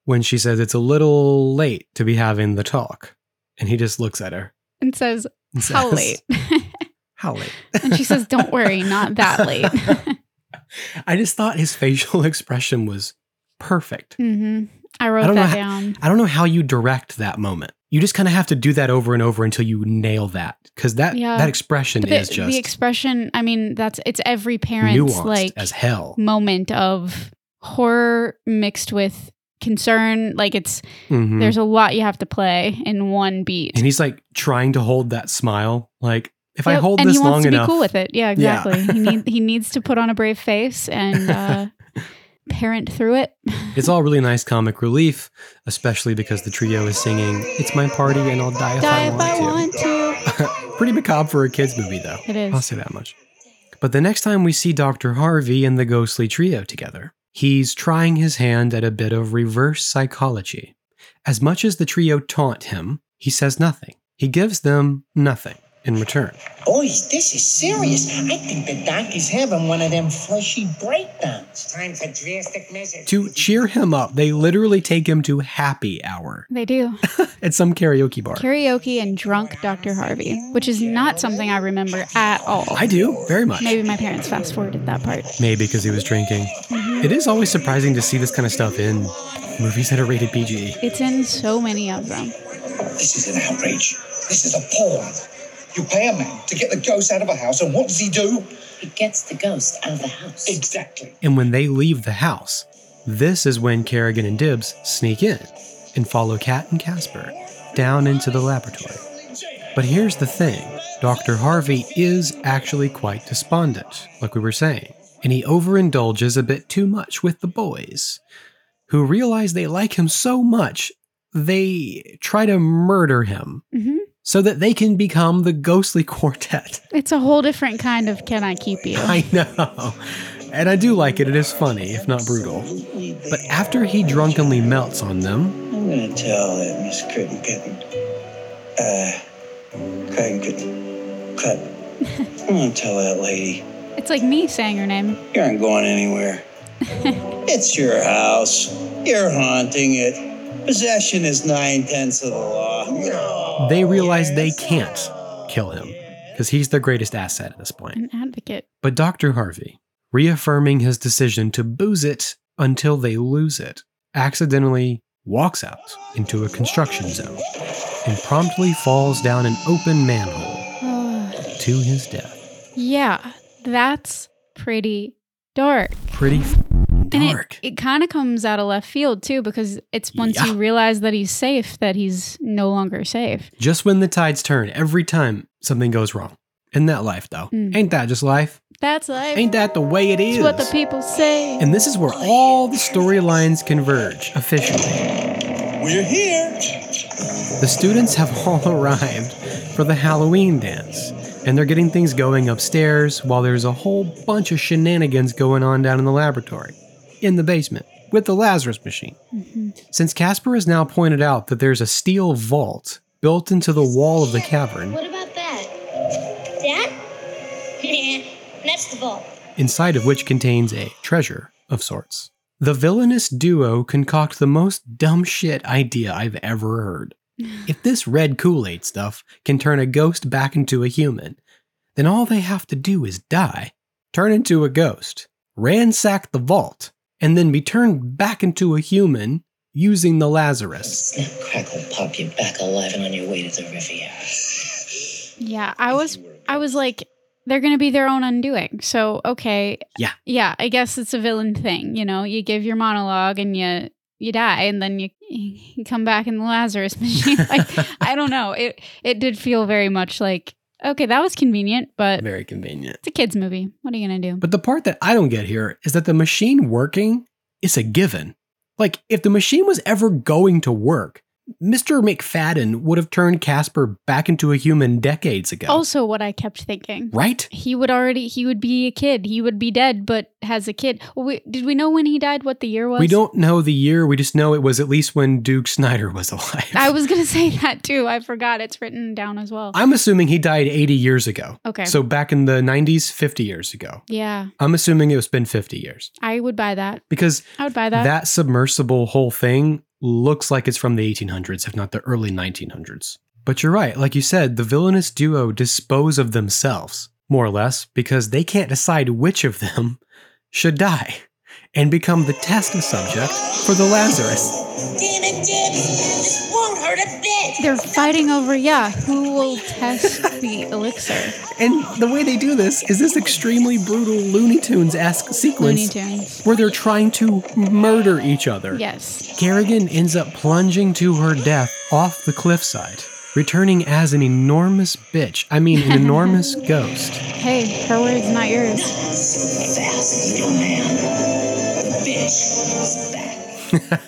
[SPEAKER 4] when she says it's a little late to be having the talk. And he just looks at her.
[SPEAKER 3] and says,
[SPEAKER 4] and
[SPEAKER 3] how
[SPEAKER 4] says,
[SPEAKER 3] late?
[SPEAKER 4] How late?
[SPEAKER 3] and she says, don't worry, not that late.
[SPEAKER 4] I just thought his facial expression was perfect.
[SPEAKER 3] hmm I
[SPEAKER 4] I
[SPEAKER 3] wrote
[SPEAKER 4] don't know
[SPEAKER 3] that
[SPEAKER 4] how-
[SPEAKER 3] down.
[SPEAKER 4] I don't know how you direct that moment. You just kind of have to do that over and over until you nail that because that
[SPEAKER 3] Yeah.
[SPEAKER 4] that expression
[SPEAKER 3] But the,
[SPEAKER 4] is just
[SPEAKER 3] the expression, I mean, that's it's every parent's
[SPEAKER 4] nuanced
[SPEAKER 3] like
[SPEAKER 4] as hell.
[SPEAKER 3] moment of horror mixed with concern. Like it's
[SPEAKER 4] Mhm.
[SPEAKER 3] there's a lot you have to play in one beat.
[SPEAKER 4] And he's like trying to hold that smile. Like, if I
[SPEAKER 3] Yep,
[SPEAKER 4] hold
[SPEAKER 3] and
[SPEAKER 4] this
[SPEAKER 3] he wants
[SPEAKER 4] long
[SPEAKER 3] to be
[SPEAKER 4] enough.
[SPEAKER 3] cool with it. Yeah,
[SPEAKER 4] Yeah.
[SPEAKER 3] exactly. he need, he needs to put on a brave face and uh, parent through it.
[SPEAKER 4] It's all really nice comic relief, especially because the trio is singing "It's My Party and I'll Die if
[SPEAKER 3] Die
[SPEAKER 4] I
[SPEAKER 3] if
[SPEAKER 4] Want
[SPEAKER 3] I
[SPEAKER 4] to."
[SPEAKER 3] want to.
[SPEAKER 4] Pretty macabre for a kids movie, though.
[SPEAKER 3] It is.
[SPEAKER 4] I'll say that much. But the next time we see Dr. Harvey and the ghostly trio together, he's trying his hand at a bit of reverse psychology. As much as the trio taunt him, he says nothing. He gives them nothing in return.
[SPEAKER 6] Boys, this is serious. I think the doc is having one of them fleshy breakdowns. Time for drastic measures.
[SPEAKER 4] To cheer him up, they literally take him to happy hour
[SPEAKER 3] They do
[SPEAKER 4] at some karaoke bar.
[SPEAKER 3] karaoke and drunk Dr. Harvey, which is not something I remember at all.
[SPEAKER 4] I do, very much.
[SPEAKER 3] Maybe my parents fast forwarded that part.
[SPEAKER 4] Maybe because he was drinking. It is always surprising to see this kind of stuff in movies that are rated PG.
[SPEAKER 3] It's in so many of them.
[SPEAKER 10] This is an outrage. This is appalling. You pay a man to get the ghost out of a house, and what does he do?
[SPEAKER 7] He gets the ghost out of the house.
[SPEAKER 10] Exactly.
[SPEAKER 4] And when they leave the house, this is when Kerrigan and Dibbs sneak in and follow Cat and Casper down into the laboratory. But here's the thing Dr. Harvey is actually quite despondent, like we were saying, and he overindulges a bit too much with the boys, who realize they like him so much, they try to murder him
[SPEAKER 3] hmm
[SPEAKER 4] so that they can become the ghostly quartet.
[SPEAKER 3] It's a whole different kind of can I keep you?
[SPEAKER 4] I know. And I do like it. It is funny, if not brutal. But after he drunkenly melts on them,
[SPEAKER 12] I'm gonna tell that Miss Critton Kitten. Uh, Critton Kitten. Cut. I'm gonna tell that lady.
[SPEAKER 3] It's like me saying your name.
[SPEAKER 12] You aren't going anywhere. it's your house. You're haunting it. Possession is nine tenths of the law.
[SPEAKER 4] they realize they can't kill him because he's their greatest asset at this point.
[SPEAKER 3] An advocate.
[SPEAKER 4] But Dr. Harvey, reaffirming his decision to booze it until they lose it, accidentally walks out into a construction zone and promptly falls down an open manhole
[SPEAKER 3] Oh,
[SPEAKER 4] to his death.
[SPEAKER 3] yeah, that's pretty dark.
[SPEAKER 4] Pretty f-
[SPEAKER 3] And
[SPEAKER 4] dark.
[SPEAKER 3] it, it kind of comes out of left field too, because it's once you
[SPEAKER 4] Yeah.
[SPEAKER 3] realize that he's safe that he's no longer safe.
[SPEAKER 4] Just when the tides turn, every time something goes wrong. In that life, though.
[SPEAKER 3] Mm.
[SPEAKER 4] Ain't that just life?
[SPEAKER 3] That's life.
[SPEAKER 4] Ain't that the way it
[SPEAKER 3] It's
[SPEAKER 4] is?
[SPEAKER 3] what the people say.
[SPEAKER 4] and this is where all the storylines converge officially.
[SPEAKER 5] We're here.
[SPEAKER 4] The students have all arrived for the Halloween dance, and they're getting things going upstairs while there's a whole bunch of shenanigans going on down in the laboratory, in the basement, with the Lazarus machine. Since Casper has now pointed out that there's a steel vault built into the wall of the cavern,
[SPEAKER 1] What about that? That? Yeah, that's the vault.
[SPEAKER 4] inside of which contains a treasure of sorts. The villainous duo concoct the most dumb shit idea I've ever heard. If this red Kool Aid stuff can turn a ghost back into a human, then all they have to do is die, turn into a ghost, ransack the vault, and then be turned back into a human using the Lazarus.
[SPEAKER 7] Crack will pop you back alive and on your way to the Riviera.
[SPEAKER 3] Yeah, I was I was like they're going to be their own undoing. So, okay.
[SPEAKER 4] Yeah.
[SPEAKER 3] Yeah, I guess it's a villain thing, you know. You give your monologue and you you die and then you, you come back in the Lazarus machine. like I don't know. It it did feel very much like okay, that was convenient, but
[SPEAKER 4] Very convenient.
[SPEAKER 3] it's a kids movie. What are you going to do?
[SPEAKER 4] But the part that I don't get here is that the machine working is a given. Like, if the machine was ever going to work, Mr. McFadden would have turned Casper back into a human decades ago.
[SPEAKER 3] Also what I kept thinking.
[SPEAKER 4] right?
[SPEAKER 3] He would already he would be a kid. He would be dead but has a kid. We, did we know when he died what the year was?
[SPEAKER 4] We don't know the year. We just know it was at least when Duke Snyder was alive.
[SPEAKER 3] I was going to say that too. I forgot it's written down as well.
[SPEAKER 4] I'm assuming he died 80 years ago.
[SPEAKER 3] Okay.
[SPEAKER 4] So back in the 90s, 50 years ago.
[SPEAKER 3] yeah,
[SPEAKER 4] I'm assuming it's been 50 years
[SPEAKER 3] I would buy that.
[SPEAKER 4] because
[SPEAKER 3] I would buy that.
[SPEAKER 4] that submersible whole thing looks like it's from the 1800s, if not the early 1900s. But you're right. Like you said, the villainous duo dispose of themselves, more or less, because they can't decide which of them should die and become the test subject for the Lazarus.
[SPEAKER 6] Damn it, Dibs! This won't hurt.
[SPEAKER 1] her to bed.
[SPEAKER 3] They're fighting over, yeah, who will test the elixir.
[SPEAKER 4] And the way they do this is this extremely brutal Looney Tunes esque
[SPEAKER 3] Looney
[SPEAKER 4] sequence
[SPEAKER 3] Tunes.
[SPEAKER 4] where they're trying to murder each other.
[SPEAKER 3] Yes.
[SPEAKER 4] Kerrigan ends up plunging to her death off the cliffside, returning as an enormous bitch. I mean, an enormous ghost.
[SPEAKER 3] Hey, her word's not yours.
[SPEAKER 13] So fast, little man. The bitch is back.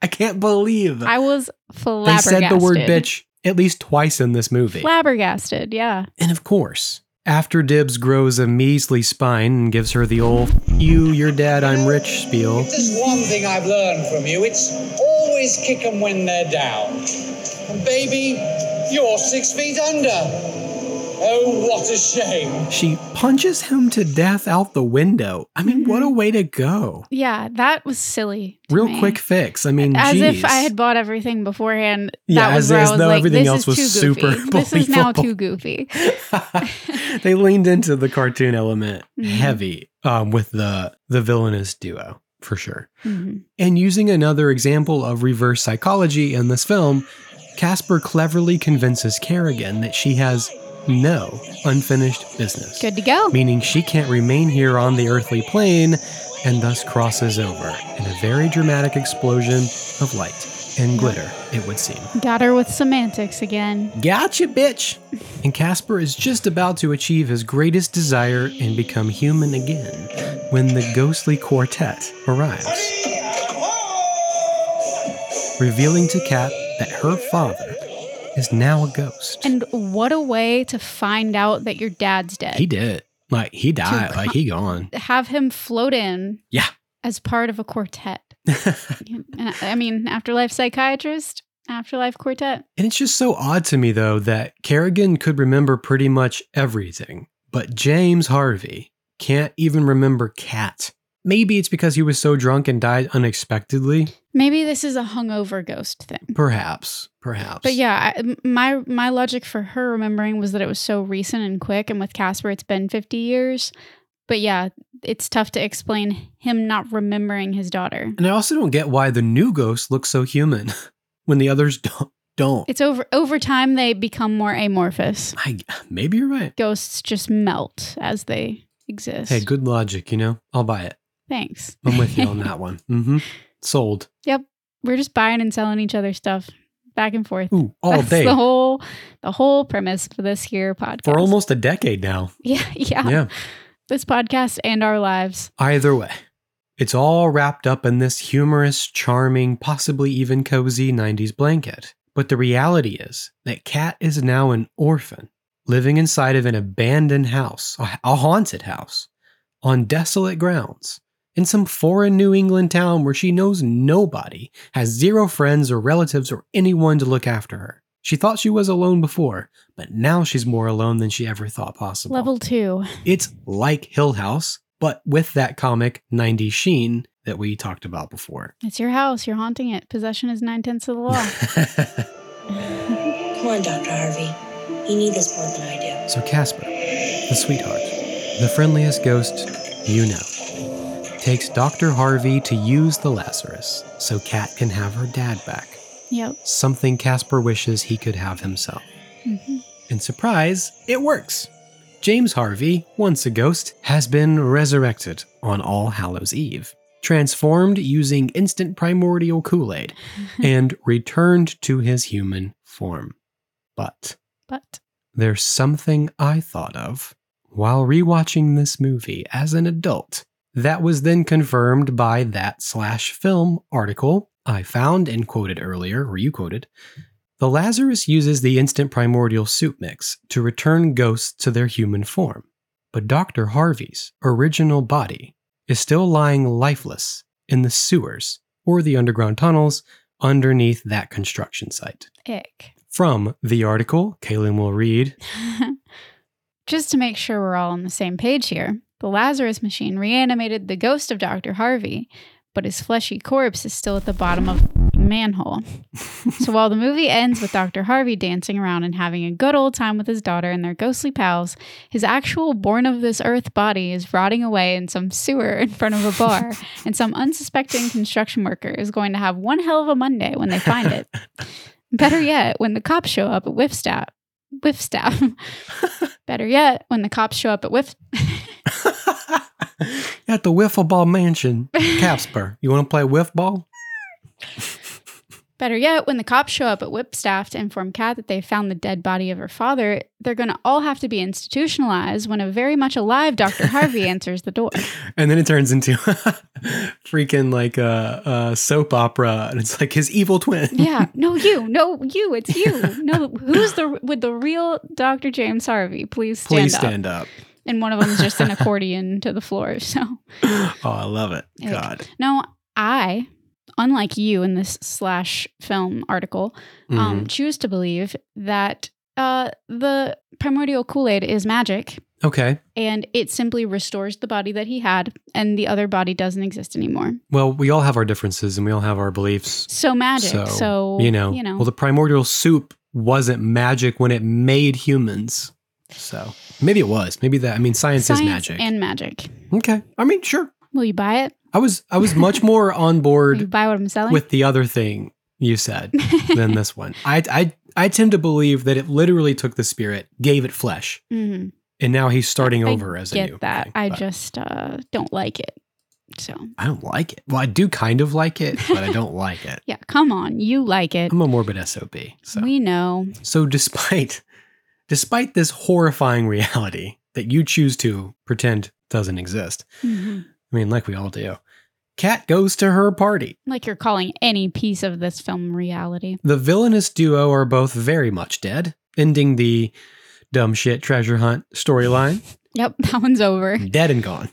[SPEAKER 4] I can't believe
[SPEAKER 3] I was
[SPEAKER 4] they
[SPEAKER 3] flabbergasted.
[SPEAKER 4] said the word bitch at least twice in this movie.
[SPEAKER 3] Flabbergasted, yeah.
[SPEAKER 4] And of course, after Dibs grows a measly spine and gives her the old, you, your dad, I'm rich spiel,
[SPEAKER 14] There's one thing I've learned from you. It's always kick 'em when they're down. And baby, you're six feet under. Oh, what a shame.
[SPEAKER 4] she punches him to death out the window. I mean, what a way to go.
[SPEAKER 3] Yeah, that was silly. to
[SPEAKER 4] Real
[SPEAKER 3] me.
[SPEAKER 4] quick fix. I mean,
[SPEAKER 3] As
[SPEAKER 4] geez.
[SPEAKER 3] if I had bought everything beforehand.
[SPEAKER 4] Yeah,
[SPEAKER 3] that was
[SPEAKER 4] as-
[SPEAKER 3] where
[SPEAKER 4] as
[SPEAKER 3] I was
[SPEAKER 4] though
[SPEAKER 3] like,
[SPEAKER 4] everything
[SPEAKER 3] this
[SPEAKER 4] else
[SPEAKER 3] is
[SPEAKER 4] was
[SPEAKER 3] too
[SPEAKER 4] super
[SPEAKER 3] goofy. This is now
[SPEAKER 4] believable.
[SPEAKER 3] too goofy.
[SPEAKER 4] they leaned into the cartoon element
[SPEAKER 3] Mhm.
[SPEAKER 4] heavy um, with the the villainous duo for sure.
[SPEAKER 3] Mhm.
[SPEAKER 4] And using another example of reverse psychology in this film, Casper cleverly convinces Kerrigan that she has no unfinished business,
[SPEAKER 3] Good to go.
[SPEAKER 4] meaning she can't remain here on the earthly plane, and thus crosses over in a very dramatic explosion of light and glitter. It would seem.
[SPEAKER 3] Got her with semantics again.
[SPEAKER 4] Gotcha, bitch! And Casper is just about to achieve his greatest desire and become human again when the ghostly quartet arrives, revealing to Kat that her father is now a ghost.
[SPEAKER 3] And what a way to find out that your dad's dead.
[SPEAKER 4] He did. Like, he died. Like, he gone.
[SPEAKER 3] Have him float in
[SPEAKER 4] Yeah.
[SPEAKER 3] as part of a quartet. And I I mean, afterlife psychiatrist, afterlife quartet.
[SPEAKER 4] And it's just so odd to me, though, that Kerrigan could remember pretty much everything, but James Harvey can't even remember Kat. Maybe it's because he was so drunk and died unexpectedly.
[SPEAKER 3] Maybe this is a hungover ghost thing.
[SPEAKER 4] Perhaps, perhaps.
[SPEAKER 3] But yeah, I m my my logic for her remembering was that it was so recent and quick, and with Casper, it's been fifty years. But yeah, it's tough to explain him not remembering his daughter.
[SPEAKER 4] And I also don't get why the new ghost looks so human when the others don't. Don't.
[SPEAKER 3] It's over over time they become more amorphous.
[SPEAKER 4] I, maybe you're right.
[SPEAKER 3] Ghosts just melt as they exist.
[SPEAKER 4] Hey, good logic. You know, I'll buy it.
[SPEAKER 3] Thanks.
[SPEAKER 4] I'm with you on that one. Mm-hmm. Sold.
[SPEAKER 3] Yep, we're just buying and selling each other stuff back and forth.
[SPEAKER 4] Ooh, all
[SPEAKER 3] That's
[SPEAKER 4] day
[SPEAKER 3] the whole the whole premise for this here podcast.
[SPEAKER 4] for almost a decade now.
[SPEAKER 3] yeah, yeah,
[SPEAKER 4] yeah.
[SPEAKER 3] This podcast and our lives.
[SPEAKER 4] Either way, it's all wrapped up in this humorous, charming, possibly even cozy 90s blanket. But the reality is that Kat is now an orphan, living inside of an abandoned house, a a haunted house, on desolate grounds, in some foreign New England town where she knows nobody, has zero friends or relatives or anyone to look after her. She thought she was alone before, but now she's more alone than she ever thought possible.
[SPEAKER 3] Level two.
[SPEAKER 4] It's like Hill House, but with that comic 90 Sheen that we talked about before.
[SPEAKER 3] It's your house. You're haunting it. Possession is nine tenths of the law.
[SPEAKER 1] Come on, Dr. Harvey. You need this more than I do.
[SPEAKER 4] So, Casper, the sweetheart, the friendliest ghost you know, takes Dr. Harvey to use the Lazarus so Kat can have her dad back,
[SPEAKER 3] yep.
[SPEAKER 4] something Casper wishes he could have himself.
[SPEAKER 3] hmm
[SPEAKER 4] And surprise, it works. James Harvey, once a ghost, has been resurrected on All Hallows Eve, transformed using instant primordial Kool Aid, and returned to his human form. But
[SPEAKER 3] But
[SPEAKER 4] there's something I thought of while rewatching this movie as an adult that was then confirmed by that slash film article I found and quoted earlier, or you quoted. The Lazarus uses the instant primordial soup mix to return ghosts to their human form, but Dr. Harvey's original body is still lying lifeless in the sewers or the underground tunnels underneath that construction site.
[SPEAKER 3] ick.
[SPEAKER 4] From the article, Kaylin will read
[SPEAKER 3] Just to make sure we're all on the same page here, the Lazarus machine reanimated the ghost of Dr. Harvey, but his fleshy corpse is still at the bottom of a manhole. so while the movie ends with Dr. Harvey dancing around and having a good old time with his daughter and their ghostly pals, his actual born of this earth body is rotting away in some sewer in front of a bar, and some unsuspecting construction worker is going to have one hell of a Monday when they find it. Better yet, when the cops show up at Whiff Staff. Whiff Staff. Better yet, when the cops show up at Whiff.
[SPEAKER 4] At the wiffle ball mansion, Capsper. You want to play wiff ball?
[SPEAKER 3] Better yet, when the cops show up at Whipstaff to inform Kat that they found the dead body of her father, they're going to all have to be institutionalized when a very much alive Dr. Harvey answers the door.
[SPEAKER 4] And then it turns into freaking like a, a soap opera, and it's like his evil twin.
[SPEAKER 3] Yeah, no, you, no, you, it's you. No, who's the with the real Dr. James Harvey? Please stand
[SPEAKER 4] Please
[SPEAKER 3] up.
[SPEAKER 4] stand up.
[SPEAKER 3] And one of them's just an accordion to the floor. So,
[SPEAKER 4] Oh, I love it.
[SPEAKER 3] Ick.
[SPEAKER 4] God.
[SPEAKER 3] No, I, unlike you in this slash film article,
[SPEAKER 4] Mm-hmm.
[SPEAKER 3] um, choose to believe that uh, the primordial Kool Aid is magic
[SPEAKER 4] Okay.
[SPEAKER 3] and it simply restores the body that he had and the other body doesn't exist anymore.
[SPEAKER 4] Well, we all have our differences and we all have our beliefs.
[SPEAKER 3] So magic. So,
[SPEAKER 4] you know, well, the primordial soup wasn't magic when it made humans. So maybe it was. Maybe that. I mean, science,
[SPEAKER 3] science
[SPEAKER 4] is magic.
[SPEAKER 3] and magic.
[SPEAKER 4] okay. I mean, sure.
[SPEAKER 3] Will you buy it?
[SPEAKER 4] I was I was much more on
[SPEAKER 3] Will you
[SPEAKER 4] board
[SPEAKER 3] buy what I'm selling?
[SPEAKER 4] with the other thing you said than this one. I I I tend to believe that it literally took the spirit, gave it flesh,
[SPEAKER 3] Mhm.
[SPEAKER 4] and now he's starting
[SPEAKER 3] I
[SPEAKER 4] over as a
[SPEAKER 3] get
[SPEAKER 4] new.
[SPEAKER 3] that. I just uh, don't like it. So
[SPEAKER 4] I don't like it. Well, I do kind of like it, but I don't like it.
[SPEAKER 3] yeah, come on, you like it.
[SPEAKER 4] I'm a morbid sob.
[SPEAKER 3] We know.
[SPEAKER 4] So despite despite this horrifying reality that you choose to pretend doesn't exist,
[SPEAKER 3] Mhm.
[SPEAKER 4] I mean, like we all do, Kat goes to her party.
[SPEAKER 3] Like you're calling any piece of this film reality.
[SPEAKER 4] The villainous duo are both very much dead, ending the dumb shit treasure hunt storyline.
[SPEAKER 3] Yep, that one's over.
[SPEAKER 4] dead and gone.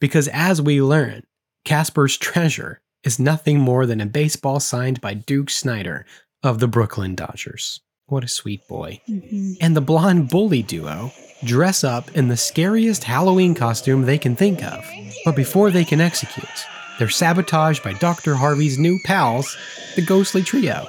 [SPEAKER 4] Because as we learn, Casper's treasure is nothing more than a baseball signed by Duke Snyder of the Brooklyn Dodgers. What a sweet boy. And the blonde bully duo dress up in the scariest Halloween costume they can think of. But before they can execute, they're sabotaged by Dr. Harvey's new pals, the Ghostly Trio,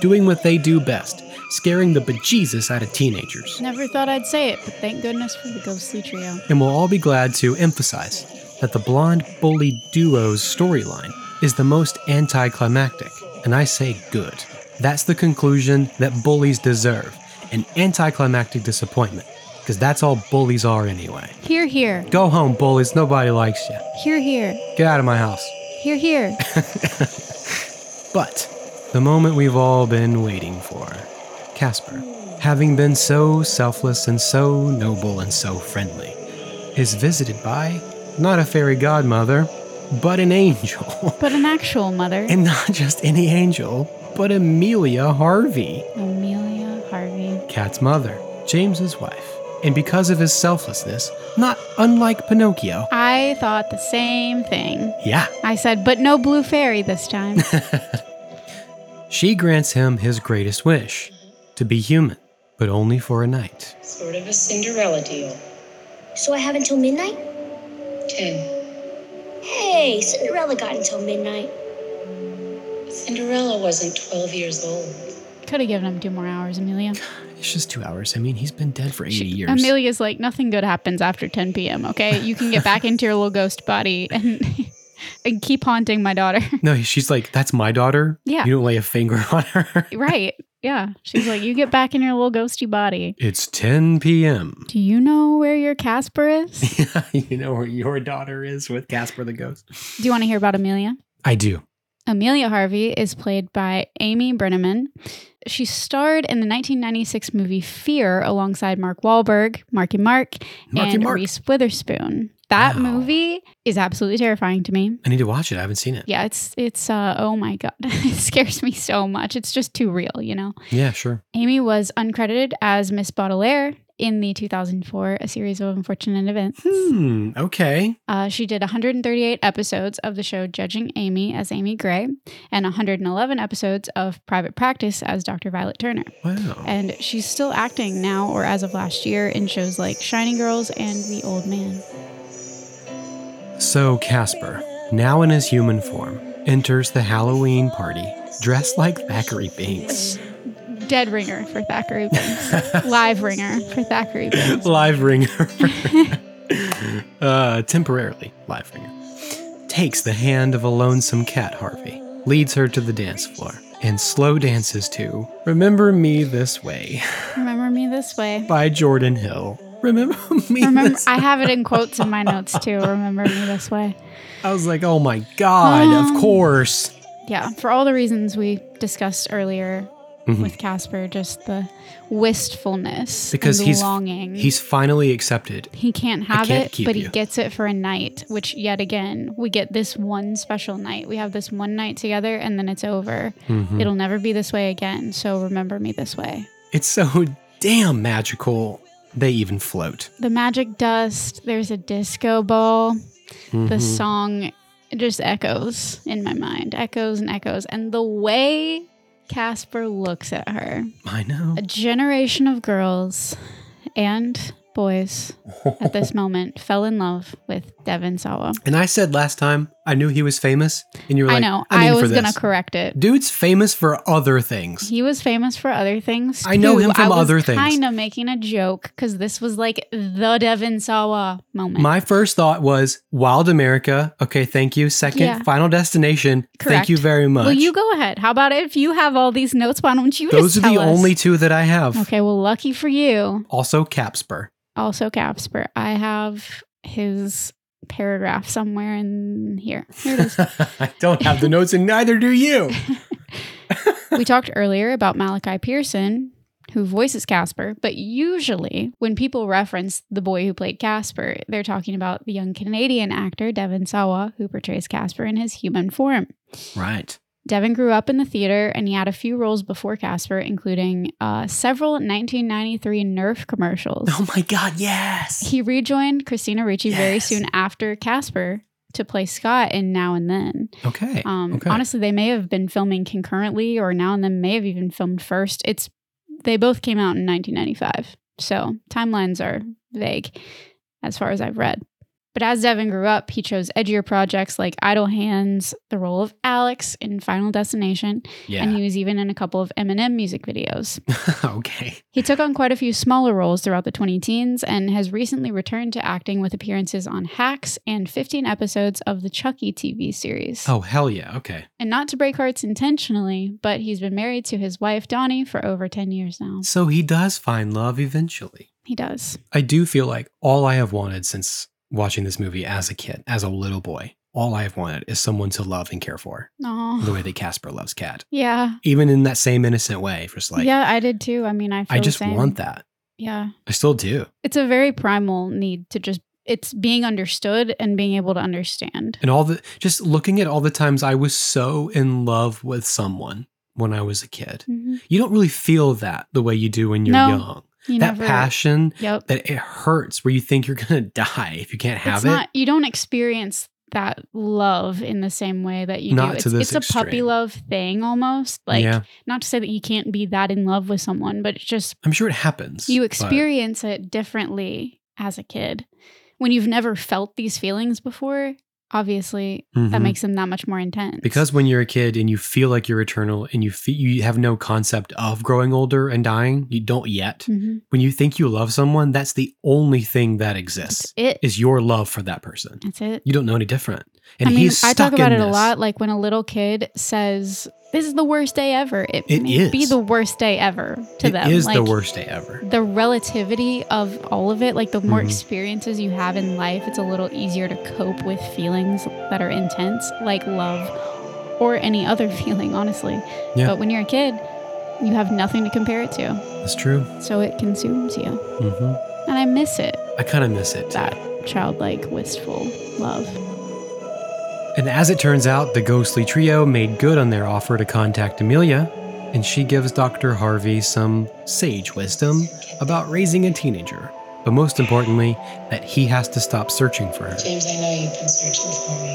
[SPEAKER 4] doing what they do best, scaring the bejesus out of teenagers.
[SPEAKER 3] Never thought I'd say it, but thank goodness for the ghostly trio.
[SPEAKER 4] and we'll all be glad to emphasize that the blonde bully duo's storyline is the most anticlimactic, and I say good. That's the conclusion that bullies deserve an anticlimactic disappointment, because that's all bullies are anyway.
[SPEAKER 3] Here, here,
[SPEAKER 4] Go home, bullies. Nobody likes you.
[SPEAKER 3] here, here,
[SPEAKER 4] Get out of my house.
[SPEAKER 3] here, here.
[SPEAKER 4] But the moment we've all been waiting for Casper, having been so selfless and so noble and so friendly, is visited by not a fairy godmother, but an angel.
[SPEAKER 3] But an actual mother,
[SPEAKER 4] and not just any angel, but Amelia Harvey,
[SPEAKER 3] Amelia Harvey.
[SPEAKER 4] Cat's mother, James's wife. And because of his selflessness, not unlike Pinocchio,
[SPEAKER 3] I thought the same thing.
[SPEAKER 4] yeah,
[SPEAKER 3] I said, but no blue fairy this time.
[SPEAKER 4] she grants him his greatest wish to be human, but only for a night.
[SPEAKER 1] Sort of a Cinderella deal. So I have until midnight? Ten. Hey, Cinderella got until midnight.
[SPEAKER 7] Cinderella wasn't 12 years old.
[SPEAKER 3] Could have given him two more hours, Amelia.
[SPEAKER 4] It's just two hours. I mean, he's been dead for 80 years.
[SPEAKER 3] Amelia's like, nothing good happens after 10 p.m., okay? You can get back into your little ghost body and, and keep haunting my daughter.
[SPEAKER 4] no, she's like, that's my daughter.
[SPEAKER 3] Yeah.
[SPEAKER 4] You don't lay a finger on her.
[SPEAKER 3] right. Yeah. She's like, you get back in your little ghosty body.
[SPEAKER 4] It's 10 p.m.
[SPEAKER 3] Do you know where your Casper is?
[SPEAKER 4] you know where your daughter is with Casper the Ghost?
[SPEAKER 3] Do you want to hear about Amelia?
[SPEAKER 4] I do.
[SPEAKER 3] Amelia Harvey is played by Amy Brenneman. She starred in the 1996 movie Fear alongside Mark Wahlberg, Marky Mark,
[SPEAKER 4] Marky
[SPEAKER 3] and
[SPEAKER 4] Mark.
[SPEAKER 3] Reese Witherspoon. That movie is absolutely terrifying to me.
[SPEAKER 4] I need to watch it. I haven't seen it.
[SPEAKER 3] Yeah, it's it's uh oh my god. it scares me so much. It's just too real, you know.
[SPEAKER 4] Yeah, sure.
[SPEAKER 3] Amy was uncredited as Miss Baudelaire in the 2004 A Series of Unfortunate Events.
[SPEAKER 4] Hmm. Okay.
[SPEAKER 3] Uh, she did 138 episodes of the show Judging Amy as Amy Gray and 111 episodes of Private Practice as Dr. Violet Turner.
[SPEAKER 4] Wow.
[SPEAKER 3] And she's still acting now or as of last year in shows like Shining Girls and The Old Man.
[SPEAKER 4] So Casper, now in his human form, enters the Halloween party dressed like Thackeray Binks.
[SPEAKER 3] Dead ringer for Thackeray Binks. Live ringer for Thackeray Binks.
[SPEAKER 4] live ringer. uh, temporarily live ringer. Takes the hand of a lonesome cat, Harvey, leads her to the dance floor and slow dances to Remember Me This Way
[SPEAKER 3] Remember me this way.
[SPEAKER 4] by Jordan Hill. Remember me
[SPEAKER 3] Remember,
[SPEAKER 4] this
[SPEAKER 3] I have it in quotes in my notes too. Remember me this way.
[SPEAKER 4] I was like, oh my God,
[SPEAKER 3] Um,
[SPEAKER 4] of course.
[SPEAKER 3] Yeah, for all the reasons we discussed earlier
[SPEAKER 4] Mhm.
[SPEAKER 3] with Casper, just the wistfulness,
[SPEAKER 4] Because
[SPEAKER 3] and
[SPEAKER 4] he's
[SPEAKER 3] longing.
[SPEAKER 4] he's finally accepted.
[SPEAKER 3] he can't
[SPEAKER 4] I
[SPEAKER 3] have
[SPEAKER 4] can't
[SPEAKER 3] it,
[SPEAKER 4] keep
[SPEAKER 3] but he
[SPEAKER 4] you.
[SPEAKER 3] gets it for a night. Which yet again, we get this one special night. We have this one night together, and then it's over.
[SPEAKER 4] Mhm.
[SPEAKER 3] It'll never be this way again. So remember me this way.
[SPEAKER 4] It's so damn magical. They even float.
[SPEAKER 3] the magic dust there's a disco ball the
[SPEAKER 4] Mhm.
[SPEAKER 3] song just echoes in my mind echoes and echoes and the way casper looks at her
[SPEAKER 4] I know.
[SPEAKER 3] a generation of girls and boys at this moment fell in love with devin sawa
[SPEAKER 4] And I said last time I knew he was famous, and you were
[SPEAKER 3] i
[SPEAKER 4] like,
[SPEAKER 3] know
[SPEAKER 4] I'm
[SPEAKER 3] i,
[SPEAKER 4] in for
[SPEAKER 3] was gonna
[SPEAKER 4] this."
[SPEAKER 3] correct it
[SPEAKER 4] Dude's famous for other things.
[SPEAKER 3] he was famous for other things.
[SPEAKER 4] I know him from other things.
[SPEAKER 3] Kind of making a joke because this was like the Devin Sawa moment.
[SPEAKER 4] My first thought was Wild America. Okay, thank you. Second,
[SPEAKER 3] Yeah.
[SPEAKER 4] Final Destination.
[SPEAKER 3] Correct.
[SPEAKER 4] Thank you very much.
[SPEAKER 3] Well, you go ahead. How about if you have all these notes? Why don't you
[SPEAKER 4] Those are
[SPEAKER 3] just
[SPEAKER 4] the
[SPEAKER 3] tell us?
[SPEAKER 4] only two that I have.
[SPEAKER 3] Okay, well, lucky for you.
[SPEAKER 4] Also, Capspur.
[SPEAKER 3] Also, Capsper, I have his paragraph somewhere in here. Here it is.
[SPEAKER 4] I don't have the notes, and neither do you.
[SPEAKER 3] we talked earlier about Malachi Pearson, who voices Casper, but usually when people reference the boy who played Casper, they're talking about the young Canadian actor Devin Sawa, who portrays Casper in his human form.
[SPEAKER 4] Right.
[SPEAKER 3] Devin grew up in the theater and he had a few roles before Casper, including uh, several 1993 Nerf commercials.
[SPEAKER 4] Oh my God, yes.
[SPEAKER 3] He rejoined Christina Ricci very soon after Casper to play Scott in Now and Then.
[SPEAKER 4] Okay.
[SPEAKER 3] Um,
[SPEAKER 4] okay.
[SPEAKER 3] Honestly, they may have been filming concurrently, or Now and Then may have even filmed first. It's they both came out in 1995, so timelines are vague as far as I've read. But as Devin grew up, he chose edgier projects like Idle Hands, the role of Alex in Final Destination, and
[SPEAKER 4] Yeah.
[SPEAKER 3] he was even in a couple of Eminem music videos.
[SPEAKER 4] okay.
[SPEAKER 3] He took on quite a few smaller roles throughout the 20 teens and has recently returned to acting with appearances on Hacks and 15 episodes of the Chucky TV series.
[SPEAKER 4] Oh, hell yeah. Okay.
[SPEAKER 3] And not to break hearts intentionally, but he's been married to his wife, Donnie, for over 10 years now.
[SPEAKER 4] So he does find love eventually.
[SPEAKER 3] He does.
[SPEAKER 4] I do feel like all I have wanted since watching this movie as a kid, as a little boy, all I have wanted is someone to love and care for the
[SPEAKER 3] No.
[SPEAKER 4] way that Casper loves Cat.
[SPEAKER 3] Yeah.
[SPEAKER 4] Even in that same innocent way, just like,
[SPEAKER 3] yeah, I did too. I mean, I feel
[SPEAKER 4] I
[SPEAKER 3] the
[SPEAKER 4] just
[SPEAKER 3] same.
[SPEAKER 4] want that.
[SPEAKER 3] Yeah.
[SPEAKER 4] I still do.
[SPEAKER 3] It's a very primal need to just, it's being understood and being able to understand.
[SPEAKER 4] And all the, just looking at all the times I was so in love with someone when I was a kid.
[SPEAKER 3] Mhm.
[SPEAKER 4] You don't really feel that the way you do when you're
[SPEAKER 3] No,
[SPEAKER 4] young.
[SPEAKER 3] you
[SPEAKER 4] that
[SPEAKER 3] never-
[SPEAKER 4] passion
[SPEAKER 3] Yep.
[SPEAKER 4] that it hurts where you think you're going to die if you can't have
[SPEAKER 3] it's
[SPEAKER 4] it.
[SPEAKER 3] not, you don't experience that love in the same way that you
[SPEAKER 4] Not
[SPEAKER 3] do.
[SPEAKER 4] to
[SPEAKER 3] It's,
[SPEAKER 4] this
[SPEAKER 3] it's a puppy
[SPEAKER 4] extreme.
[SPEAKER 3] love thing almost. Like,
[SPEAKER 4] Yeah.
[SPEAKER 3] not to say that you can't be that in love with someone, but it's just
[SPEAKER 4] I'm sure it happens.
[SPEAKER 3] You
[SPEAKER 4] but-
[SPEAKER 3] experience it differently as a kid. When you've never felt these feelings before, obviously that
[SPEAKER 4] Mhm.
[SPEAKER 3] makes them that much more intense.
[SPEAKER 4] Because when you're a kid and you feel like you're eternal and you fe- you have no concept of growing older and dying, you don't yet.
[SPEAKER 3] Mhm.
[SPEAKER 4] When you think you love someone, that's the only thing that exists
[SPEAKER 3] it.
[SPEAKER 4] is your love for that person.
[SPEAKER 3] That's it.
[SPEAKER 4] You don't know any different. And
[SPEAKER 3] I mean,
[SPEAKER 4] he's stuck
[SPEAKER 3] I talk about
[SPEAKER 4] in
[SPEAKER 3] it a
[SPEAKER 4] this.
[SPEAKER 3] lot. Like when a little kid says, "This is the worst day ever." It,
[SPEAKER 4] It
[SPEAKER 3] may be
[SPEAKER 4] is.
[SPEAKER 3] the worst day ever to
[SPEAKER 4] It
[SPEAKER 3] them.
[SPEAKER 4] is the
[SPEAKER 3] Like,
[SPEAKER 4] worst day ever.
[SPEAKER 3] The relativity of all of it, like the more
[SPEAKER 4] Mhm.
[SPEAKER 3] experiences you have in life, it's a little easier to cope with feelings that are intense, like love or any other feeling, honestly.
[SPEAKER 4] Yeah.
[SPEAKER 3] But when you're a kid, you have nothing to compare it to.
[SPEAKER 4] That's true.
[SPEAKER 3] So it consumes you.
[SPEAKER 4] hmm
[SPEAKER 3] And I miss it,
[SPEAKER 4] I kind of miss it.
[SPEAKER 3] that childlike, wistful love.
[SPEAKER 4] And as it turns out, the ghostly trio made good on their offer to contact Amelia, and she gives Dr. Harvey some sage wisdom about raising a teenager, but most importantly, that he has to stop searching for her.
[SPEAKER 15] James, I know you've been searching for me,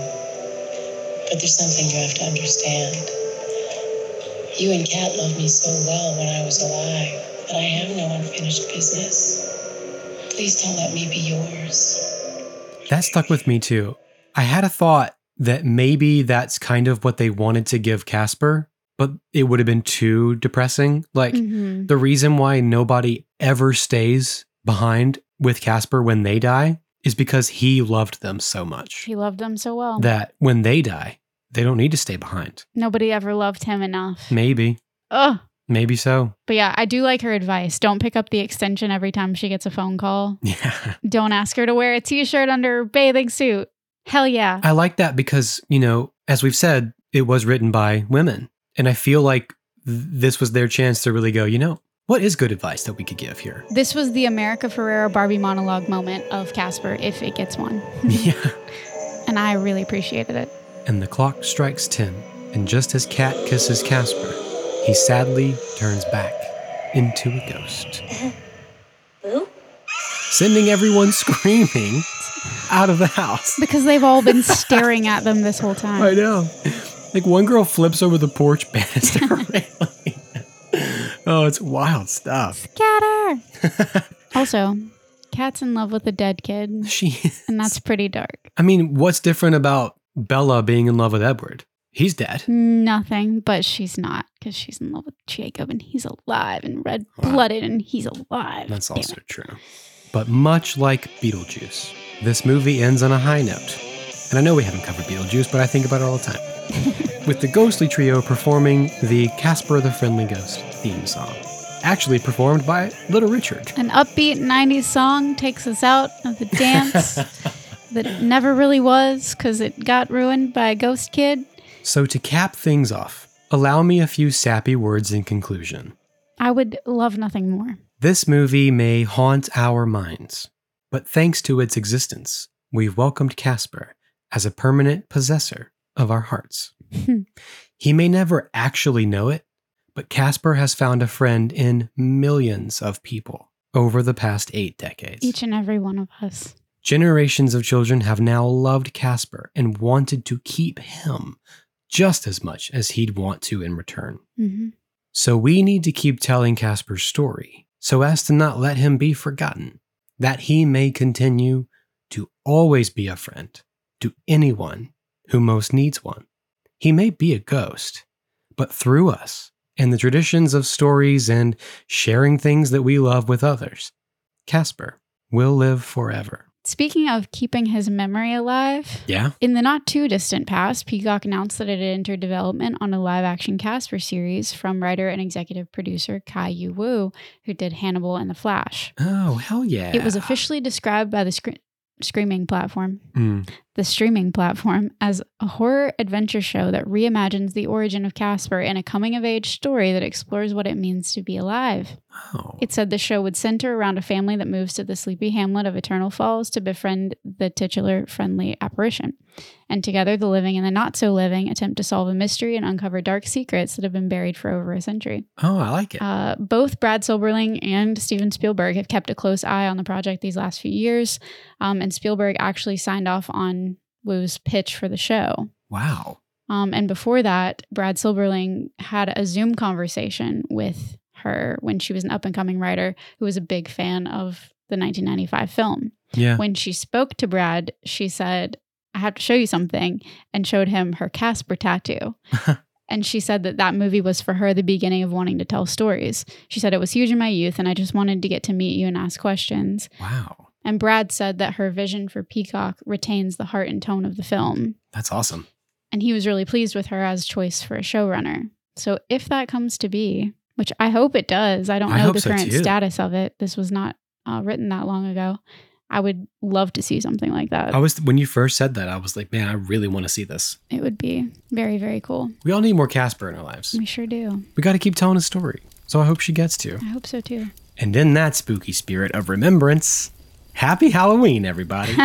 [SPEAKER 15] but there's something you have to understand. You and Kat loved me so well when I was alive that I have no unfinished business. Please don't let me be yours.
[SPEAKER 4] That stuck with me too. I had a thought that maybe that's kind of what they wanted to give Casper, but it would have been too depressing. Like
[SPEAKER 3] Mhm.
[SPEAKER 4] the reason why nobody ever stays behind with Casper when they die is because he loved them so much
[SPEAKER 3] He loved them so well.
[SPEAKER 4] that when they die, They don't need to stay behind.
[SPEAKER 3] Nobody ever loved him enough.
[SPEAKER 4] Maybe.
[SPEAKER 3] Ugh.
[SPEAKER 4] Maybe so.
[SPEAKER 3] But yeah, I do like her advice. Don't pick up the extension every time she gets a phone call.
[SPEAKER 4] Yeah.
[SPEAKER 3] Don't ask her to wear a t shirt under her bathing suit. Hell yeah.
[SPEAKER 4] I like that because, you know, as we've said, it was written by women. And I feel like th- this was their chance to really go, you know, what is good advice that we could give here?
[SPEAKER 3] This was the America Ferrera Barbie monologue moment of Casper, if it gets one.
[SPEAKER 4] yeah.
[SPEAKER 3] And I really appreciated it.
[SPEAKER 4] And the clock strikes 10. And just as Cat kisses Casper, he sadly turns back into a ghost.
[SPEAKER 1] Boo?
[SPEAKER 4] Sending everyone screaming out of the house.
[SPEAKER 3] Because they've all been staring at them this whole time.
[SPEAKER 4] I know. Like one girl flips over the porch banister railing. oh, it's wild stuff.
[SPEAKER 3] Scatter. also, Cat's in love with a dead kid.
[SPEAKER 4] She
[SPEAKER 3] And that's pretty dark.
[SPEAKER 4] I mean, what's different about Bella being in love with Edward? He's dead.
[SPEAKER 3] Nothing, but she's not because she's in love with Jacob and he's alive and red blooded and he's alive.
[SPEAKER 4] That's
[SPEAKER 3] Damn
[SPEAKER 4] also
[SPEAKER 3] it.
[SPEAKER 4] true. But much like Beetlejuice, this movie ends on a high note. And I know we haven't covered Beetlejuice, but I think about it all the time. With the Ghostly Trio performing the Casper the Friendly Ghost theme song, actually performed by Little Richard.
[SPEAKER 3] An upbeat 90s song takes us out of the dance that it never really was because it got ruined by a ghost kid.
[SPEAKER 4] So to cap things off, allow me a few sappy words in conclusion.
[SPEAKER 3] I would love nothing more.
[SPEAKER 4] This movie may haunt our minds, but thanks to its existence, we've welcomed Casper as a permanent possessor of our hearts. he may never actually know it, but Casper has found a friend in millions of people over the past eight decades.
[SPEAKER 3] Each and every one of us.
[SPEAKER 4] Generations of children have now loved Casper and wanted to keep him just as much as he'd want to in return.
[SPEAKER 3] hmm
[SPEAKER 4] So we need to keep telling Casper's story so as to not let him be forgotten, that he may continue to always be a friend to anyone who most needs one. He may be a ghost, but through us and the traditions of stories and sharing things that we love with others, Casper will live forever.
[SPEAKER 3] Speaking of keeping his memory alive,
[SPEAKER 4] Yeah?
[SPEAKER 3] in the not too distant past, Peacock announced that it had entered development on a live action Casper series from writer and executive producer Kai Yu Woo, who did Hannibal and The Flash.
[SPEAKER 4] Oh, hell yeah.
[SPEAKER 3] It was officially described by the scre- Screaming platform,
[SPEAKER 4] Mm.
[SPEAKER 3] the streaming platform, as a horror adventure show that reimagines the origin of Casper in a coming of age story that explores what it means to be alive.
[SPEAKER 4] Oh.
[SPEAKER 3] It said the show would center around a family that moves to the sleepy hamlet of Eternal Falls to befriend the titular friendly apparition. And together, the living and the not so living attempt to solve a mystery and uncover dark secrets that have been buried for over a century.
[SPEAKER 4] Oh, I like it.
[SPEAKER 3] Uh, both Brad Silberling and Steven Spielberg have kept a close eye on the project these last few years. Um, and Spielberg actually signed off on Wu's pitch for the show.
[SPEAKER 4] wow.
[SPEAKER 3] Um, and before that, Brad Silberling had a Zoom conversation with her when she was an up and coming writer who was a big fan of the 1995 film.
[SPEAKER 4] Yeah.
[SPEAKER 3] When she spoke to Brad, she said, I have to show you something, and showed him her Casper tattoo. and she said that that movie was for her the beginning of wanting to tell stories. She said, It was huge in my youth, and I just wanted to get to meet you and ask questions.
[SPEAKER 4] Wow.
[SPEAKER 3] And Brad said that her vision for Peacock retains the heart and tone of the film
[SPEAKER 4] That's awesome.
[SPEAKER 3] and he was really pleased with her as choice for a showrunner. So if that comes to be, which I hope it does, I don't
[SPEAKER 4] I
[SPEAKER 3] know
[SPEAKER 4] hope
[SPEAKER 3] the
[SPEAKER 4] so,
[SPEAKER 3] current
[SPEAKER 4] too.
[SPEAKER 3] status of it. This was not uh, written that long ago. I would love to see something like that.
[SPEAKER 4] I was when you first said that, I was like, man, I really want to see this.
[SPEAKER 3] it would be very, very cool.
[SPEAKER 4] We all need more Casper in our lives.
[SPEAKER 3] We sure do.
[SPEAKER 4] We got to keep telling a story. So I hope she gets to.
[SPEAKER 3] I hope so too.
[SPEAKER 4] And in that spooky spirit of remembrance, happy Halloween, everybody.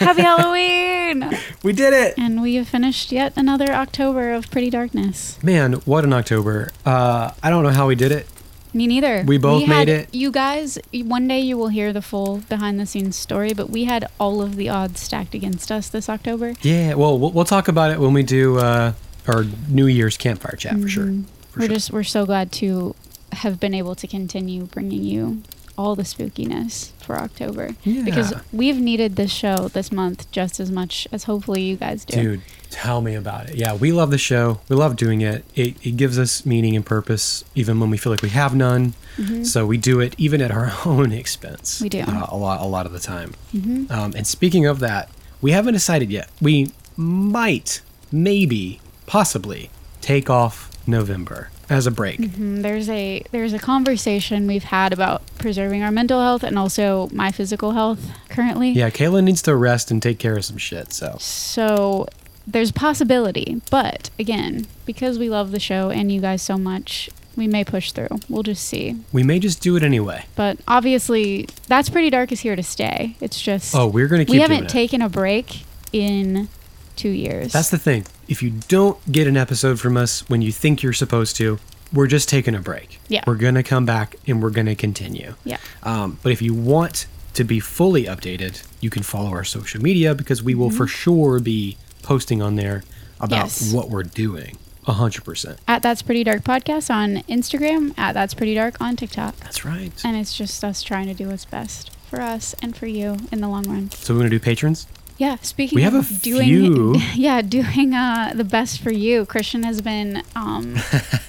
[SPEAKER 3] Happy Halloween!
[SPEAKER 4] we did it.
[SPEAKER 3] And we have finished yet another October of Pretty Darkness.
[SPEAKER 4] Man, what an October. Uh, I don't know how we did it.
[SPEAKER 3] Me neither.
[SPEAKER 4] We both made
[SPEAKER 3] had-
[SPEAKER 4] it.
[SPEAKER 3] You guys, one day you will hear the full behind the scenes story, but we had all of the odds stacked against us this October.
[SPEAKER 4] Yeah, well, we'll, we'll talk about it when we do uh, our New Year's campfire chat for sure.
[SPEAKER 3] Mhm. we're just we're so glad to have been able to continue bringing you all the spookiness for October because
[SPEAKER 4] Yeah.
[SPEAKER 3] we've needed this show this month just as much as hopefully you guys do.
[SPEAKER 4] Dude, tell me about it. Yeah, we love the show. We love doing it. It, it gives us meaning and purpose, even when we feel like we have none.
[SPEAKER 3] Mhm.
[SPEAKER 4] So we do it even at our own expense.
[SPEAKER 3] We do.
[SPEAKER 4] uh, a lot, a lot of the time.
[SPEAKER 3] Mhm.
[SPEAKER 4] Um, and speaking of that, we haven't decided yet. We might maybe, possibly take off November as a break.
[SPEAKER 3] Mhm. There's a there's a conversation we've had about preserving our mental health and also my physical health currently.
[SPEAKER 4] Yeah, Kayla needs to rest and take care of some shit. So
[SPEAKER 3] So there's a possibility, but again, because we love the show and you guys so much, we may push through. We'll just see.
[SPEAKER 4] we may just do it anyway.
[SPEAKER 3] But obviously, that's pretty dark is here to stay. It's just
[SPEAKER 4] Oh, we're gonna keep
[SPEAKER 3] we
[SPEAKER 4] doing
[SPEAKER 3] haven't
[SPEAKER 4] it.
[SPEAKER 3] taken a break in two years.
[SPEAKER 4] That's the thing. If you don't get an episode from us when you think you're supposed to, we're just taking a break.
[SPEAKER 3] Yeah.
[SPEAKER 4] We're going to come back and we're going to continue.
[SPEAKER 3] yeah.
[SPEAKER 4] Um, but if you want to be fully updated, you can follow our social media because we will for sure be posting on there about
[SPEAKER 3] Mm-hmm. Yes.
[SPEAKER 4] what we're doing 100%.
[SPEAKER 3] At That's Pretty Dark Podcast on Instagram, at That's Pretty Dark on TikTok.
[SPEAKER 4] That's right.
[SPEAKER 3] And it's just us trying to do what's best for us and for you in the long run.
[SPEAKER 4] So we're going to do patrons.
[SPEAKER 3] Yeah, speaking
[SPEAKER 4] We
[SPEAKER 3] of
[SPEAKER 4] have a
[SPEAKER 3] doing
[SPEAKER 4] few.
[SPEAKER 3] yeah, doing uh, the best for you. Christian has been um,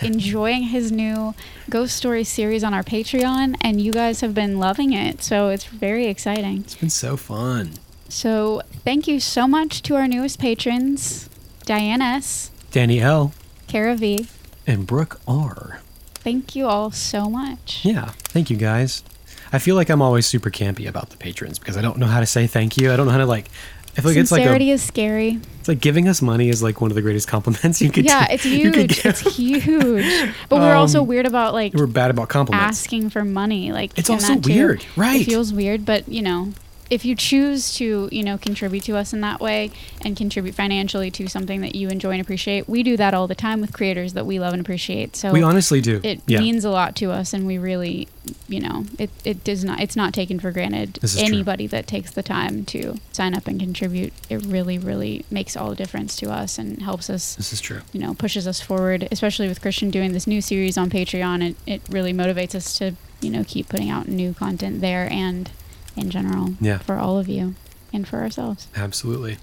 [SPEAKER 3] enjoying his new ghost story series on our Patreon and you guys have been loving it. So it's very exciting.
[SPEAKER 4] It's been so fun.
[SPEAKER 3] So thank you so much to our newest patrons, Diane S,
[SPEAKER 4] Danny L
[SPEAKER 3] Cara V.
[SPEAKER 4] and Brooke R.
[SPEAKER 3] Thank you all so much.
[SPEAKER 4] Yeah. Thank you guys. I feel like I'm always super campy about the patrons because I don't know how to say thank you. I don't know how to like. I feel like it's like a
[SPEAKER 3] Sincerity is scary.
[SPEAKER 4] It's like giving us money is like one of the greatest compliments you could.
[SPEAKER 3] yeah,
[SPEAKER 4] do-
[SPEAKER 3] it's
[SPEAKER 4] you
[SPEAKER 3] huge.
[SPEAKER 4] could give.
[SPEAKER 3] It's huge. But we're also
[SPEAKER 4] Um,
[SPEAKER 3] weird about like
[SPEAKER 4] We're bad about compliments.
[SPEAKER 3] asking for money. Like
[SPEAKER 4] It's
[SPEAKER 3] and
[SPEAKER 4] also
[SPEAKER 3] that too.
[SPEAKER 4] weird,
[SPEAKER 3] It
[SPEAKER 4] right.
[SPEAKER 3] feels weird, but you know, if you choose to, you know, contribute to us in that way and contribute financially to something that you enjoy and appreciate, we do that all the time with creators that we love and appreciate. So
[SPEAKER 4] We honestly do.
[SPEAKER 3] It
[SPEAKER 4] Yeah.
[SPEAKER 3] means a lot to us, and we really, you know, it it does not. It's not taken for granted.
[SPEAKER 4] This is true.
[SPEAKER 3] Anybody that takes the time to sign up and contribute, it really, really makes all the difference to us and helps us
[SPEAKER 4] This is true.
[SPEAKER 3] you know pushes us forward especially with christian doing this new series on patreon it, it really motivates us to you know keep putting out new content there and in general
[SPEAKER 4] Yeah.
[SPEAKER 3] for all of you and for ourselves
[SPEAKER 4] Absolutely.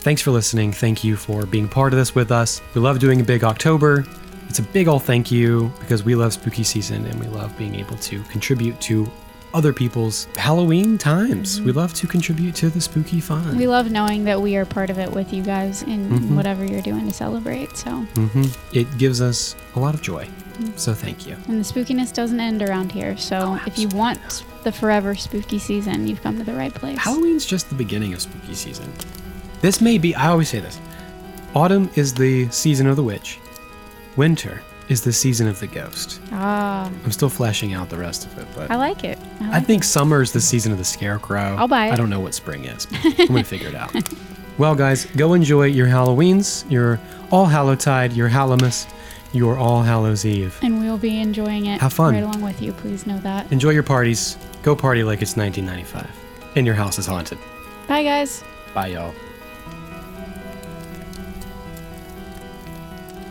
[SPEAKER 4] Thanks for listening. Thank you for being part of this with us. We love doing a big October. It's a big all thank you because we love spooky season and we love being able to contribute to other people's Halloween times.
[SPEAKER 3] Mm-hmm.
[SPEAKER 4] We love to contribute to the spooky fun.
[SPEAKER 3] we love knowing that we are part of it with you guys in
[SPEAKER 4] Mhm.
[SPEAKER 3] whatever you're doing to celebrate so
[SPEAKER 4] hmm It gives us a lot of joy.
[SPEAKER 3] Mhm.
[SPEAKER 4] So thank you.
[SPEAKER 3] and the spookiness doesn't end around here so if you want the forever spooky season you've come to the right place
[SPEAKER 4] Halloween's just the beginning of spooky season. This may be, I always say this autumn is the season of the witch, winter is the season of the ghost.
[SPEAKER 3] ah
[SPEAKER 4] I'm still fleshing out the rest of it, but
[SPEAKER 3] i like it i,
[SPEAKER 4] I
[SPEAKER 3] like
[SPEAKER 4] think summer is the season of the scarecrow.
[SPEAKER 3] I'll buy it.
[SPEAKER 4] I don't know what spring is. but I'm gonna figure it out. Well, guys, go enjoy your Halloweens, your All Hallowtide, your Hallowmas, your All Hallows Eve.
[SPEAKER 3] and we'll be enjoying it
[SPEAKER 4] Have fun.
[SPEAKER 3] right along with you please know that
[SPEAKER 4] Enjoy your parties. Go party like it's 1995, and your house is haunted.
[SPEAKER 3] bye guys
[SPEAKER 4] Bye, y'all.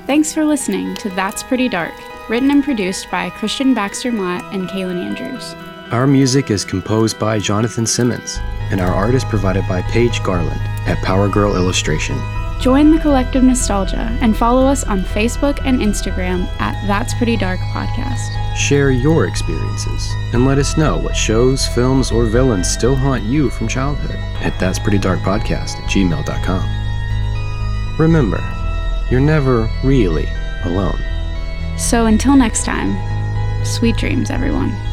[SPEAKER 3] Thanks for listening to That's Pretty Dark, written and produced by Christian Baxter Mott and Kaylin Andrews.
[SPEAKER 2] Our music is composed by Jonathan Simmons, and our art is provided by Paige Garland at Power Girl Illustration.
[SPEAKER 3] Join the collective nostalgia and follow us on Facebook and Instagram at That's Pretty Dark Podcast.
[SPEAKER 2] Share your experiences and let us know what shows, films, or villains still haunt you from childhood at That's Pretty Dark Podcast at gmail.com. Remember, you're never really alone.
[SPEAKER 3] So until next time, sweet dreams, everyone.